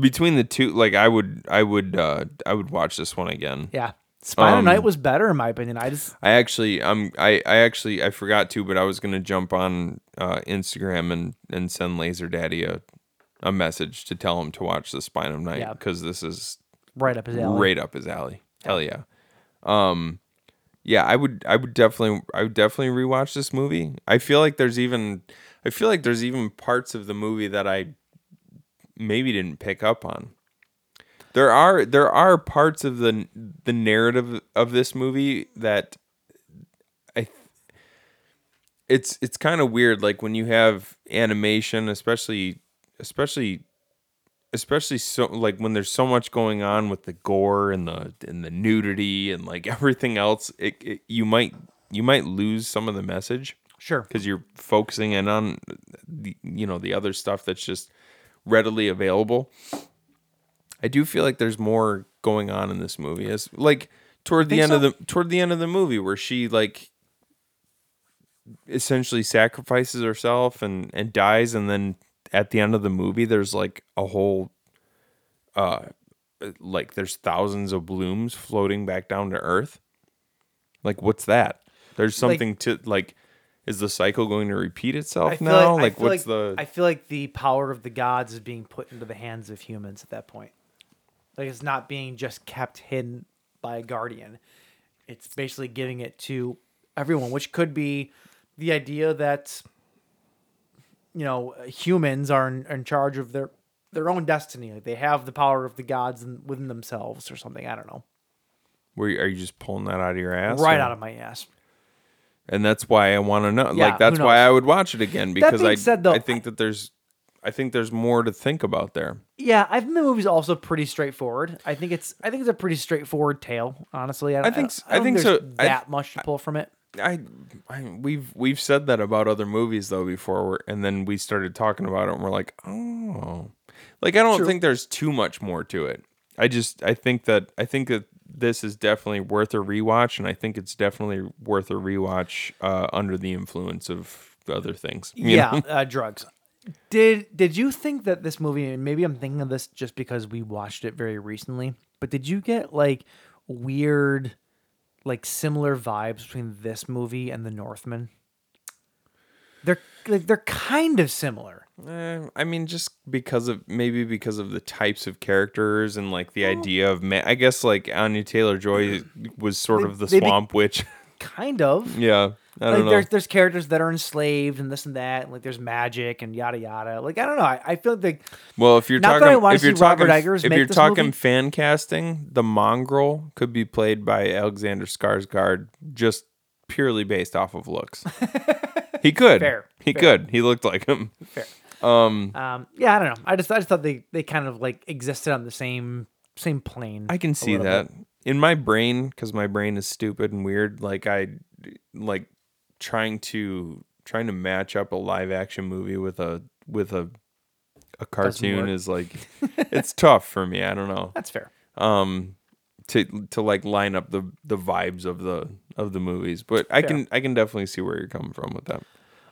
F: between the two like i would i would uh i would watch this one again
E: yeah, Spider
F: Um,
E: Knight was better in my opinion. I just
F: i actually i'm i i actually i forgot to but i was gonna jump on uh instagram and and send laser daddy a a message to tell him to watch the spine of night
E: Yeah.
F: because this is
E: right up his alley.
F: right up his alley hell yeah um yeah i would i would definitely i would definitely rewatch this movie i feel like there's even i feel like there's even parts of the movie that i maybe didn't pick up on there are there are parts of the the narrative of this movie that I it's it's kind of weird like when you have animation especially especially especially so like when there's so much going on with the gore and the and the nudity and like [laughs] everything else it, it you might you might lose some of the message
E: Sure.
F: because you're focusing in on the you know the other stuff that's just readily available i do feel like there's more going on in this movie as like toward the
E: Think
F: end of
E: so?
F: the toward the end of the movie where she like essentially sacrifices herself and and dies and then at the end of the movie there's like a whole uh like there's thousands of blooms floating back down to earth like what's that there's something to like is the cycle going to repeat itself
E: I feel
F: now
E: I
F: like,
E: feel
F: what's the
E: I feel like the power of the gods is being put into the hands of humans at that point. Like it's not being just kept hidden by a guardian. It's basically giving it to everyone, which could be the idea that you know humans are in, in charge of their their own destiny. Like they have the power of the gods in, within themselves, or something. I don't know.
F: were you, are you just pulling that out of your ass
E: right
F: or-
E: out of my ass.
F: and that's why i want to know
E: Yeah,
F: like that's
E: who
F: why
E: knows?
F: i would watch it again because
E: being
F: i
E: said, though,
F: i think that there's i think there's more to think about there
E: Yeah, I think the movie's also pretty straightforward. I think it's I think it's a pretty straightforward tale. Honestly, I, don't, don't-
F: think s-
E: I,
F: I
E: don't
F: think
E: there's
F: so. I-
E: That much to pull from it.
F: I, I we've we've said that about other movies though before we're, and then we started talking about it and we're like oh like i don't think there's too much more to it i just i think that i think that this is definitely worth a rewatch and i think it's definitely worth a rewatch uh, under the influence of other things you
E: yeah,
F: know?
E: uh, drugs. Did did you think that this movie? And maybe I'm thinking of this just because we watched it very recently. But did you get like weird, like similar vibes between this movie and The Northman? They're like they're kind of similar.
F: Eh, I mean, just because of maybe because of the types of characters and like the idea of ma- I guess like Anya Taylor Joy was sort of the
E: they be-
F: swamp witch. [laughs]
E: Kind of.
F: yeah, I
E: like
F: don't know.
E: there's there's characters that are enslaved and this and that, and like there's magic and yada yada. Like I don't know. I, I feel like
F: Well, if you're
E: Not that I
F: talking,
E: wanna
F: if you're
E: see Robert
F: talking,
E: Eggers
F: if
E: make
F: you're
E: this
F: talking
E: movie.
F: fan casting, the mongrel could be played by Alexander Skarsgård, just purely based off
E: [laughs]
F: of looks. he could,
E: Fair,
F: he
E: fair.
F: could, he looked like him.
E: um yeah I don't know. I just I just thought they they kind of like existed on the same same plane.
F: I can see that in my brain because my brain is stupid and weird. Like I, like trying to trying to match up a live action movie with a with a a cartoon
E: work.
F: is like
E: [laughs]
F: it's tough for me. I don't know.
E: That's fair.
F: um to to like line up the the vibes of the of the movies but i can i can definitely see where you're coming from with that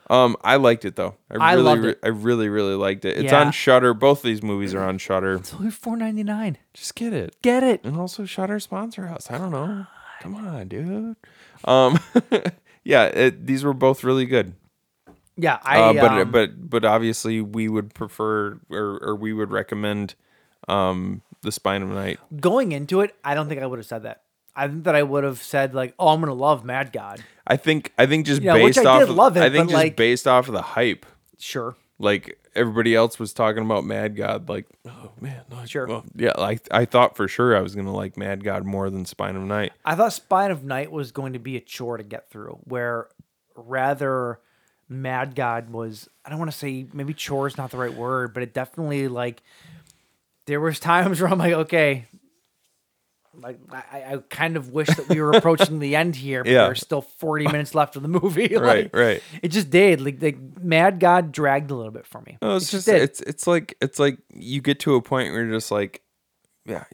F: um i liked it though i
E: I
F: really
E: loved
F: re-
E: it.
F: i really really liked it it's
E: Yeah.
F: on shutter both of these movies are on shutter
E: It's only four ninety nine.
F: just get it
E: Get it?
F: and also shutter sponsor us i don't know come on dude um [laughs] yeah it, these were both really good
E: Yeah. I
F: uh, but
E: um,
F: but but obviously we would prefer or, or we would recommend um the spine of night
E: going into it, I don't think I would have said that. I think that I would have said like, "Oh, I'm gonna love Mad God."
F: I think I think just
E: Yeah, which
F: based
E: I
F: off
E: did love it,
F: I think
E: but,
F: just
E: like-
F: based off of the hype.
E: Sure.
F: Like everybody else was talking about Mad God, like oh man, no,
E: Sure.
F: well, yeah, like I thought for sure I was gonna like Mad God more than Spine of Night.
E: I thought Spine of Night was going to be a chore to get through, where rather Mad God was, I don't want to say maybe chore is not the right word, but it definitely like there was times [laughs] where I'm like, okay, like I, I- I kind of wish that we were approaching the end here, but
F: Yeah.
E: there's still 40 minutes left of the movie. [laughs]
F: Right,
E: Like,
F: right.
E: It just did. Like, like Mad God dragged a little bit for me.
F: No,
E: Oh, It
F: it's just
E: did.
F: it's it's like it's like you get to a point where you're just like, yeah,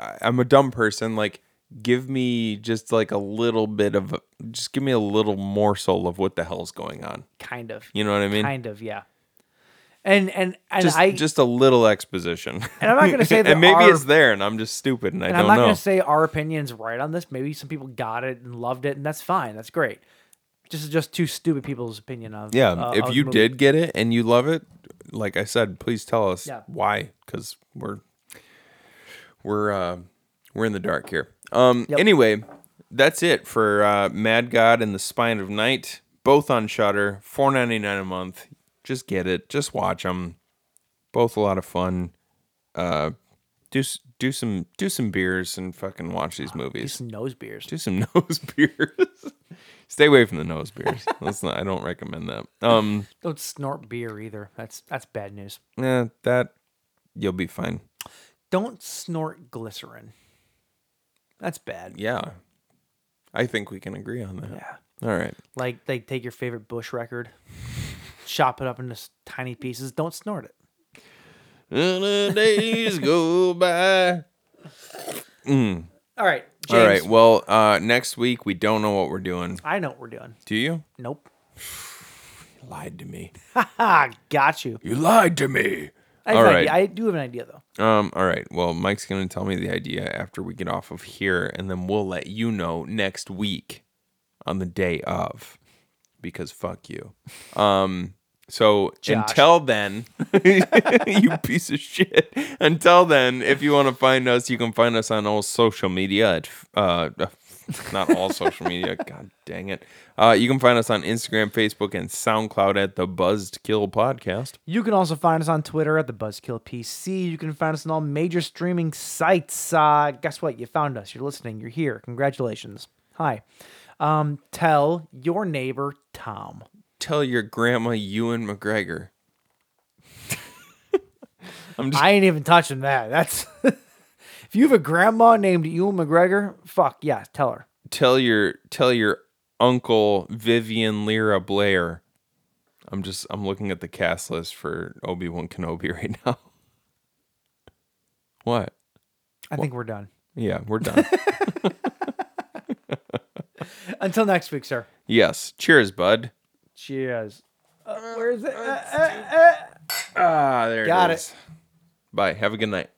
F: I, I'm a dumb person. Like, give me just like a little bit of, just give me a little morsel of what the hell's going on.
E: kind of,
F: You know what I mean?
E: kind of, yeah. And and and
F: just
E: I
F: just a little exposition.
E: And I'm not
F: [laughs]
E: gonna say there
F: and maybe
E: are-
F: it's there, and I'm just stupid, and I
E: And
F: don't
E: I'm not
F: know.
E: going to say our opinion's right on this. Maybe some people got it and loved it, and that's fine. That's great. This is just two stupid people's opinion of.
F: yeah,
E: uh, of
F: if
E: the
F: you
E: movie.
F: did get it and you love it, like I said, please tell us
E: Yeah.
F: why, because we're we're uh, we're in the dark here. Um.
E: Yep.
F: Anyway, that's it for uh, Mad God and the Spine of Night, both on Shutter, four ninety nine a month. Just get it. Just watch them. Both a lot of fun. Uh, do s- do some do some beers and fucking watch
E: Ah,
F: these movies.
E: Just nose beers.
F: do some [laughs] nose beers. Stay away from the nose beers. Let's not. I don't recommend that. Um,
E: Don't snort beer either. That's that's bad news.
F: yeah, that you'll be fine.
E: Don't snort glycerin. That's bad.
F: Yeah, I think we can agree on that. Yeah. All right.
E: Like they take your favorite Bush record, chop it up into s- tiny pieces. Don't snort it.
F: And the days go by.
E: All right, James.
F: All right. Well, uh, next week we don't know what we're doing.
E: I know what we're doing.
F: Do you?
E: Nope.
F: You lied to me.
E: Ah, got you.
F: You lied to me.
E: I,
F: All
E: have an
F: right.
E: idea. I do have an idea though.
F: Um, all right. Well, Mike's gonna tell me the idea after we get off of here, and then we'll let you know next week on the day of, because fuck you. Um. So
E: Josh.
F: until then, [laughs] you piece of shit. Until then, if you want to find us, you can find us on all social media at uh, [laughs] not all social media. [laughs] God dang it. Uh, you can find us on Instagram, Facebook, and SoundCloud at the Buzzed Kill Podcast.
E: You can also find us on Twitter at the Buzzkill PC. You can find us on all major streaming sites. Uh, guess what? You found us. You're listening. You're here. Congratulations. Hi. Um, tell your neighbor Tom.
F: tell your grandma Ewan McGregor.
E: I ain't even touching that. That's [laughs] if you have a grandma named Ewan McGregor. Fuck yeah, tell her.
F: Tell your tell your uncle Vivian Lyra Blair. I'm just I'm looking at the cast list for Obi Wan Kenobi [laughs] right now. What?
E: I think we're done.
F: Yeah, we're done.
E: Until next week, sir.
F: yes. Cheers, bud.
E: Cheers. Uh, where is it? Uh, uh,
F: Ah, there
E: Got
F: it is. Bye. Have a good night.